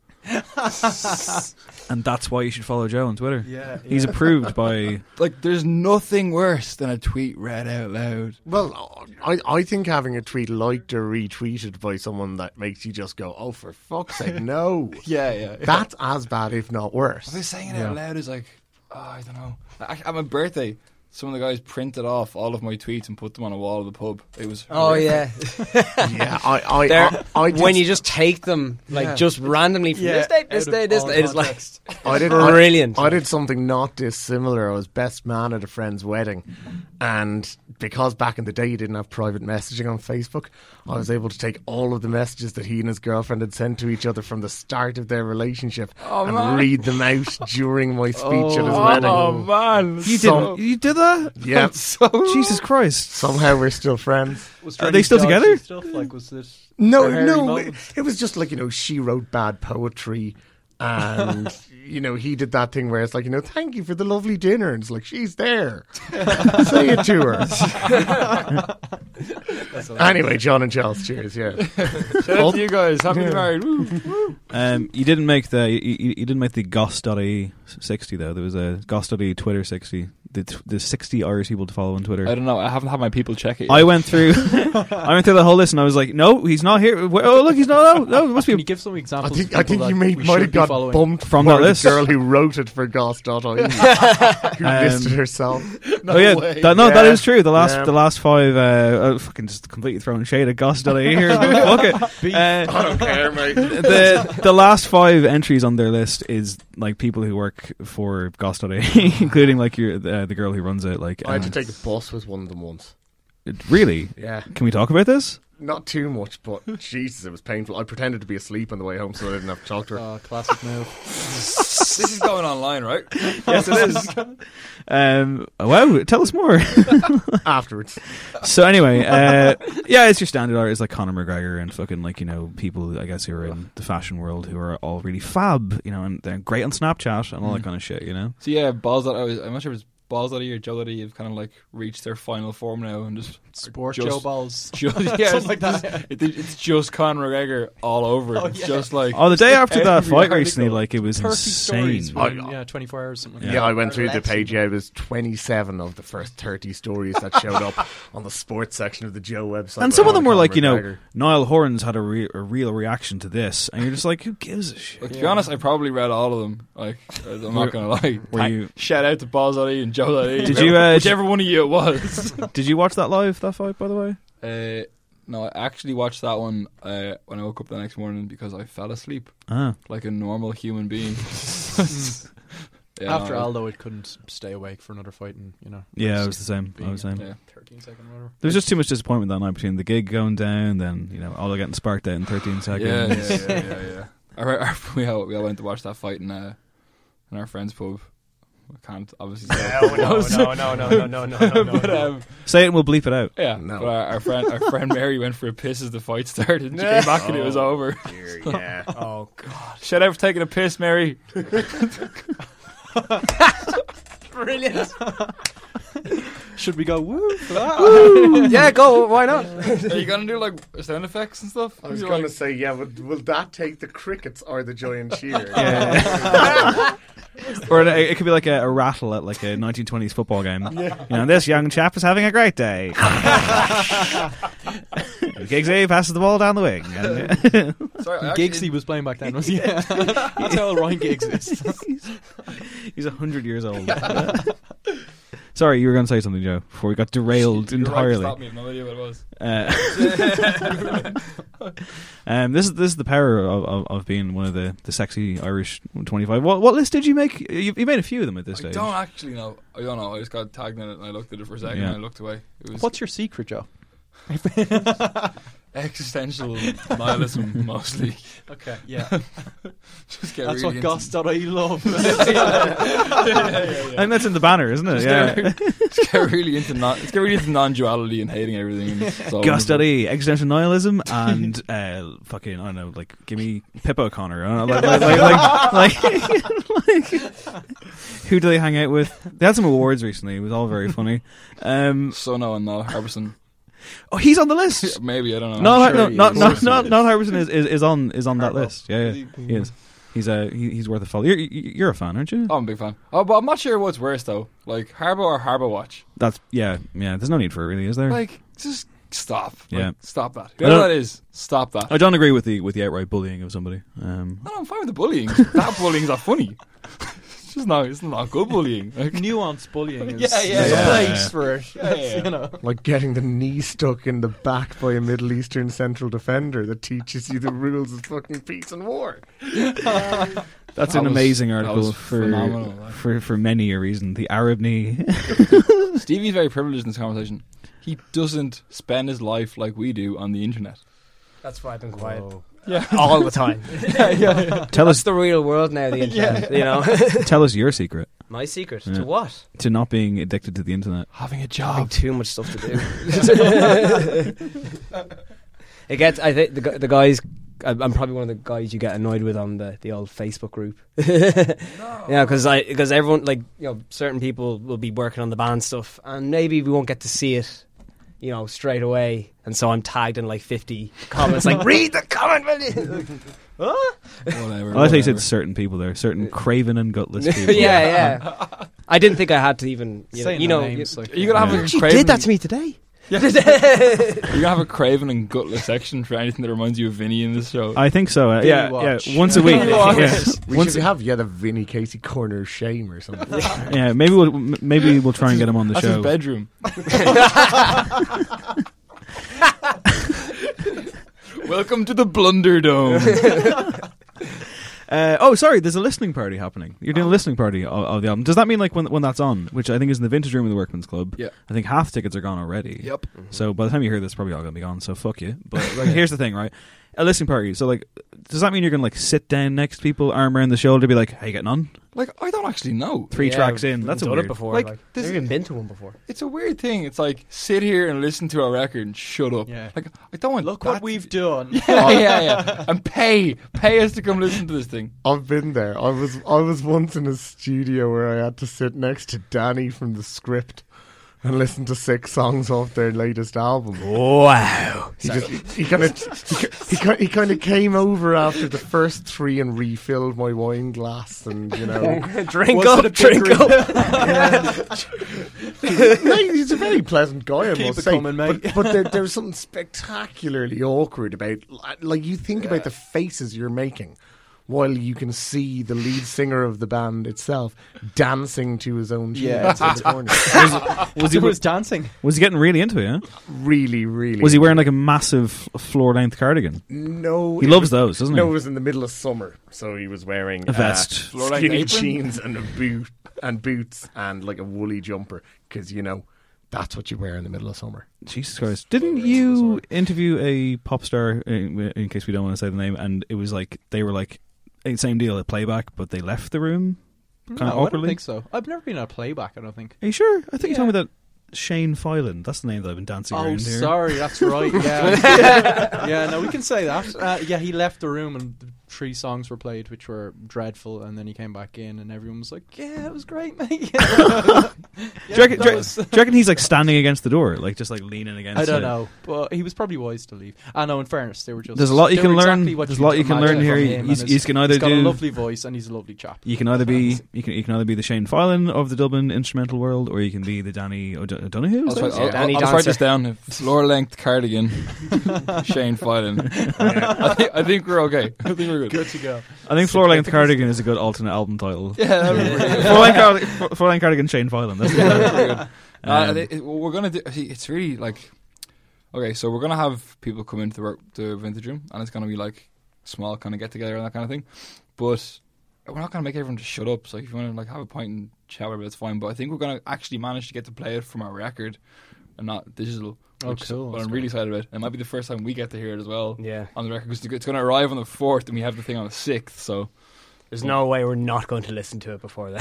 [SPEAKER 2] And that's why you should follow Joe on Twitter.
[SPEAKER 6] Yeah,
[SPEAKER 2] He's approved by.
[SPEAKER 3] Like, there's nothing worse than a tweet read out loud.
[SPEAKER 8] Well, I, I think having a tweet liked or retweeted by someone that makes you just go, oh, for fuck's sake, no.
[SPEAKER 3] Yeah, yeah.
[SPEAKER 8] That's as bad, if not worse.
[SPEAKER 3] Just saying it out loud is like, oh, I don't know. Like, at my birthday, some of the guys printed off all of my tweets and put them on a wall of the pub. It was
[SPEAKER 7] Oh yeah,
[SPEAKER 8] yeah, I, I,
[SPEAKER 7] there.
[SPEAKER 8] I, I did,
[SPEAKER 7] when you just take them like just randomly from
[SPEAKER 6] Yeah,
[SPEAKER 7] this day, this
[SPEAKER 6] out of
[SPEAKER 7] day, this
[SPEAKER 6] all
[SPEAKER 7] day, it's like
[SPEAKER 6] context.
[SPEAKER 8] I did I-
[SPEAKER 7] brilliant.
[SPEAKER 8] I, did something not dissimilar. I was best man at a friend's wedding, and because back in the day you didn't have private messaging on Facebook, I was able to take all of the messages that he and his girlfriend had sent to each other from the start of their relationship
[SPEAKER 3] Oh,
[SPEAKER 8] and read them out during my speech at his wedding.
[SPEAKER 3] oh, man,
[SPEAKER 2] You did.
[SPEAKER 8] Some-
[SPEAKER 2] You did that.
[SPEAKER 8] Yeah.
[SPEAKER 2] Jesus Christ.
[SPEAKER 8] Somehow we're still friends.
[SPEAKER 6] Was
[SPEAKER 2] Are
[SPEAKER 6] there
[SPEAKER 2] they
[SPEAKER 6] any
[SPEAKER 2] still
[SPEAKER 6] dodgy
[SPEAKER 2] together?
[SPEAKER 6] Stuff? Like, was it
[SPEAKER 8] No,
[SPEAKER 6] Harry
[SPEAKER 8] no, it,
[SPEAKER 6] moments.
[SPEAKER 8] it was just like you know she wrote bad poetry, and you know he did that thing where it's like you know thank you for the lovely dinner, and it's like she's there, say it to her. anyway, John and Charles, cheers, yeah.
[SPEAKER 3] shout out to you guys. Happy to be
[SPEAKER 8] Yeah.
[SPEAKER 3] married. Woo.
[SPEAKER 2] Um, you E didn't make the. You, you you didn't make the Goss.ie sixty though. There was a Goss.ie E Twitter sixty. the, t- the 60 Irish people to follow on Twitter.
[SPEAKER 7] I don't know. I haven't had my people check it. Yet.
[SPEAKER 2] I went through, I went through the whole list, and I was like, "No, he's not here. Wh- Oh, look, he's not. No, no, it must be."
[SPEAKER 3] Can you give some
[SPEAKER 6] I
[SPEAKER 3] examples?
[SPEAKER 6] think
[SPEAKER 3] of
[SPEAKER 6] I
[SPEAKER 3] people
[SPEAKER 6] think you
[SPEAKER 3] that
[SPEAKER 6] may,
[SPEAKER 3] we
[SPEAKER 6] might
[SPEAKER 3] should
[SPEAKER 6] have
[SPEAKER 3] be
[SPEAKER 6] got
[SPEAKER 3] following?
[SPEAKER 6] bumped
[SPEAKER 2] From
[SPEAKER 6] by
[SPEAKER 2] that
[SPEAKER 6] the
[SPEAKER 2] list.
[SPEAKER 6] girl who wrote it for Goss.ie, E. who
[SPEAKER 2] Um,
[SPEAKER 6] listed herself. No
[SPEAKER 2] oh yeah,
[SPEAKER 6] way.
[SPEAKER 2] that, no, that
[SPEAKER 6] Yeah.
[SPEAKER 2] is true. The last,
[SPEAKER 6] Yeah.
[SPEAKER 2] the last five, uh, uh, fucking just completely throwing shade at Goss Dudley here. Fuck it. Uh,
[SPEAKER 6] I don't care, mate.
[SPEAKER 2] the the last five entries on their list is like people who work for Goss Dudley, including like your uh, the girl who runs it. Like,
[SPEAKER 6] I had to
[SPEAKER 2] and-
[SPEAKER 6] take a bus with one of them once.
[SPEAKER 2] really?
[SPEAKER 6] Yeah,
[SPEAKER 2] Can we talk about this?
[SPEAKER 6] not too much, but Jesus, it was painful. I pretended to be asleep on the way home, so I didn't have to talk to her.
[SPEAKER 3] Oh, classic move.
[SPEAKER 7] this is going online, right?
[SPEAKER 2] Yes, it is. um, wow, tell us more.
[SPEAKER 6] Afterwards,
[SPEAKER 2] So anyway, uh, yeah, it's your standard art. It's like Conor McGregor and fucking like you know people I guess who are in the fashion world who are all really fab, you know, and they're great on Snapchat and all that kind of shit, you know.
[SPEAKER 7] So yeah, balls that I was. I'm not sure if it's balls out of or Joe that you've kind of like reached their final form now and just
[SPEAKER 3] Sport
[SPEAKER 7] Just-
[SPEAKER 3] Joe Balls.
[SPEAKER 7] just yeah, it's,
[SPEAKER 3] Something like
[SPEAKER 7] just-
[SPEAKER 3] that.
[SPEAKER 7] it- it's just Conor McGregor all over.
[SPEAKER 3] Oh,
[SPEAKER 7] It's
[SPEAKER 3] yeah.
[SPEAKER 7] just like
[SPEAKER 2] Oh, the day after that
[SPEAKER 7] every
[SPEAKER 2] fight
[SPEAKER 7] article. Oh,
[SPEAKER 2] recently, like it was
[SPEAKER 3] 30
[SPEAKER 2] insane.
[SPEAKER 3] stories.
[SPEAKER 6] I-
[SPEAKER 3] within, yeah, 24 hours, something like
[SPEAKER 6] yeah,
[SPEAKER 8] Oh,
[SPEAKER 3] that.
[SPEAKER 6] I went through the page. Yeah, it was twenty-seven of the first thirty stories that showed up on the sports section of the Joe website.
[SPEAKER 2] And some of them were
[SPEAKER 6] Conor
[SPEAKER 2] like, you know,
[SPEAKER 6] McGregor.
[SPEAKER 2] Niall Horan's had a, re- a real reaction to this, and you're just like, who gives a shit?
[SPEAKER 7] Like, to be honest, I probably read all of them. Like, I'm not gonna lie.
[SPEAKER 2] Were you-
[SPEAKER 7] Shout out to Balls Ali and Joe Ali.
[SPEAKER 2] Did you, uh,
[SPEAKER 7] whichever one of you it was?
[SPEAKER 2] Did you watch that live that fight, by the way?
[SPEAKER 7] uh, no, I actually watched that one uh, when I woke up the next morning because I fell asleep
[SPEAKER 2] Ah,
[SPEAKER 7] like a normal human being. Yeah,
[SPEAKER 3] After
[SPEAKER 7] no, I-
[SPEAKER 3] Aldo, it couldn't stay awake for another fight, and you know.
[SPEAKER 2] yeah, it was the same. I was the same.
[SPEAKER 7] yeah.
[SPEAKER 3] 13 second whatever.
[SPEAKER 2] There was just too much disappointment that night between the gig going down, then you know, all getting sparked out in 13 seconds.
[SPEAKER 7] Yeah, yeah, yeah, yeah, yeah. I, re- I, we, all, we all went to watch that fight in, uh, in our friend's pub. I can't obviously say
[SPEAKER 10] No, no, no, no, no, no, no, no, no.
[SPEAKER 7] But, um,
[SPEAKER 2] Say it, and we'll bleep it out.
[SPEAKER 7] yeah,
[SPEAKER 6] No.
[SPEAKER 7] but our, our friend our friend Mary went for a piss as the fight started. And she came back and it was over.
[SPEAKER 6] Here, yeah.
[SPEAKER 10] Oh god.
[SPEAKER 7] Shout out for taking a piss, Mary.
[SPEAKER 10] Brilliant.
[SPEAKER 3] Should we go woo?
[SPEAKER 8] yeah, go. Why not?
[SPEAKER 7] Are you gonna do like sound effects and stuff?
[SPEAKER 6] I was
[SPEAKER 7] You're
[SPEAKER 6] going to
[SPEAKER 7] like,
[SPEAKER 6] say, yeah, but will that take the crickets or the giant cheer?
[SPEAKER 2] Or it, it could be like a, a rattle at like a 1920s football game. You know, this young chap is having a great day. Giggsy passes the ball down the wing. And,
[SPEAKER 7] sorry, I actually-
[SPEAKER 3] Giggsy was playing back then, was he? Yeah. That's how Ryan Giggs is.
[SPEAKER 2] he's a hundred years old. Sorry, you were going to say something, Joe, before we got derailed
[SPEAKER 7] You're right to
[SPEAKER 2] entirely.
[SPEAKER 7] stop me, I have no idea what it was.
[SPEAKER 2] Uh, um, this is this is the power of, of, of being one of the, the sexy Irish twenty five. What what list did you make? You, you made a few of them at this
[SPEAKER 7] I
[SPEAKER 2] stage.
[SPEAKER 7] don't actually know. I don't know. I just got tagged in it and I looked at it for a second
[SPEAKER 2] Yeah.
[SPEAKER 7] and I looked away. It was
[SPEAKER 3] What's your secret, Joe?
[SPEAKER 7] existential nihilism mostly.
[SPEAKER 3] Okay, yeah.
[SPEAKER 7] Just get
[SPEAKER 3] That's
[SPEAKER 7] really
[SPEAKER 3] what
[SPEAKER 7] into-
[SPEAKER 3] Goss.ie love.
[SPEAKER 2] I think that's in the banner, isn't it?
[SPEAKER 7] Just
[SPEAKER 2] Yeah.
[SPEAKER 7] get, re- just get really into non, just get really into non-duality and hating everything.
[SPEAKER 2] Gus Duddy,
[SPEAKER 7] E.
[SPEAKER 2] existential E, nihilism, and uh, fucking I don't know, like give me Pip O'Connor. I don't know, like, like, like, like, like- who do they hang out with? They had some awards recently. It was all very funny. Um,
[SPEAKER 7] So no, and not Harbison.
[SPEAKER 2] oh, he's on the list.
[SPEAKER 7] Maybe I don't know.
[SPEAKER 2] No,
[SPEAKER 7] I'm sure
[SPEAKER 2] no,
[SPEAKER 7] he
[SPEAKER 2] no,
[SPEAKER 7] is. Of
[SPEAKER 2] no, no,
[SPEAKER 7] course he
[SPEAKER 2] no,
[SPEAKER 7] is.
[SPEAKER 2] Harbison is, is, is on is on that
[SPEAKER 7] Harbo.
[SPEAKER 2] list. Yeah, yeah,
[SPEAKER 7] Is
[SPEAKER 2] he is. He's uh, he, he's worth a follow. You're you're a fan, aren't you?
[SPEAKER 7] Oh, I'm a big fan. Oh, but I'm not sure what's worse though. Like Harbo or Harbo Watch.
[SPEAKER 2] That's yeah, yeah. There's no need for it, really, is there?
[SPEAKER 7] Like just stop. Like,
[SPEAKER 2] Yeah.
[SPEAKER 7] stop that.
[SPEAKER 2] I don't-
[SPEAKER 7] Whoever that is, stop that.
[SPEAKER 2] I don't agree with the with the outright bullying of somebody. Um,
[SPEAKER 7] No, no, I'm fine with the bullying. that bullying's not funny. It's just not. It's not good bullying. Like,
[SPEAKER 3] Nuanced bullying is
[SPEAKER 10] Yeah, yeah,
[SPEAKER 3] there's
[SPEAKER 2] yeah.
[SPEAKER 3] a place
[SPEAKER 2] Yeah.
[SPEAKER 3] for it. That's, You know.
[SPEAKER 6] like getting the knee stuck in the back by a Middle Eastern central defender that teaches you the rules of fucking peace and war.
[SPEAKER 2] that's
[SPEAKER 7] That
[SPEAKER 2] an
[SPEAKER 7] was-
[SPEAKER 2] amazing
[SPEAKER 7] that
[SPEAKER 2] article
[SPEAKER 7] was
[SPEAKER 2] for
[SPEAKER 7] phenomenal, like.
[SPEAKER 2] for for many a reason. The Arab knee.
[SPEAKER 7] Stevie's very privileged in this conversation. He doesn't spend his life like we do on the internet.
[SPEAKER 8] That's why I've been quiet
[SPEAKER 7] Yeah.
[SPEAKER 8] all the time.
[SPEAKER 2] tell
[SPEAKER 8] That's
[SPEAKER 2] us
[SPEAKER 8] the real world now. The internet, you know.
[SPEAKER 2] tell us your secret
[SPEAKER 8] My secret
[SPEAKER 2] Yeah.
[SPEAKER 8] to what?
[SPEAKER 2] to not being addicted to the internet.
[SPEAKER 7] Having a
[SPEAKER 8] Having
[SPEAKER 7] job.
[SPEAKER 8] too much stuff to do. it gets. I think the gu- the guys. I'm I'm probably one of the guys you get annoyed with on the, the old Facebook group. Yeah, because I because everyone like you know certain people will be working on the band stuff, and maybe we won't get to see it, you know, straight away. And so I'm tagged in like 50 comments, like read the comment. will you?"
[SPEAKER 7] Whatever.
[SPEAKER 2] Well, I thought you
[SPEAKER 7] whatever. Uh,
[SPEAKER 2] said certain people there, certain craven and gutless people.
[SPEAKER 8] yeah, yeah. I didn't think I had to even. You know,
[SPEAKER 3] Saying
[SPEAKER 8] you
[SPEAKER 3] the
[SPEAKER 8] know
[SPEAKER 3] names,
[SPEAKER 8] you,
[SPEAKER 3] like,
[SPEAKER 7] You're gonna have
[SPEAKER 8] Look,
[SPEAKER 7] a
[SPEAKER 8] you
[SPEAKER 7] craven.
[SPEAKER 8] did that to me today.
[SPEAKER 7] You're gonna have a craven and gutless section for anything that reminds you of Vinny in this show.
[SPEAKER 2] I think so. Uh, yeah,
[SPEAKER 3] Baywatch.
[SPEAKER 2] yeah, once a week.
[SPEAKER 7] Baywatch.
[SPEAKER 2] yeah.
[SPEAKER 6] We
[SPEAKER 2] Once-
[SPEAKER 6] should have yeah the Vinny Casey corner of shame or something.
[SPEAKER 2] yeah, maybe we'll m- maybe we'll try and get him on the
[SPEAKER 7] That's
[SPEAKER 2] show.
[SPEAKER 7] his bedroom. Welcome to the Blunderdome.
[SPEAKER 2] Uh, oh, sorry. There's a listening party happening.
[SPEAKER 7] Oh.
[SPEAKER 2] You're doing a listening party of, of the album. Does that mean like when when that's on, which I think is in the vintage room of the Workman's Club?
[SPEAKER 7] Yeah.
[SPEAKER 2] I think half tickets are gone already.
[SPEAKER 7] Yep.
[SPEAKER 2] So by the time you hear this, probably all gonna be gone. So fuck you. But like, here's the thing, right? A listening party. So like, does that mean you're gonna like sit down next to people, arm around the shoulder, be like, "How you getting on?"
[SPEAKER 7] like I don't actually know.
[SPEAKER 2] Three
[SPEAKER 8] Yeah,
[SPEAKER 2] tracks in.
[SPEAKER 8] we've
[SPEAKER 2] That's a
[SPEAKER 8] done
[SPEAKER 2] weird.
[SPEAKER 8] it before.
[SPEAKER 7] Like,
[SPEAKER 8] Like,
[SPEAKER 7] this-
[SPEAKER 8] I've even been to one before.
[SPEAKER 7] It's a weird thing. It's like sit here and listen to our record and shut up.
[SPEAKER 3] Yeah.
[SPEAKER 7] Like I don't want.
[SPEAKER 3] Look
[SPEAKER 7] that
[SPEAKER 3] what
[SPEAKER 7] to-
[SPEAKER 3] we've done.
[SPEAKER 7] yeah, yeah, yeah. And pay, pay us to come listen to this thing.
[SPEAKER 6] I've been there. I was I was once in a studio where I had to sit next to Danny from the script and listen to six songs off their latest album.
[SPEAKER 8] Wow.
[SPEAKER 6] He just he kind of he, ki- he kind of came over after the first three and refilled my wine glass and you know
[SPEAKER 8] drink up, drink up.
[SPEAKER 6] no, he's a very pleasant guy I
[SPEAKER 3] Keep
[SPEAKER 6] must
[SPEAKER 3] it
[SPEAKER 6] say
[SPEAKER 3] coming, mate.
[SPEAKER 6] but, but there, there was something spectacularly awkward about like you think about the faces you're making while you can see the lead singer of the band itself dancing to his own tune
[SPEAKER 3] Yeah,
[SPEAKER 6] in the corner.
[SPEAKER 3] was he was dancing?
[SPEAKER 2] Was he getting really into it? Yeah?
[SPEAKER 6] really really
[SPEAKER 2] Was he wearing like a massive floor length cardigan?
[SPEAKER 6] no
[SPEAKER 2] He
[SPEAKER 6] it
[SPEAKER 2] loves
[SPEAKER 6] was-
[SPEAKER 2] those, doesn't
[SPEAKER 6] no
[SPEAKER 2] he?
[SPEAKER 6] it was in the middle of summer so he was wearing
[SPEAKER 2] A vest.
[SPEAKER 6] uh,
[SPEAKER 7] Fluoride
[SPEAKER 6] skinny
[SPEAKER 7] apron?
[SPEAKER 6] jeans and a boot and boots and like a woolly jumper because you know that's what you wear in the middle of summer
[SPEAKER 2] Jesus Christ! Didn't you interview a pop star? uh, In, in case we don't want to say the name, and it was like they were like eh, same deal at playback, but they left the room kind of
[SPEAKER 3] No, Mm, I don't
[SPEAKER 2] awkwardly.
[SPEAKER 3] think so. I've never been at a playback. I don't think.
[SPEAKER 2] Are you sure? I think you told me that Shane Filan. That's the name that I've been dancing
[SPEAKER 3] Oh,
[SPEAKER 2] around here.
[SPEAKER 3] sorry, that's right. Yeah, yeah. No, we can say that. Uh, yeah, he left the room and the three songs were played, which were dreadful, and then he came back in, and everyone was like, "Yeah, it was great, mate." Yeah,
[SPEAKER 2] Do you, reckon,
[SPEAKER 3] that
[SPEAKER 2] do you-
[SPEAKER 3] was-
[SPEAKER 2] do you reckon he's like standing against the door, like just like leaning against?
[SPEAKER 3] I don't
[SPEAKER 2] it?
[SPEAKER 3] know, but he was probably wise to leave. I know. In fairness, they were just.
[SPEAKER 2] There's a lot you
[SPEAKER 3] they
[SPEAKER 2] can
[SPEAKER 3] were
[SPEAKER 2] learn.
[SPEAKER 3] exactly what
[SPEAKER 2] There's a lot you can learn
[SPEAKER 3] imagine
[SPEAKER 2] here.
[SPEAKER 3] from
[SPEAKER 2] You-
[SPEAKER 3] him, and
[SPEAKER 2] you-
[SPEAKER 3] it's-
[SPEAKER 2] you can either
[SPEAKER 3] he's got
[SPEAKER 2] do-
[SPEAKER 3] a lovely voice, and he's a lovely chap.
[SPEAKER 2] You can either be you can you can either be the Shane Filan of the Dublin instrumental world, or you can be the Danny O'Do- O'Donoghue. is
[SPEAKER 7] I'll,
[SPEAKER 2] that
[SPEAKER 7] try,
[SPEAKER 2] it?
[SPEAKER 7] I'll,
[SPEAKER 8] Danny
[SPEAKER 7] I'll, I'll write
[SPEAKER 8] Dancer.
[SPEAKER 7] this down. Floor length cardigan, Shane Filan. I, think, I think we're okay. I think we're good.
[SPEAKER 3] Good to go.
[SPEAKER 2] I think Floor Length Cardigan is a good alternate album title.
[SPEAKER 7] Yeah,
[SPEAKER 2] Floor Length Cardi- Floor- Floor Length Cardigan, Shane Filan. That's the
[SPEAKER 7] That's pretty good. Uh,
[SPEAKER 2] Um,
[SPEAKER 7] they- it- what we're gonna do. See, it's really like okay. So we're gonna have people come into the work, the vintage room, and it's gonna be like small kind of get together and that kind of thing. But we're not gonna make everyone just shut up. So if you want to like have a point and chat, whatever, that's fine. But I think we're gonna actually manage to get to play it from our record and not digital.
[SPEAKER 3] Oh,
[SPEAKER 7] which is
[SPEAKER 3] cool.
[SPEAKER 7] What
[SPEAKER 3] That's
[SPEAKER 7] I'm really excited about. It might be the first time we get to hear it as well.
[SPEAKER 8] Yeah.
[SPEAKER 7] On the record, 'cause it's going to arrive on the fourth, and we have the thing on the sixth. So
[SPEAKER 8] There's no way we're not going to listen to it before then.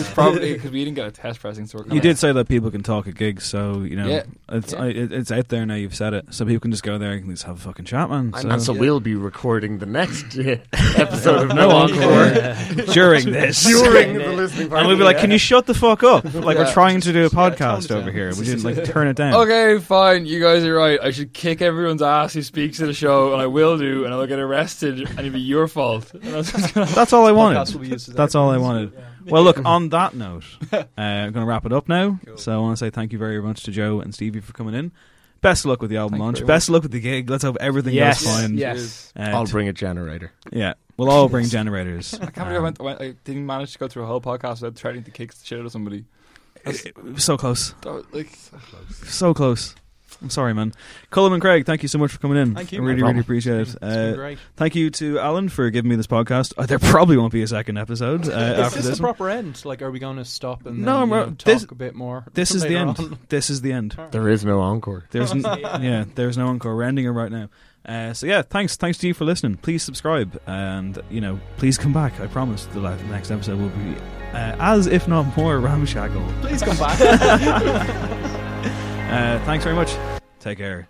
[SPEAKER 7] it's probably because we didn't get a test pressing, so we're
[SPEAKER 2] You
[SPEAKER 7] kinda-
[SPEAKER 2] did say that people can talk at gigs, so you know
[SPEAKER 7] Yeah.
[SPEAKER 2] it's
[SPEAKER 7] Yeah.
[SPEAKER 2] I, it, it's out there now. You've said it, so people can just go there and just have a fucking chat, man.
[SPEAKER 6] and,
[SPEAKER 8] Oh,
[SPEAKER 6] and so
[SPEAKER 2] So
[SPEAKER 6] we'll be recording the next uh, episode of
[SPEAKER 2] no
[SPEAKER 6] No Encore
[SPEAKER 2] encore during this,
[SPEAKER 6] during the listening party
[SPEAKER 2] and we'll be like, "Can you shut the fuck up? Like we're
[SPEAKER 7] Yeah.
[SPEAKER 2] trying to do a
[SPEAKER 3] tone
[SPEAKER 2] podcast
[SPEAKER 3] it
[SPEAKER 2] over
[SPEAKER 3] down.
[SPEAKER 2] here. We didn't like turn it down."
[SPEAKER 7] Okay, fine. You guys are right. I should kick everyone's ass who speaks at a show, and I will do, and I'll get arrested, and it'll be your fault. And I was just gonna-
[SPEAKER 2] That's all I
[SPEAKER 3] Podcast will be
[SPEAKER 2] wanted.
[SPEAKER 3] used as
[SPEAKER 2] That's all I wanted. Well, look, on that note, uh, I'm going to wrap it up now. So I want to say thank you very much to Joe and Stevie for coming in. Best of luck with the album
[SPEAKER 7] Thank you
[SPEAKER 2] launch.
[SPEAKER 7] very
[SPEAKER 2] Best of luck with the gig. Let's hope everything
[SPEAKER 8] Yes.
[SPEAKER 2] goes fine.
[SPEAKER 8] yes.
[SPEAKER 2] Uh,
[SPEAKER 6] I'll
[SPEAKER 2] t-
[SPEAKER 6] bring a generator
[SPEAKER 2] yeah, we'll all bring generators.
[SPEAKER 7] I can't believe I, went, I, went, I didn't manage to go through a whole podcast without trying to kick the shit out of somebody. That's-
[SPEAKER 2] It- it was so close.
[SPEAKER 7] that was, like,
[SPEAKER 2] So close. I'm sorry, man. Cullen and Craig, thank you so much for coming in.
[SPEAKER 3] Thank you.
[SPEAKER 2] I really,
[SPEAKER 3] No
[SPEAKER 2] really
[SPEAKER 3] problem.
[SPEAKER 2] appreciate
[SPEAKER 3] It's
[SPEAKER 2] it.
[SPEAKER 3] been
[SPEAKER 2] Uh,
[SPEAKER 3] great.
[SPEAKER 2] thank you to Alan for giving me this podcast. Uh, there probably won't be a second episode uh,
[SPEAKER 3] Is
[SPEAKER 2] after
[SPEAKER 3] this
[SPEAKER 2] this.
[SPEAKER 3] the
[SPEAKER 2] one.
[SPEAKER 3] proper end? Like, are we going to stop and
[SPEAKER 2] No,
[SPEAKER 3] then, you
[SPEAKER 2] I'm-
[SPEAKER 3] know, talk
[SPEAKER 2] this-
[SPEAKER 3] a bit more?
[SPEAKER 2] This is the
[SPEAKER 3] later
[SPEAKER 2] end.
[SPEAKER 3] on?
[SPEAKER 2] This is the end.
[SPEAKER 6] there is no encore
[SPEAKER 2] There's n- yeah, there's no encore. We're ending it right now. Uh, so yeah, thanks, thanks to you for listening. Please subscribe, and you know, please come back. I promise the, la- the next episode will be uh, as if not more ramshackle.
[SPEAKER 3] Please come back.
[SPEAKER 2] Uh, thanks very much. Take care.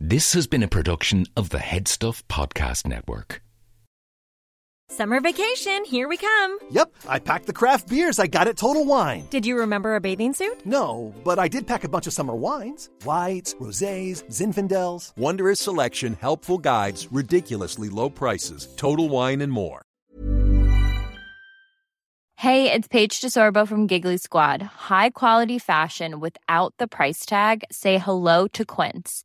[SPEAKER 12] This has been a production of the Headstuff Podcast Network.
[SPEAKER 13] Summer vacation, here we come.
[SPEAKER 6] Yep, I packed the craft beers I got at Total Wine.
[SPEAKER 13] Did you remember a bathing suit?
[SPEAKER 6] No, but I did pack a bunch of summer wines whites, rosés, Zinfandels.
[SPEAKER 14] Wondrous selection, helpful guides, ridiculously low prices, total wine and more.
[SPEAKER 15] Hey, it's Paige DeSorbo from Giggly Squad. High quality fashion without the price tag. Say hello to Quince.